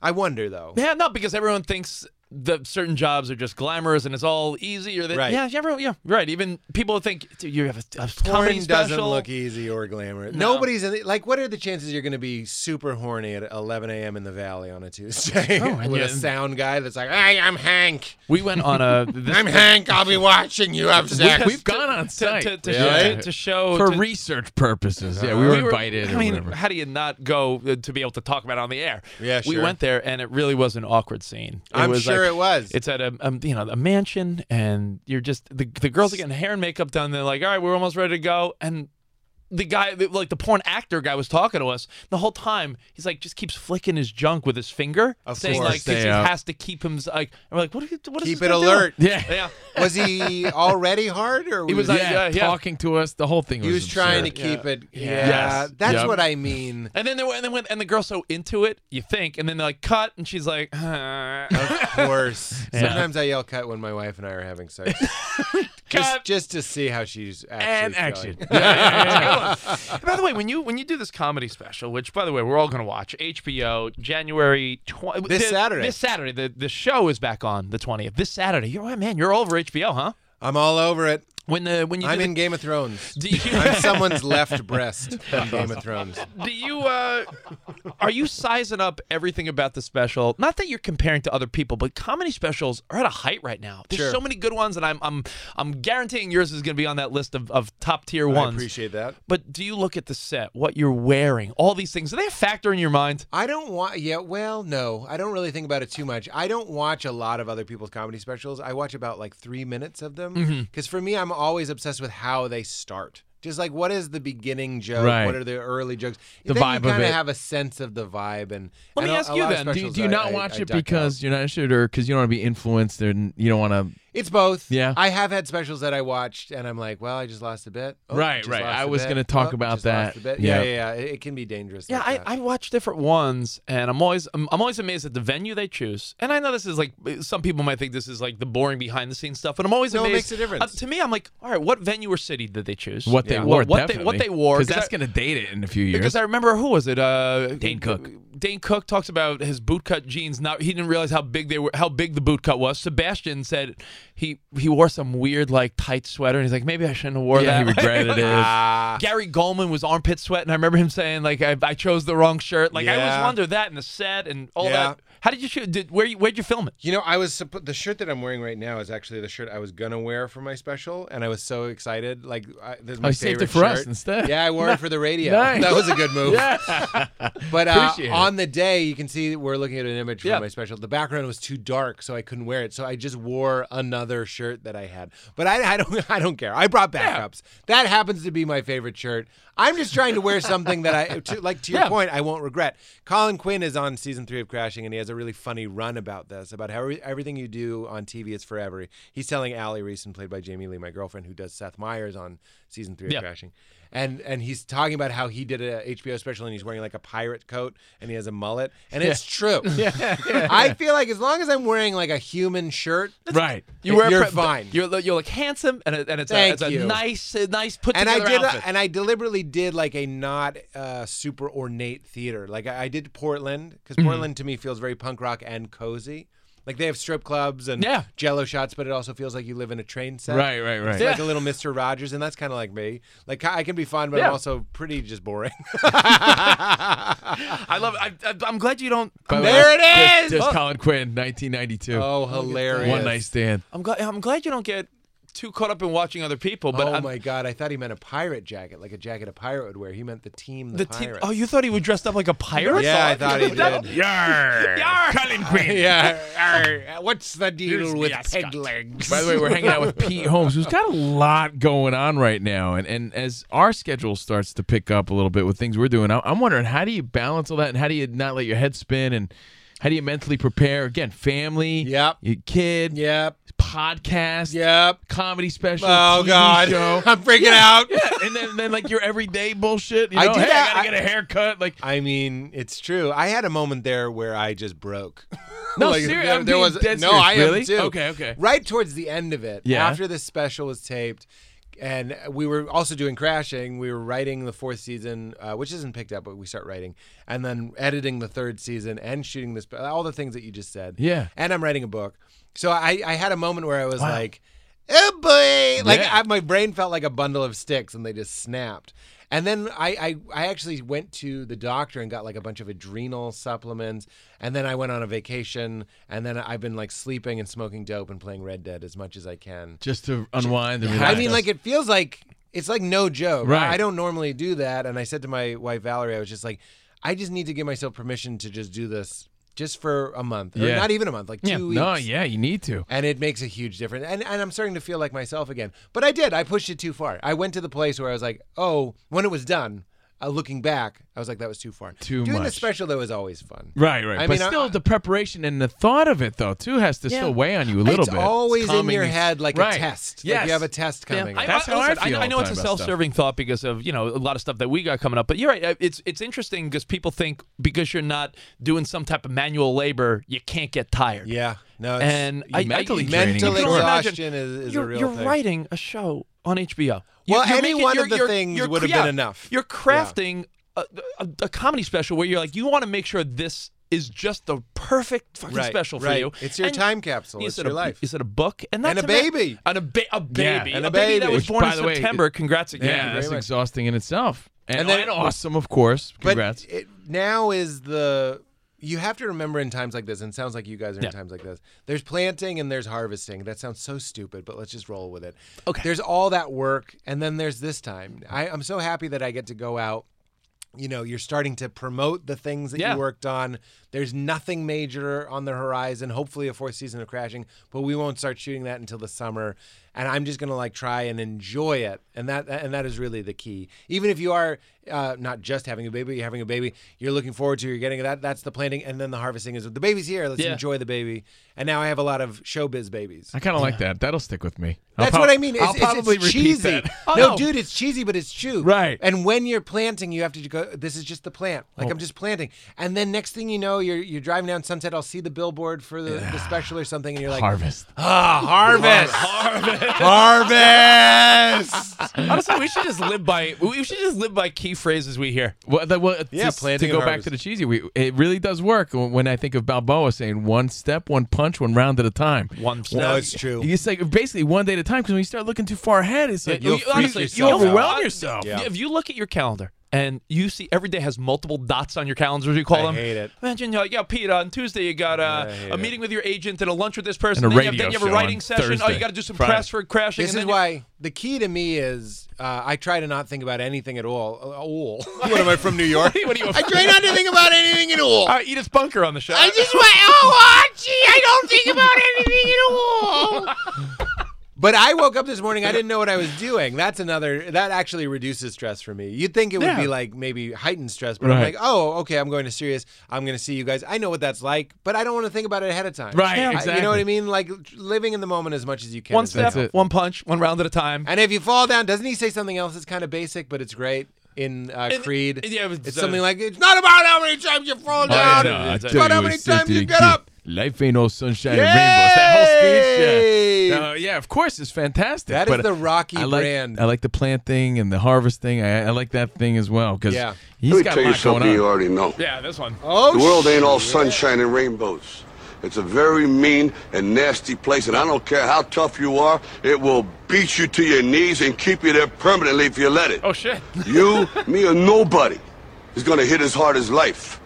I wonder though. Yeah, no, because everyone thinks the certain jobs are just glamorous and it's all easy. Or that, Right. yeah, everyone, yeah, right. Even people think "Dude, you have a, a comedy Porn doesn't special." look e-. easy or glamorous. No. Nobody's in the, like. What are the chances you're going to be super horny at 11 a.m. in the Valley on a Tuesday Oh, and with you- a sound guy that's like, "Hey, I'm Hank. We went on a. This, I'm Hank. I'll be watching you have sex." We've gone on to, site to, to, Yeah. to, to show for Oh, to, research purposes. Yeah, we were invited I or mean, whatever. how do you not go uh, to be able to talk about it on the air? Yeah, We sure. went there, and it really was an awkward scene. It I'm was sure like- it was. It's at a um, you know a mansion, and you're just the, the girls are getting hair and makeup done. They're like, all right, we're almost ready to go, and. The guy, the- like the porn actor guy, was talking to us the whole time. He's like, just keeps flicking his junk with his finger, Of saying course. like, Stay he up. has to keep him. Like, and we're like, what? Are you, what is Keep this it guy doing? alert. Yeah. Yeah, was he already hard or He was like, yeah, uh, yeah. talking to us. The whole thing he was was trying to absurd. keep it? Yeah, Yes. that's Yep. what I mean. And then they went, and then went, and the girl's so into it, you think, and then they're like cut, and she's like, Of course. Yeah. Sometimes I yell cut when my wife and I are having sex. just, just to see how she's actually And feeling. action. Yeah, yeah, yeah, yeah. by the way, when you when you do this comedy special, which by the way we're all gonna watch, HBO January twenty This Saturday. this Saturday, the the show is back on the twentieth. This Saturday, you're oh, man, you're all over HBO, huh? I'm all over it. When the when you I'm do in Game of Thrones. the, do you, I'm someone's left breast from Game of Thrones. do you uh, are you sizing up everything about the special? Not that you're comparing to other people, but comedy specials are at a height right now. There's Sure. so many good ones, and I'm I'm I'm guaranteeing yours is gonna be on that list of, of top tier I ones. appreciate that. But do you look at the set, what you're wearing, all these things? Do they factor in your mind? I don't want. Yeah, well, no, I don't really think about it too much. I don't watch a lot of other people's comedy specials. I watch about like three minutes of them Mm-hmm. Mhm. because for me, I'm always obsessed with how they start. Just like what is the beginning joke? Right. What are the early jokes? The then vibe of you kinda it. have a sense of the vibe. And Let and me a- ask a you lot of then. Do, you- specials do you I- not I- watch I it duck out. because you're not interested or because you don't want to be influenced and you don't want to It's both. Yeah. I have had specials that I watched and I'm like, well, I just lost a bit. Oh, Right, just right. lost I a was bit. gonna talk Oh, about just lost that. a bit. Yeah, Yeah. yeah, yeah. It, it can be dangerous. Yeah, I, I watch different ones, and I'm always I'm, I'm always amazed at the venue they choose. And I know this is like some people might think this is like the boring behind the scenes stuff, but I'm always No, it makes amazed. a difference. Uh, to me, I'm like, all right, what venue or city did they choose? What they Yeah. wore, What, what they definitely. what they wore? because 'cause that's I- gonna date it in a few years. Because I remember who was it? Uh, Dane Cook. Dane Cook talks about his bootcut jeans. Not he didn't realize how big they were, how big the bootcut was. Sebastian said he he wore some weird like tight sweater, and he's like, maybe I shouldn't have wore Yeah, that. he regretted it. Ah. Gary Goldman was armpit sweat, and I remember him saying like, I, I chose the wrong shirt. Like I Yeah. always wonder that in the set and all Yeah. that. How did you shoot? Did where you, where'd you film it? You know, I was suppo- the shirt that I'm wearing right now is actually the shirt I was gonna wear for my special, and I was so excited. Like, I, this is my Oh, you saved it favorite for us shirt. instead. Yeah, I wore it for the radio. Nice. That was a good move. Yeah. But uh, Appreciate it. on the day, you can see we're looking at an image from Yeah. my special. The background was too dark, so I couldn't wear it. So I just wore another shirt that I had. But I, I don't, I don't care. I brought backups. That happens to be my favorite shirt. I'm just trying to wear something that I, to, like to your Yeah. point, I won't regret. Colin Quinn is on season three of Crashing, and he has a really funny run about this, about how every- everything you do on TV is forever. He's telling Allie Reeson, played by Jamie Lee, my girlfriend, who does Seth Meyers on season three Yeah. of Crashing, and and he's talking about how he did a HBO special and he's wearing like a pirate coat and he has a mullet, and it's true. I feel like as long as I'm wearing like a human shirt, right. You wear a you're pre- fine. You're you look handsome, and, it- and it's a, Thank it's a you. nice a nice put and I together did, outfit. and I deliberately did like a not uh, super ornate theater. Like I, I did Portland because Mhm. Portland to me feels very punk rock and cozy. Like they have strip clubs and Yeah. Jello shots, but it also feels like you live in a train set. Right, right, right. It's like a Yeah. little Mister Rogers, and that's kind of like me. Like I I can be fun, but Yeah. I'm also pretty just boring. I love. I, I, I'm glad you don't. By the there way, it is. There's, there's Oh. Colin Quinn, 1992. Oh, hilarious. One night stand. I'm glad. I'm glad you don't get too caught up in watching other people. But oh I'm- my god, I thought he meant a pirate jacket, like a jacket a pirate would wear. He meant the team, the, the team. pirates. Oh, you thought he was dressed up like a pirate? Yeah, I thought he That- did. Yarr. Colin Quinn. yeah. Arr, what's the deal Here's with the ascot. peg legs? By the way, we're hanging out with Pete Holmes, who's got a lot going on right now. And, and as our schedule starts to pick up a little bit with things we're doing, I- I'm wondering how do you balance all that and how do you not let your head spin and how do you mentally prepare? Again, family, Yep. your kid, Yep. podcast, Yep. comedy special, Oh, TV God. show. I'm freaking Yeah, out. Yeah. And then, then like your everyday bullshit. You know, I do hey, that. I gotta get a haircut. Like I mean, it's true. I had a moment there where I just broke. No, seri- there- I'm there being was dead no, serious. I Really? am too. Okay, okay. Right towards the end of it, Yeah. after this special was taped, and we were also doing crashing. We were writing the fourth season, uh, which isn't picked up, but we start writing, and then editing the third season and shooting this, all the things that you just said. Yeah. and I'm writing a book, so I, I had a moment where I was Wow. like. Oh boy! Like Yeah. I, my brain felt like a bundle of sticks, and they just snapped. And then I, I I actually went to the doctor and got like a bunch of adrenal supplements. And then I went on a vacation. And then I've been like sleeping and smoking dope and playing Red Dead as much as I can. just to unwind and I relax. mean, like it feels like it's like no joke. Right. I don't normally do that. And I said to my wife Valerie, I was just like, I just need to give myself permission to just do this just for a month, or Yeah. not even a month, like two yeah. weeks No, yeah, you need to. and it makes a huge difference. And and I'm starting to feel like myself again. But I did. I pushed it too far. I went to the place where I was like, oh, when it was done. Uh, looking back, I was like, that was too far. Too Doing the much. special though is always fun. Right, right. I but mean, I- still, the preparation and the thought of it, though, too, has to Yeah. still weigh on you a little it's bit. always in Coming- your head like Right. a test. Yes. Like you have a test Yeah. coming. I- up. That's how I listen, feel I, all know the it's a time about self-serving thought because of you know a lot of stuff that we got coming up. But you're right. uh, It's it's interesting because people think because you're not doing some type of manual labor, you can't get tired. yeah. No. It's, And I, mentally I, draining, mental you can only imagine- exhaustion is, is you're, a real you're thing. writing a show on HBO. You- Well, you're any making- one you're- of the you're- things you're would have cra- been enough. You're crafting a, a, a comedy special where you're like, you want to make sure this is just the perfect fucking Right, special for right. you. It's your time capsule. you It's said your a, life. You said a book and that's And a baby. and a, ba- a Yeah. baby, And a a baby that baby. was Which, born by in the way, September. Congrats Yeah, again. that's much. exhausting in itself. And, And then- and awesome, of course. Congrats. But it, now is the you have to remember in times like this, and it sounds like you guys are Yeah. in times like this. There's planting and there's harvesting. That sounds so stupid, but let's just roll with it. Okay. There's all that work, and then there's this time. I, I'm so happy that I get to go out. You know, you're starting to promote the things that Yeah. you worked on. There's nothing major on the horizon. Hopefully, a fourth season of Crashing, but we won't start shooting that until the summer. and I'm just gonna like try and enjoy it, and that and that is really the key. Even if you are uh, not just having a baby, you're having a baby, you're looking forward to, you're getting that. That's the planting, and then the harvesting is the baby's here. Let's Yeah. enjoy the baby. And now I have a lot of showbiz babies. I kind of like that. That'll stick with me. I'll That's prob- what I mean. It's, I'll it's- it's probably repeat cheesy. that. no, Oh, dude, it's cheesy, but it's true. Right. And when you're planting, you have to go. This is just the plant. Like Oh. I'm just planting, and then next thing you know, you're you're driving down Sunset. I'll see the billboard for the, the special or something, and you're like, Harvest. Ah, harvest. Harvest. Harvest. Honestly, we should just live by we should just live by key phrases we hear. Well, that, well Yeah, yeah, to, planting go and back to the cheesy, we, it really does work when when I think of Balboa saying one step, one punch, one round at a time. One step. No, it's true. It's like basically one day at a time because when you start looking too far ahead, it's like You'll you, freak honestly, you yourself overwhelm out. yourself. Yeah. If you look at your calendar and you see every day has multiple dots on your calendar, as you call I them. hate it. Imagine you're like, yeah, Pete, on Tuesday you got uh, hate a it. meeting with your agent and a lunch with this person. And a then, you have, radio then you have a show on writing session. Oh, Thursday, you got to do some Friday. press for crashing. This and is then you- why the key to me is uh, I try to not think about anything at all. Uh, all. what am I from New York? what are you- I try not to think about anything at all. All right, Edith Bunker on the show. I just went, oh, Archie, I don't think about anything at all. But I woke up this morning. I didn't know what I was doing. That's another. That actually reduces stress for me. You'd think it would be Yeah. like maybe heightened stress, but I'm Right. like, oh, okay. I'm going to Sirius. I'm going to see you guys. I know what that's like, but I don't want to think about it ahead of time. Right, I- you know what I exactly. mean? Like living in the moment as much as you can. One is very step, helpful. one punch, one round at a time. And if you fall down, doesn't he say something else that's kind of basic, but it's great in uh, And- Creed? yeah, it was, it's uh, something like it's not about how many times you fall down. I it's tell about you, how many it's said times to you the get kid, up. Life ain't no sunshine and rainbows. That whole speech, yeah. No, yeah, of course, it's fantastic. That is but the Rocky I like, brand. I like the plant thing and the harvest thing. I, I like that thing as well because Yeah. he's Let me got tell a you lot something going you on. already know. Yeah, this one. Oh, The world ain't all shit. sunshine and rainbows. It's a very mean and nasty place, and I don't care how tough you are, it will beat you to your knees and keep you there permanently if you let it. Oh shit. You, me, or nobody is gonna hit as hard as life.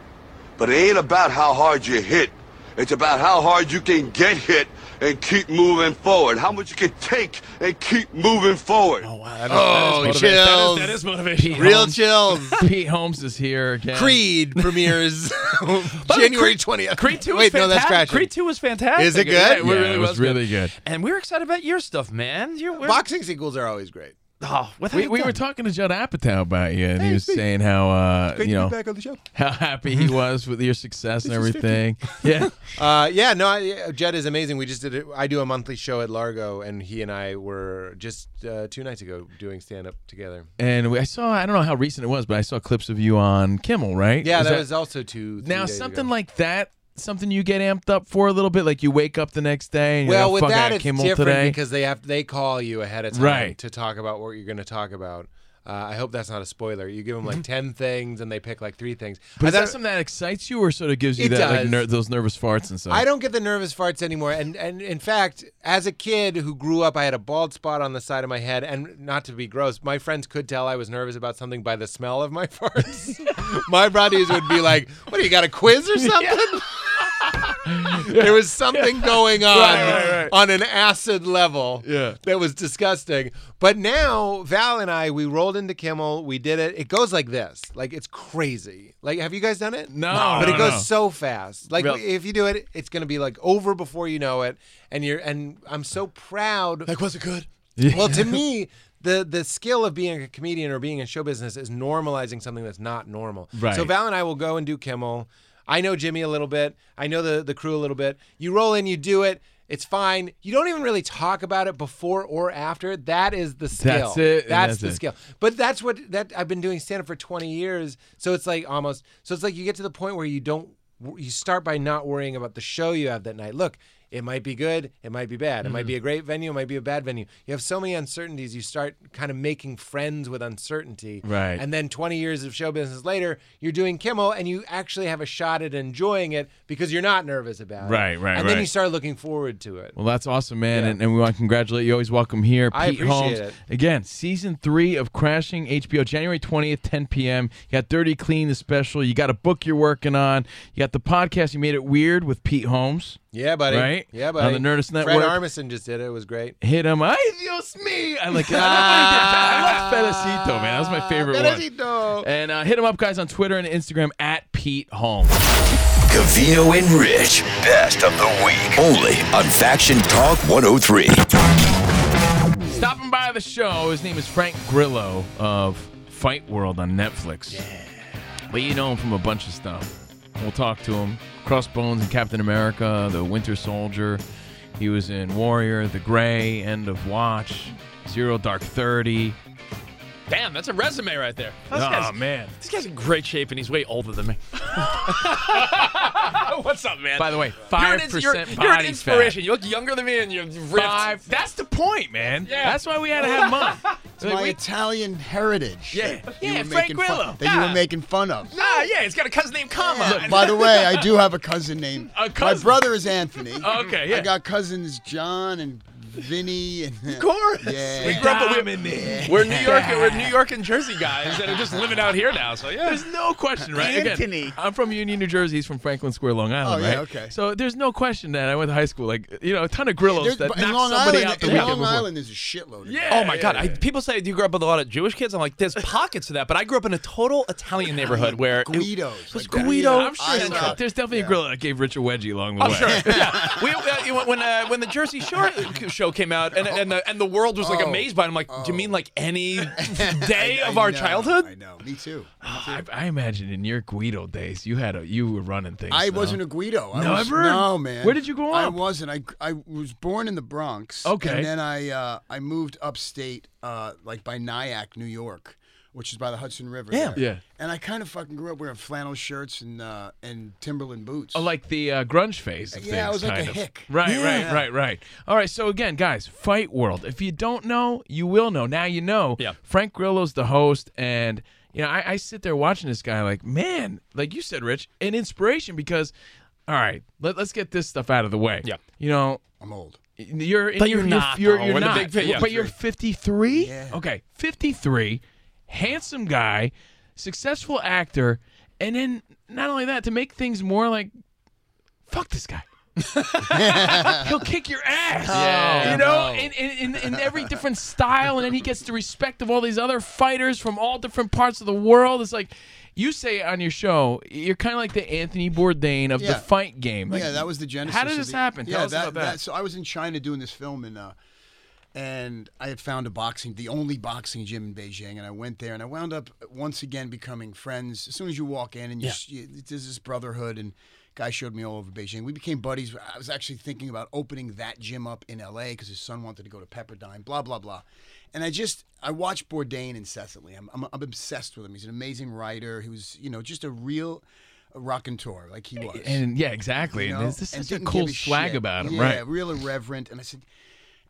But it ain't about how hard you hit. It's about how hard you can get hit and keep moving forward. How much you can take and keep moving forward. Oh, wow. Oh, Motivation. That is- chills. That is motivation. Real Holmes. chills. Pete Holmes is here again. Creed premieres January 20th. Creed Two Wait, was no, that's fantastic. crashing. Creed Two was fantastic. Is it good? Right, Yeah, it was really good. And we're excited about your stuff, man. You're, we're, Boxing sequels are always great. oh, without We, a we doubt. were talking to Judd Apatow about you, and he was saying how uh, you know on the show. how happy he was with your success and everything. Yeah, Uh, yeah, no, I, Jed is amazing. We just did it. I do a monthly show at Largo, and he and I were just uh, two nights ago doing stand up together. and we, I saw I don't know how recent it was, but I saw clips of you on Kimmel, right? Yeah, that, that- was also two. three now days something ago. like that, something you get amped up for a little bit, like you wake up the next day and well, you're like, with "Fuck, I that got it's Kimmel different today." because they have they call you ahead of time Right. to talk about what you're going to talk about. Uh, I hope that's not a spoiler. You give them like ten things, and they pick like three things. but I is that thought- something that excites you, or sort of gives you It that like does. ner- those nervous farts and stuff? I don't get the nervous farts anymore. And and in fact, as a kid who grew up, I had a bald spot on the side of my head. And not to be gross, my friends could tell I was nervous about something by the smell of my farts. my buddies would be like, "What do you got a quiz or something?" there was something going on on an acid level Yeah. that was disgusting. But now Val and I, we rolled into Kimmel, we did it. It goes like this, like it's crazy. Like, have you guys done it? No, but no, it goes no. so fast. Like Real- if you do it, it's gonna be like over before you know it, and you're and I'm so proud. Like, was it good? well, to me, the the skill of being a comedian or being in show business is normalizing something that's not normal. Right. So Val and I will go and do Kimmel. I know Jimmy a little bit. I know the the crew a little bit. You roll in, you do it. It's fine. You don't even really talk about it before or after. That is the skill. That's it, and That's, that's the it. skill. But that's what that I've been doing stand up for 20 years. So it's like almost so it's like you get to the point where you don't you start by not worrying about the show you have that night. Look, it might be good, it might be bad. It might Mm-hmm. be a great venue, it might be a bad venue. You have so many uncertainties, you start kind of making friends with uncertainty. Right. And then 20 years of show business later, you're doing Kimmel and you actually have a shot at enjoying it because you're not nervous about Right, it. right, And then right. you start looking forward to it. Well, that's awesome, man, and, and we want to congratulate you. Always welcome here, I Pete appreciate Holmes. it. Again, season three of Crashing HBO, January twentieth, ten p.m. You got Dirty Clean, the special. You got a book you're working on. You got the podcast. You made it weird with Pete Holmes. Yeah, buddy. Right? Yeah, On buddy. the Nerdist Fred Network. Armisen just did it. It was great. Hit him. Ay, Dios mío. I like it. I love Ah. Felicito, man. That was my favorite one. And uh, hit him up, guys, on Twitter and Instagram at Pete Holmes. Cavino and oh Rich, best of the week. Only on Faction Talk 103. Stopping by the show, his name is Frank Grillo of Fight World on Netflix. But you know him from a bunch of stuff. We'll talk to him. Crossbones and Captain America, The Winter Soldier. He was in Warrior, The Gray, End of Watch, Zero Dark Thirty. Damn, that's a resume right there. This Aw, guy's- man. This guy's in great shape and he's way older than me. What's up, man? By the way, You're an five ins- you're- percent You're an body inspiration. You look younger than me and you're ripped. Five. That's the point, man. That's why we had to have him on. It's my Italian heritage. Yeah. that you Yeah, were Frank making Grillo. Fun, that you Yeah. were making fun of. Ah, yeah, he's got a cousin named Kama. Look, by the way, I do have a cousin named. A cousin. My brother is Anthony. Oh, Okay, yeah. I got cousins John and Vinny and. Of course. Yeah. We grew up with We're New York. We're New York and Jersey guys that are just living out here now. So yeah, There's no question, right? Again, Anthony. I'm from Union, New Jersey. He's from Franklin Square, Long Island, Oh, yeah, right? okay. So there's no question that I went to high school. Like, you know, a ton of Grillos There's- that but knocked in Long somebody Island, out the in weekend Long before. Island, there's a shitload. Of Oh my God! I, people say, "Do you grow up with a lot of Jewish kids?" I'm like, "There's pockets of that," but I grew up in a total Italian neighborhood where it- Guidos, it was like that. Guido. I'm sure there's- Central. There's definitely a Grillo that gave Rich a wedgie along the Oh way. sure, yeah. We, uh, you know, when uh, when the Jersey Shore show came out, and and the, and the world was like Oh. amazed by it. I'm like, do you mean like any day I of our know, childhood? I know. Me too. I, I imagine in your Guido days, you had a you were running things. I no? wasn't a Guido. I was- Never? no, man. Where did you grow I up? wasn't. I, I was born in the Bronx. Okay. And then I uh, I moved upstate, uh, like by Nyack, New York, which is by the Hudson River. Yeah. there. Yeah. And I kind of fucking grew up wearing flannel shirts and uh, and Timberland boots. Oh, like the uh, grunge phase of Yeah, things, I was like kind a of. hick. Right, right, Yeah. right, right. All right, so again, guys, Fight World. If you don't know, you will know. Now you know. Yeah. Frank Grillo's the host, and you know, I, I sit there watching this guy, like, man, like you said, Rich, an inspiration because, all right, let, let's get this stuff out of the way. Yeah. You know, I'm old. You're, But you're, you're not, You're, though. you're We're the not. big fi- yeah. But you're 53. Okay, 53, handsome guy, successful actor, and then not only that, to make things more like fuck this guy. He'll kick your ass. Yeah, you know, no. in, in, in, in every different style, and then he gets the respect of all these other fighters from all different parts of the world. It's like you say on your show, you're kind of like the Anthony Bourdain of the Yeah. fight game. Like, yeah, that was the genesis. How did of this the- happen? Yeah, Tell us about that. So I was in China doing this film, and uh, and I had found a boxing, the only boxing gym in Beijing, and I went there, and I wound up once again becoming friends. As soon as you walk in, and you, Yeah. you there's this brotherhood, and guy showed "Ah, me all over Beijing. We became buddies. I was actually thinking about opening that gym up in L.A. because his son wanted to go to Pepperdine. Blah blah blah. And I just I watch Bourdain incessantly. I'm, I'm I'm obsessed with him. He's an amazing writer. He was you know just a real tour like he was. And yeah, exactly. You and know, there's this and such a didn't cool give swag shit. about him, yeah, right? Real irreverent. And I said,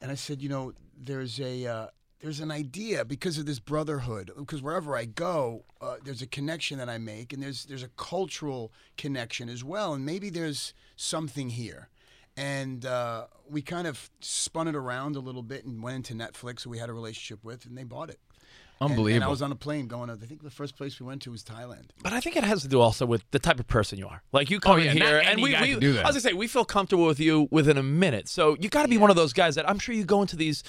and I said, you know, there's a uh, there's an idea because of this brotherhood. Because wherever I go, uh, there's a connection that I make, and there's there's a cultural connection as well. And maybe there's something here. And uh, we kind of spun it around a little bit and went into Netflix, who we had a relationship with, and they bought it. And- And I Unbelievable. was on a plane going. I think the first place we went to was Thailand. But I think it has to do also with the type of person you are. Like you come Oh, yeah, in not here, any and we, guy we can do that. I was gonna say we feel comfortable with you within a minute. So you got to be one of those guys that I'm sure you go into these,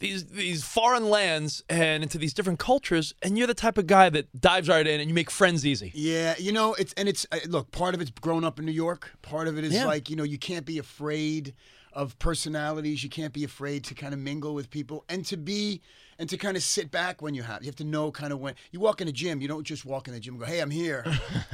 these these foreign lands and into these different cultures, and you're the type of guy that dives right in and you make friends easy. Yeah, you know, it's and it's uh, look, part of it's grown up in New York. Part of it is Yeah. like, you know, you can't be afraid of personalities. You can't be afraid to kind of mingle with people and to be and to kind of sit back when you have. You have to know kind of when you walk in a gym, you don't just walk in the gym and go, "Hey, I'm here."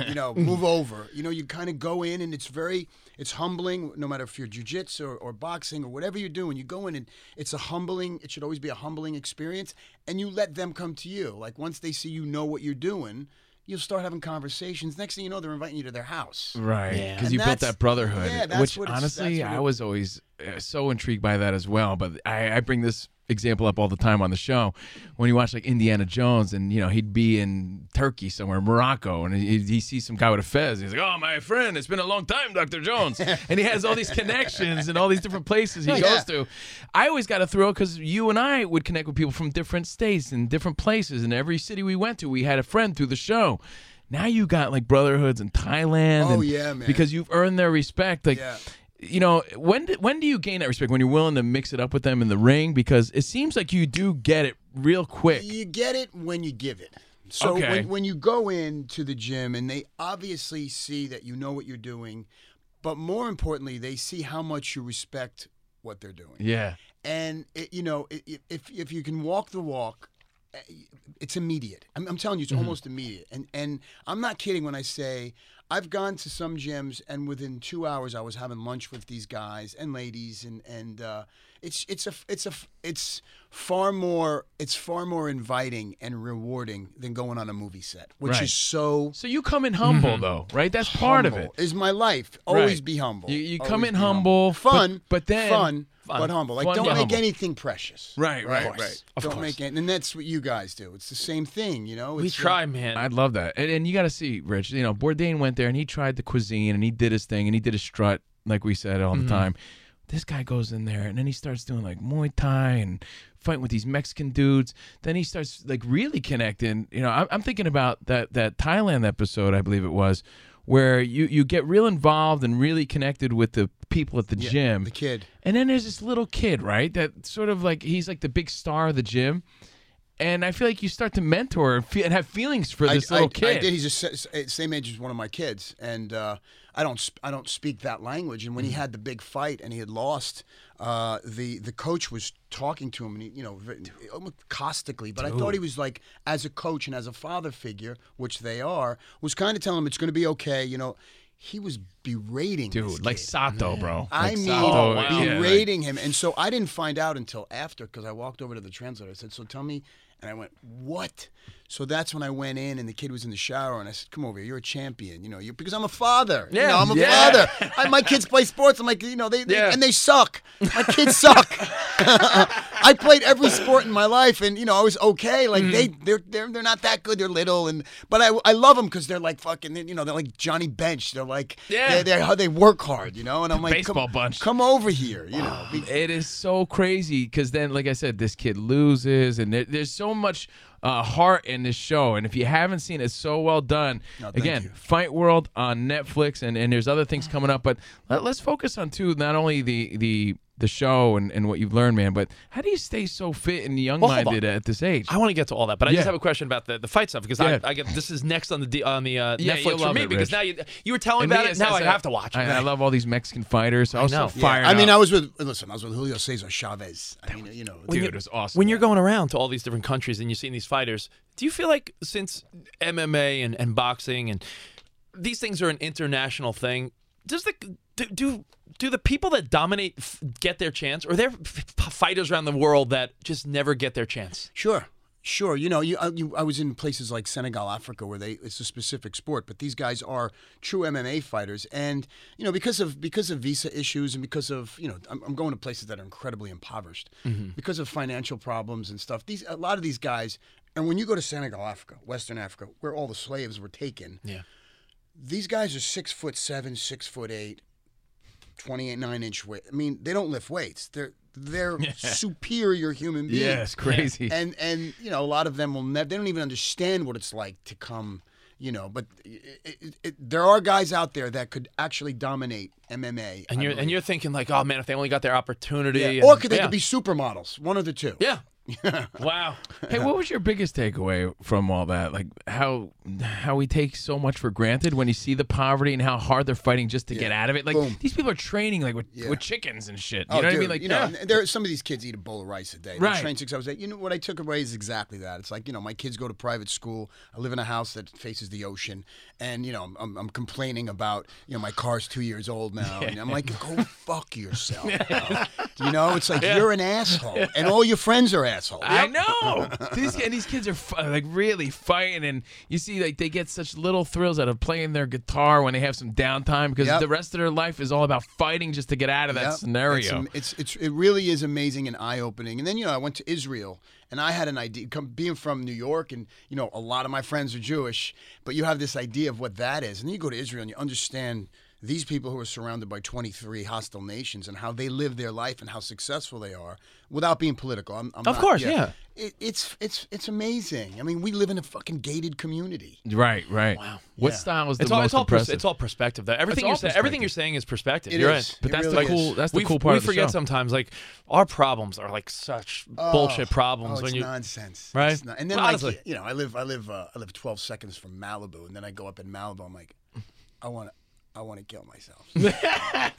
you know, move over. You know, you kind of go in and it's very it's humbling no matter if you're jujitsu or, or boxing or whatever you're doing. You go in and it's a humbling, it should always be a humbling experience and you let them come to you. Like once they see you know what you're doing, you'll start having conversations. Next thing you know, they're inviting you to their house. Right, because And you built that's- that brotherhood, Yeah, that's which what it's- honestly that's what I it- was always uh, so intrigued by that as well. But I, I bring this example up all the time on the show when you watch like Indiana Jones, and you know he'd be in Turkey somewhere, Morocco, and he, he sees some guy with a fez, and he's like, "Oh, my friend, it's been a long time, Doctor Jones," and he has all these connections and all these different places he Oh, Yeah. goes to. I always got a thrill because you and I would connect with people from different states and different places, and every city we went to, we had a friend through the show. Now you got like brotherhoods in Thailand. Oh, and- yeah, man. Because you've earned their respect. Like, Yeah. you know, when do, when do you gain that respect? When you're willing to mix it up with them in the ring? Because it seems like you do get it real quick. You get it when you give it. So Okay. when, when you go into the gym and they obviously see that you know what you're doing, but more importantly, they see how much you respect what they're doing. Yeah. and it, you know, i- i if if you can walk the walk, eh, it's immediate. I'm, I'm telling you, it's Mhm. almost immediate. And and I'm not kidding when I say I've gone to some gyms, and within two hours, I was having lunch with these guys and ladies, and and uh, it's it's a it's a it's far more it's far more inviting and rewarding than going on a movie set, which Right. is so. So you come in humble Mhm. though, right? That's part of it. Humble Is my life always Right. be humble? You, you come Always in be humble, fun, but, but then fun, but humble. Like Fun, don't but make humble. anything precious. Right, Of right, course. right. Of don't course. make it, and that's what you guys do. It's the same thing, you know. We It's, uh, man. I love that. And, and you got to see, Rich. You know, Bourdain went there and he tried the cuisine and he did his thing and he did his strut, like we said all Mhm. Mm-hmm. the time. This guy goes in there and then he starts doing like Muay Thai and fighting with these Mexican dudes. Then he starts like really connecting. You know, I'm, I'm thinking about that that Thailand episode, I believe it was, where you you get real involved and really connected with the people at the Yeah, gym. the kid. And then there's this little kid, right? That sort of like he's like the big star of the gym. And I feel like you start to mentor and, feel, and have feelings for I- this I, little I kid. did. He's the sa- sa- same age as one of my kids, and uh, I don't sp- I don't speak that language. And when Mm. he had the big fight and he had lost, uh, the the coach was talking to him, and he, you know, ve- almost caustically. But I thought he Dude. was like, as a coach and as a father figure, which they are, was kind of telling him it's going to be okay. You know, he was berating Dude, this like kid. Sato, bro. I Like mean, Sato, yeah, like- berating him. And so I didn't find out until after because I walked over to the translator. I said, So tell me. And I went, What? So that's when I went in and the kid was in the shower and I said, Come over here. You're a champion. You know, you because I'm a father. You Yeah. know, I'm a Yeah. father. I, my kids play sports. I'm like, You know, they, they- Yeah. and they suck. My kids suck. I played every sport in my life and, you know, I was okay. Like, they, Mm-hmm. they're, they're, they're not that good. They're little. and But I, I love them because they're like fucking, you know, they're like Johnny Bench. They're like, Yeah. they, they, they work hard, you know? And I'm like, come- Baseball bunch. Come over here, you know. It is so crazy because then, like I said, this kid loses, and there, there's so much uh, heart in this show. And if you haven't seen it, it's so well done. thank Again, Fight World on Netflix, and, and there's other things coming up. But let, let's focus on too, not only the the the show and, and what you've learned, man, but how do you stay so fit and young Well, hold minded on. at this age? I want to get to all that, but I Yeah. just have a question about the, the fight stuff because Yeah. I, I get this is next on the D- on the uh, Yeah, you'll Netflix for love me it, because Rich. now you you were telling And me about me, it it's- now it's I a- have to watch. I, I love all these Mexican fighters. I was so Yeah. fired I mean, up. I was with listen, I was with Julio Cesar Chavez. I mean, you know, Dude, it was awesome. When you're going around to all these different countries and you're seeing these fighters, do you feel like since MMA and, and boxing and these things are an international thing, does the do do, do the people that dominate f- get their chance, or there f- fighters around the world that just never get their chance? Sure, sure. You know, you I, you I was in places like Senegal, Africa, where they it's a specific sport, but these guys are true MMA fighters, and you know, because of because of visa issues and because of you know, I'm, I'm going to places that are incredibly impoverished Mm-hmm. Mhm. because of financial problems and stuff. These a lot of these guys, and when you go to Senegal, Africa, Western Africa, where all the slaves were taken, Yeah. these guys are six foot seven, six foot eight, 28, nine inch weight. I mean, they don't lift weights. They're they're Yeah. superior human beings. Yeah, it's crazy. And and you know, a lot of them will never. They don't even understand what it's like to come. You know, but it, it, it, there are guys out there that could actually dominate MMA. And you're and you're thinking like, oh man, if they only got their opportunity, and- or could they yeah. could be supermodels? One of the two. Yeah. wow. Hey, what was your biggest takeaway from all that? Like how how we take so much for granted when you see the poverty and how hard they're fighting just to get out of it. Like Boom. these people are training like with, Yeah. with chickens and shit. You Oh, know what I dude, mean? Like you know, yeah. and there some of these kids eat a bowl of rice a day. They Right. train six hours a day. You know what I took away is exactly that. It's like you know, my kids go to private school. I live in a house that faces the ocean, and you know, I'm- I'm, I'm complaining about you know my car's two years old now, and I'm like, go fuck yourself. bro. you know, it's like Yeah. you're an asshole, and all your friends are assholes. I know. these and these kids are fi- like really fighting, and you see like they get such little thrills out of playing their guitar when they have some downtime because Yep. the rest of their life is all about fighting just to get out of that Yep. It's, scenario. am- it's it's it really is amazing and eye opening. And then you know I went to Israel and I had an idea. Come, being from New York and you know a lot of my friends are Jewish, but you have this idea of what that is. And then you go to Israel and you understand these people who are surrounded by 23 hostile nations and how they live their life and how successful they are without being political. I'm, I'm Of not- course, yeah. It, it's it's it's amazing. I mean, we live in a fucking gated community. Right, right. Wow. What Yeah. style is the It's all, most it's all pers- impressive? it's all perspective though. Everything all you're saying, everything perspective. you're saying is perspective. It you're is. right. But It that's the really cool- is. that's the we- cool part We of the forget show. sometimes like our problems are like such bullshit problems oh, when it's you nonsense, Right. It's not- and then Well, like honestly, you know, I live, I live, uh, I live 12 seconds from Malibu, and then I go up in Malibu. I'm like, I want to. I want to kill myself.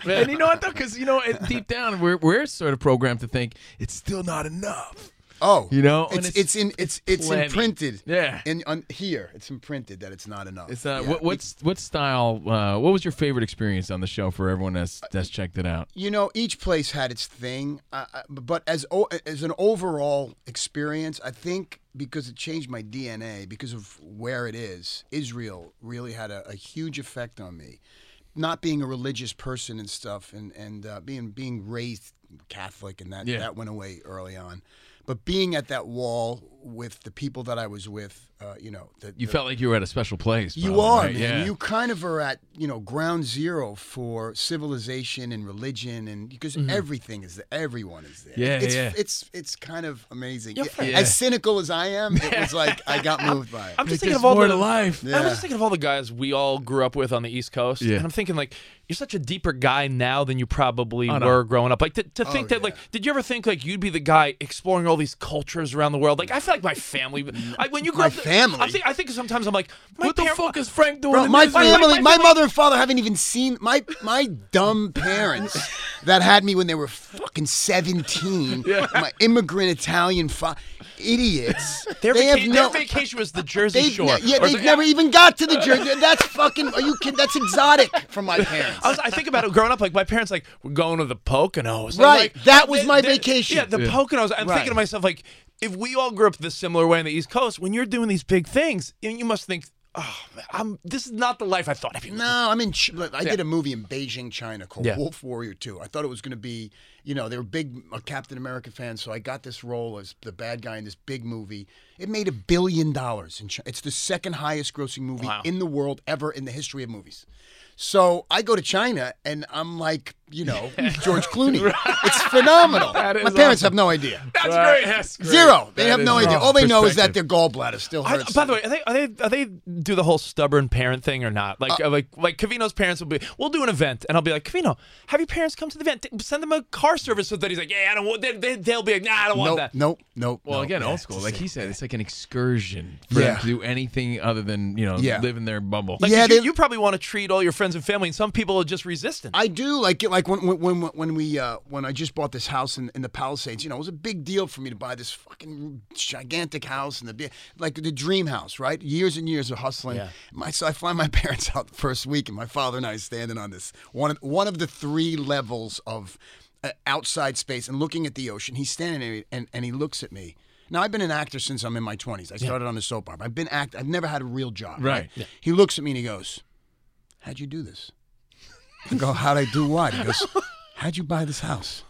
and you know what though? Because you know, it- deep down, we're we're sort of programmed to think it's still not enough. Oh, you know, and it's it's, in it's it's plenty. imprinted. Yeah, in on here it's imprinted that it's not enough. It's not. Yeah. What, what's what style? Uh, what was your favorite experience on the show for everyone that's that's checked it out? You know, each place had its thing, uh, uh, but as o- as an overall experience, I think because it changed my DNA because of where it is, Israel really had a, a huge effect on me. Not being a religious person and stuff, and and uh, being being raised Catholic, and that Yeah. that went away early on. But being at that wall with the people that I was with, uh, you know, the, You the- felt like you were at a special place. you probably, are, right? man. Yeah. You kind of are at you know ground zero for civilization and religion, and because Mhm. everything is everyone is there. Yeah, it's, yeah. It's it's kind of amazing. You're It- funny. Yeah. As cynical as I am, it was like I got moved by it. I'm just thinking of all the I'm Yeah. just thinking of all the guys we all grew up with on the East Coast, Yeah. and I'm thinking like you're such a deeper guy now than you probably Oh, no. were growing up. Like to, to Oh, think that like did you ever think like you'd be the guy exploring all these cultures around the world? Like I feel like my family. I, when you grew My up, family? I think, I think sometimes I'm like, what the fuck is Frank doing? Bro, in my Israel? family, my mother and father haven't even seen my my dumb parents that had me when they were fucking seventeen. My immigrant Italian fa- idiots. Their, they vaca- have no. their vacation was the Jersey They've Shore. ne- yeah, Or they've the- never even got to the Jersey. That's fucking. Are you kidding? That's exotic from my parents. I, was, I think about it growing up. Like my parents, like we're going to the Poconos. I'm Right, like, that was my they- vacation. Yeah, the Yeah. Poconos. I'm Right. thinking to myself, like, if we all grew up the similar way on the East Coast, when you're doing these big things, you, you must think, oh, man, I'm. This is not the life I thought. I'd be No, I'm in. Ch- look, I Yeah. did a movie in Beijing, China called Yeah. Wolf Warrior Two. I thought it was going to be, you know, they were big uh, Captain America fans, so I got this role as the bad guy in this big movie. It made a billion dollars in China. It's the second highest grossing movie Wow. in the world ever in the history of movies. So I go to China and I'm like, you know, George Clooney. It's phenomenal. That is My parents awesome. have no idea. That's Right. great. That's great. Zero. They That have is no idea. awesome. All they know is that Perspective. their gallbladder still I, hurts. by the way, are they, are they are they do the whole stubborn parent thing or not? Like Uh, uh, like like Cavino's parents will be. We'll do an event, and I'll be like, Cavino, have your parents come to the event. Send them a car service so that he's like, yeah, I don't want. They, they, they'll be like, nah, I don't want nope, that. nope, nope. Well, nope. again, Yeah, old it's school. the Like same. he said, it's like an excursion for Yeah. them to do anything other than you know Yeah. live in their bubble. Like, Yeah, 'cause you, they- you probably want to treat all your friends and family, and some people are just resistant. I do like it. Like when when when when we uh, when I just bought this house in, in the Palisades, you know, it was a big deal for me to buy this fucking gigantic house and the bi- like the dream house, right? Years and years of hustling. Yeah. My so I find my parents out the first week, and my father and I are standing on this one of, one of the three levels of uh, outside space and looking at the ocean. He's standing there and and he looks at me. Now I've been an actor since I'm in my 20s. I Yeah. started on a soap opera. I've been act. I've never had a real job. Right. Yeah. He looks at me and he goes, "How'd you do this?" I go, how'd I do what? He goes, how'd you buy this house?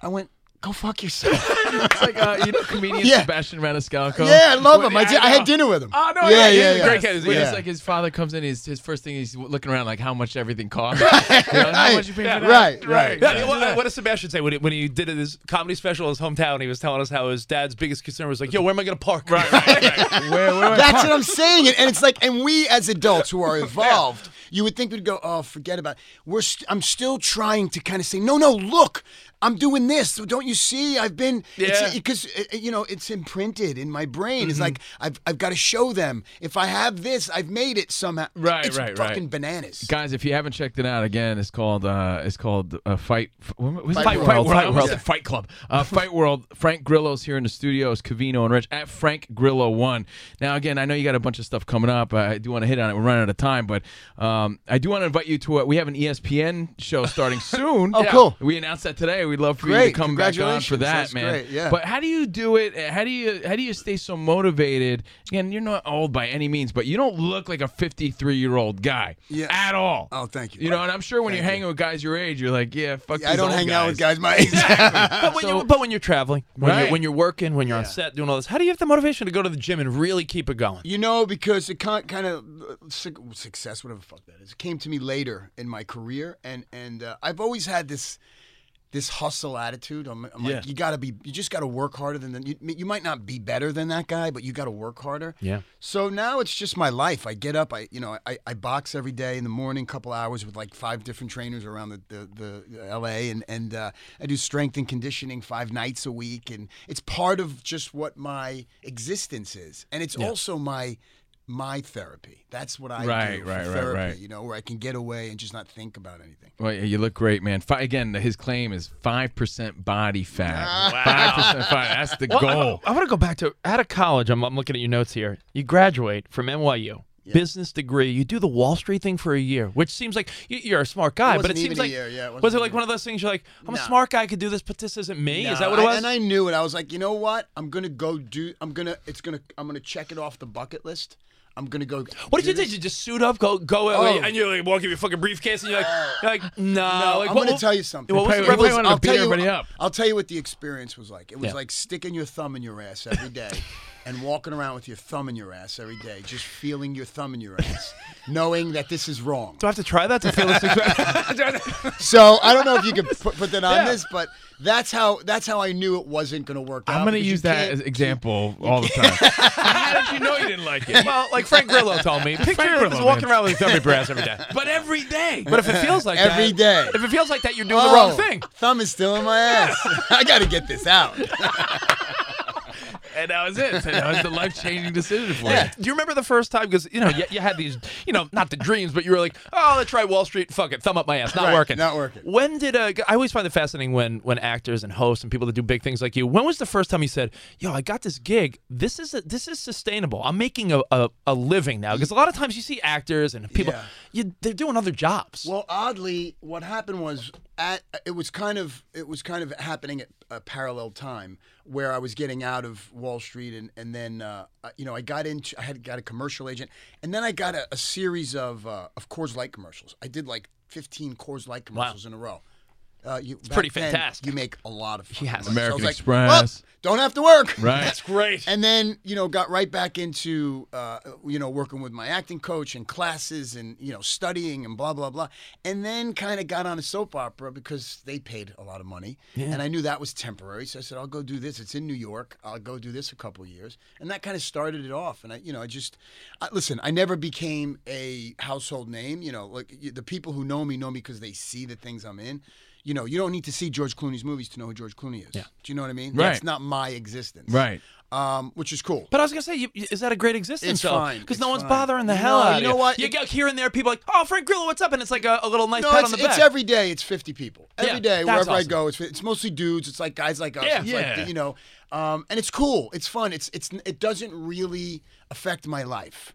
I went, go fuck yourself. it's like uh, you know, comedian Yeah. Sebastian Maniscalco. Yeah, I love him. I When- di- I had know. dinner with him. Oh no, yeah, yeah, Yeah, yeah, he's a yeah. great guy. It's Yeah. just like his father comes in, he's, his first thing he's looking around like how much everything costs. You know, how much you pay for that? Yeah, What, what does Sebastian say when he, when he did his comedy special in his hometown? He was telling us how his dad's biggest concern was like, "Yo, where am I going to park?" Right, right, right. That's what I'm saying. And, and it's like, and we as adults who are evolved, you would think we'd go, oh, forget about it. We're st- I'm still trying to kind of say, no, no, look, I'm doing this. Don't you see? I've been, Yeah. because, uh, you know, it's imprinted in my brain. Mm-hmm. It's like, I've, I've got to show them. If I have this, I've made it somehow. Right, it's right, right. fucking bananas. Guys, if you haven't checked it out again, it's called uh, it's called uh, Fight F- what was it? Fight World. Fight Fight, World. World. Fight Club. Uh, Fight World. Frank Grillo's here in the studios. Cavino and Rich at Frank Grillo One. Now, again, I know you got a bunch of stuff coming up. I do want to hit on it. We're running out of time, but um, I do want to invite you to. A, we have an E ESPN show starting soon. Oh, cool. We announced that today. We'd love for you Great. to come back on for Congratulations. that, That's man. great. Yeah. But how do you do it? How do you how do you stay so motivated? Again, you're not old by any means, but you don't look like a 53 year old guy Yeah. at all. Oh, thank you. You know, and I'm sure when Thank you're hanging with guys your age, you're like, yeah, fuck. Yeah, I these don't old hang out with guys my age. but, when you, but when you're traveling, when, Right. you're, when you're working, when you're on set, doing all this, how do you have the motivation to go to the gym and really keep it going? You know, Oh, because it kind kind of uh, suc- success, whatever the fuck that is, it came to me later in my career, and and uh, I've always had this this hustle attitude. I'm, I'm Yeah. like, you gotta be, you just gotta work harder than the, you. You might not be better than that guy, but you gotta work harder. Yeah. So now it's just my life. I get up, I you know, I, I box every day in the morning, couple hours with like five different trainers around the the, the, LA, and and uh, I do strength and conditioning five nights a week, and it's part of just what my existence is, and it's Yeah. also my my therapy. That's what I Right, do right, for right, therapy, right. you know, where I can get away and just not think about anything. Well, yeah, you look great, man. Fi again, his claim is five percent body fat. Ah. Wow. Five percent fat. That's the Well, I- goal. I, want to go back to out of college. I'm, I'm looking at your notes here. You graduate from NYU, business degree. You do the Wall Street thing for a year, which seems like you, you're a smart guy, but wasn't it seems even a like year, yeah, it wasn't was it even like one of those things? You're like, I'm a No. smart guy, I could do this, but this isn't me. No, is that what it I- was? and I knew it. I was like, you know what? I'm gonna go do. I'm gonna. It's gonna. I'm gonna check it off the bucket list. I'm gonna go. what did you do? Did you just suit up, go go, Oh. and you're like walking your fucking briefcase, and you're like, you're like no. No, like, Uh, I'm what- going to what- tell you something. What was the It revolution? was- wanted to beat tell you- everybody up. I'll tell you what the experience was like. It was Yeah. like sticking your thumb in your ass every day and walking around with your thumb in your ass every day, just feeling your thumb in your ass, knowing that this is wrong. Do I have to try that to feel this? so I don't know if you could put, put that on Yeah. this, but that's how that's how I knew it wasn't going to work out. I'm gonna because you use that can't- as example all the time. How did you know you didn't like it? Well, like Frank Grillo told me, picture Frank him Grillo, walking man. around with his thumb in your ass every day. But every day. But if it feels like Every that, day. if it feels like that, you're doing the wrong Oh, thing. Thumb is still in my ass. I got to get this out. And that was it. So that was the life changing decision for Yeah. you. Do you remember the first time? Because you know, you, you had these, you know, not the dreams, but you were like, "Oh, let's try Wall Street. Fuck it, thumb up my ass. Not Right, working. not working. When did uh, I always find it fascinating when when actors and hosts and people that do big things like you? When was the first time you said, "Yo, I got this gig. This is a, this is sustainable. I'm making a, a, a living now." Because a lot of times you see actors and people, Yeah. you, they're doing other jobs. Well, oddly, what happened was at it was kind of it was kind of happening at a parallel time where I was getting out of Wall Street and and then uh, uh, you know I got into I had got a commercial agent and then I got a, a series of uh, of Coors Light commercials. I did like 15 Coors Light commercials in a row. Uh, you, it's pretty fantastic. You make a lot of fucking money. Yes. So I American was like, Express. "Well, don't have to work. Right. That's great. And then you know got right back into uh, you know working with my acting coach and classes and you know studying and blah blah blah. And then kind of got on a soap opera because they paid a lot of money, Yeah. and I knew that was temporary. So I said I'll go do this. It's in New York. I'll go do this a couple of years, and that kind of started it off. And I you know I just I, listen. I never became a household name. You know like y- the people who know me know me because they see the things I'm in. You know, you don't need to see George Clooney's movies to know who George Clooney is. Yeah. Do you know what I mean? Right. That's not my existence. Right. Um, which is cool. But I was gonna say, you, is that a great existence? It's fine. because no It's one's fine. bothering the No, hell out of you know what? You go here and there, people like, "Oh, Frank Grillo, what's up?" And it's like a, a little nice no, pat it's, on the it's back. every day. It's fifty people. Yeah, Every day, that's wherever I awesome. go, it's, it's mostly dudes. It's like guys like us. Yeah. It's like, Yeah. you know, um, and it's cool. It's fun. It's it's it doesn't really affect my life.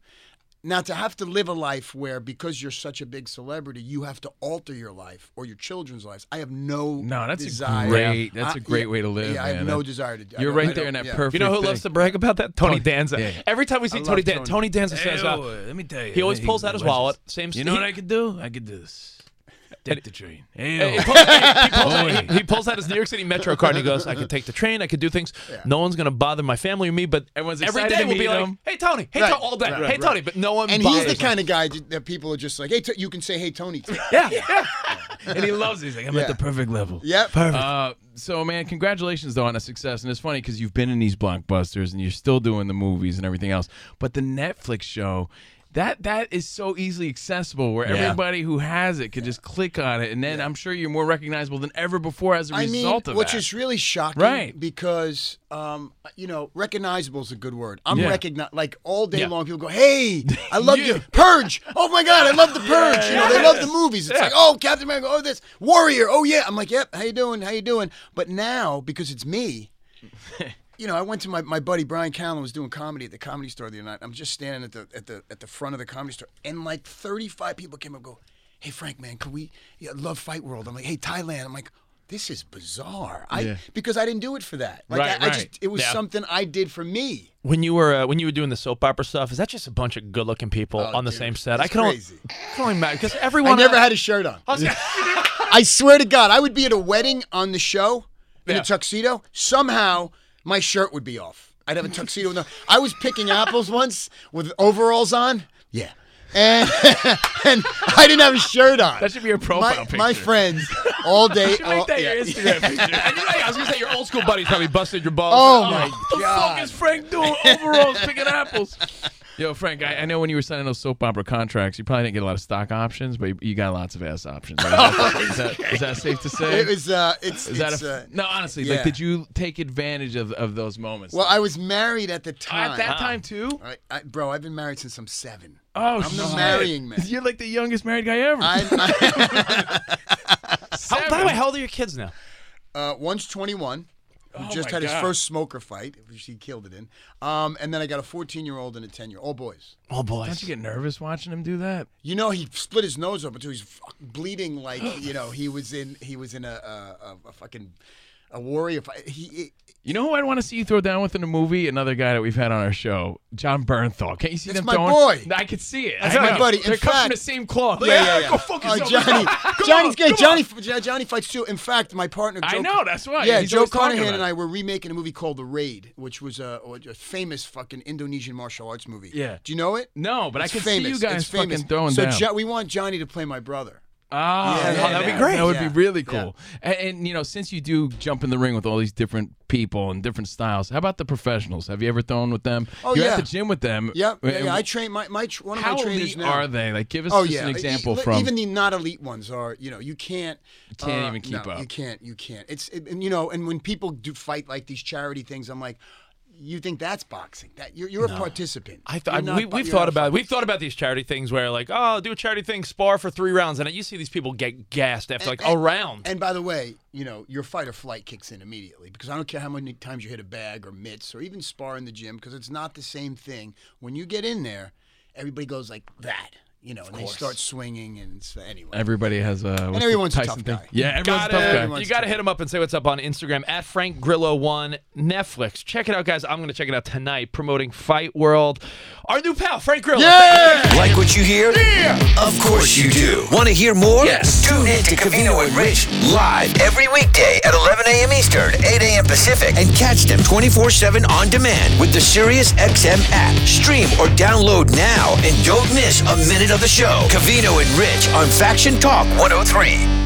Now to have to live a life where because you're such a big celebrity, you have to alter your life or your children's lives. I have no No, that's desire. a great. That's I- a great yeah, way to live. Yeah, I have man. no That- desire to. do- I You're don't- I right there in don't- that yeah. perfect. You know who thing. loves to brag about that? Tony, Danza. yeah, yeah. Every time we I see love Tony, Dan- Tony. Tony. Danza says, Hey, uh, yo, let me tell you, He always hey, pulls out his what is wallet. this? Same. You know he- what I could do? I could do this. Take the train. Hey, Hey, yo. he, pulls, he, pulls Boy. out, he- he pulls out his New York City Metro card and he goes, "I could take the train. I could do things. No one's gonna bother my family or me, but Everyone's every excited day to we'll be meet like, him. hey Tony, hey Right, Tony, all day, right, hey right. Tony, but no one. And bothers he's the him. kind of guy that people are just like, hey, t- you can say, hey, Tony. to. Yeah. and he loves it. He's like, I'm at Yeah. the perfect level. Yep. Perfect. Uh, so, man, congratulations, though, on a success. And it's funny because you've been in these blockbusters and you're still doing the movies and everything else. But the Netflix show. That that is so easily accessible, where Yeah. everybody who has it can just click on it, and then I'm sure you're more recognizable than ever before as a I mean, result of which that. is really shocking, Right. Because um, you know, recognizable is a good word. I'm Yeah. recognize like all day Yeah. long. People go, "Hey, I love you, Purge! Oh my God, I love the Purge! you know, they love the movies. It's like, oh, Captain America, oh this Warrior, oh yeah. I'm like, yep, how you doing? How you doing? But now because it's me. You know, I went to my, my buddy Brian Callen was doing comedy at the comedy store the other night. I'm just standing at the at the at the front of the comedy store, and like 35 people came up, and go, "Hey Frank, man, can we yeah, love Fight World?" I'm like, "Hey Thailand," I'm like, "This is bizarre." I Yeah. because I didn't do it for that. Like Right, I, I right. just it was Yeah. something I did for me. when you were uh, when you were doing the soap opera stuff, is that just a bunch of good looking people on the same set? I can only, crazy. I can only imagine because everyone I never had a shirt on. I swear to God, I would be at a wedding on the show in a tuxedo. Somehow, my shirt would be off. I'd have a tuxedo. with no- I was picking apples once with overalls on. Yeah. And, and I didn't have a shirt on. That should be your profile my, picture. My friends all day. You should make all- that your yeah, Instagram picture. And you know, I was gonna say your old school buddies probably busted your balls. Oh, my the fuck is Frank doing? Overalls picking apples. Yo, Frank, I, I know when you were signing those soap opera contracts, you probably didn't get a lot of stock options, but you, you got lots of ass options. Is that, is that- is that safe to say? Oh, It was, uh, it's- Is that it's, a- uh, no, honestly, yeah. like, did you take advantage of, of those moments? Well, I was married at the time. At that time, too? I, I, bro, I've been married since I'm seven. Oh, I'm the shit. marrying man. You're like the youngest married guy ever. How, by the way, how old are your kids now? Uh, one's 21. Who Oh just my had his God. first smoker fight, which he killed it in. Um, and then I got a 14 year old and a 10 year old. All boys. Oh, boys. Don't you get nervous watching him do that? You know, he split his nose open, so he's fuck- bleeding like you know he was in he was in a a, a, a fucking a warrior fight. He You know who I'd want to see you throw down with in a movie? Another guy that we've had on our show, John Bernthal. Can't you see That's them my throwing? boy. I could see it. That's I my know. buddy. In They're cut fact- from the same cloth. Yeah, yeah, yeah. Go fuck Uh, yourself. Johnny, Come Johnny's on, great. come Johnny, J- Johnny fights too. In fact, my partner. I Joe, know, that's why. Yeah, He's Joe always talking Carnahan about and it. I were remaking a movie called The Raid, which was a, a famous fucking Indonesian martial arts movie. Yeah. Do you know it? No, but I It's could see famous. you guys it's famous. fucking throwing so down. Jo- we want Johnny to play my brother. Ah, Yeah, oh, yeah, that'd yeah. be great. That would Yeah. be really cool. And, and, you know, since you do jump in the ring with all these different people and different styles, how about the professionals? Have you ever thrown with them? Oh, You're yeah. at the gym with them. Uh, Yep. Yeah, And yeah, I train my my tr- one of How my trainers elite now. are they? Like, give us oh just yeah, an example E- from. even the not elite ones are. You know, you can't Can't uh, even keep no, up. You can't. You can't. It's it, and you know, and when people do fight like these charity things, I'm like. You think that's boxing? That you're, you're a No. participant. I You're thought not we, bo- we've you're thought not- about we've thought about these charity things where like oh I'll do a charity thing spar for three rounds and you see these people get gassed after like a round. And by the way, you know, your fight or flight kicks in immediately because I don't care how many times you hit a bag or mitts or even spar in the gym because it's not the same thing. When you get in there, everybody goes like that, you know, and they start swinging and it's, anyway. Everybody has a. what's the everyone's a Tyson tough thing? guy. Yeah, everyone's a Gotta- tough guy. You got to hit him up and say what's up on Instagram at Frank Grillo One Netflix. Check it out, guys. I'm gonna check it out tonight. Promoting Fight World, our new pal Frank Grillo. Like what you hear? Yeah! Of course you do. Want to hear more? Yes. Tune in to Cavino and Rich live every weekday at 11 a.m. Eastern, 8 a.m. Pacific, and catch them 24 7 on demand with the SiriusXM app. Stream or download now and don't miss a minute of the show. Cavino and Rich on Faction Talk 103.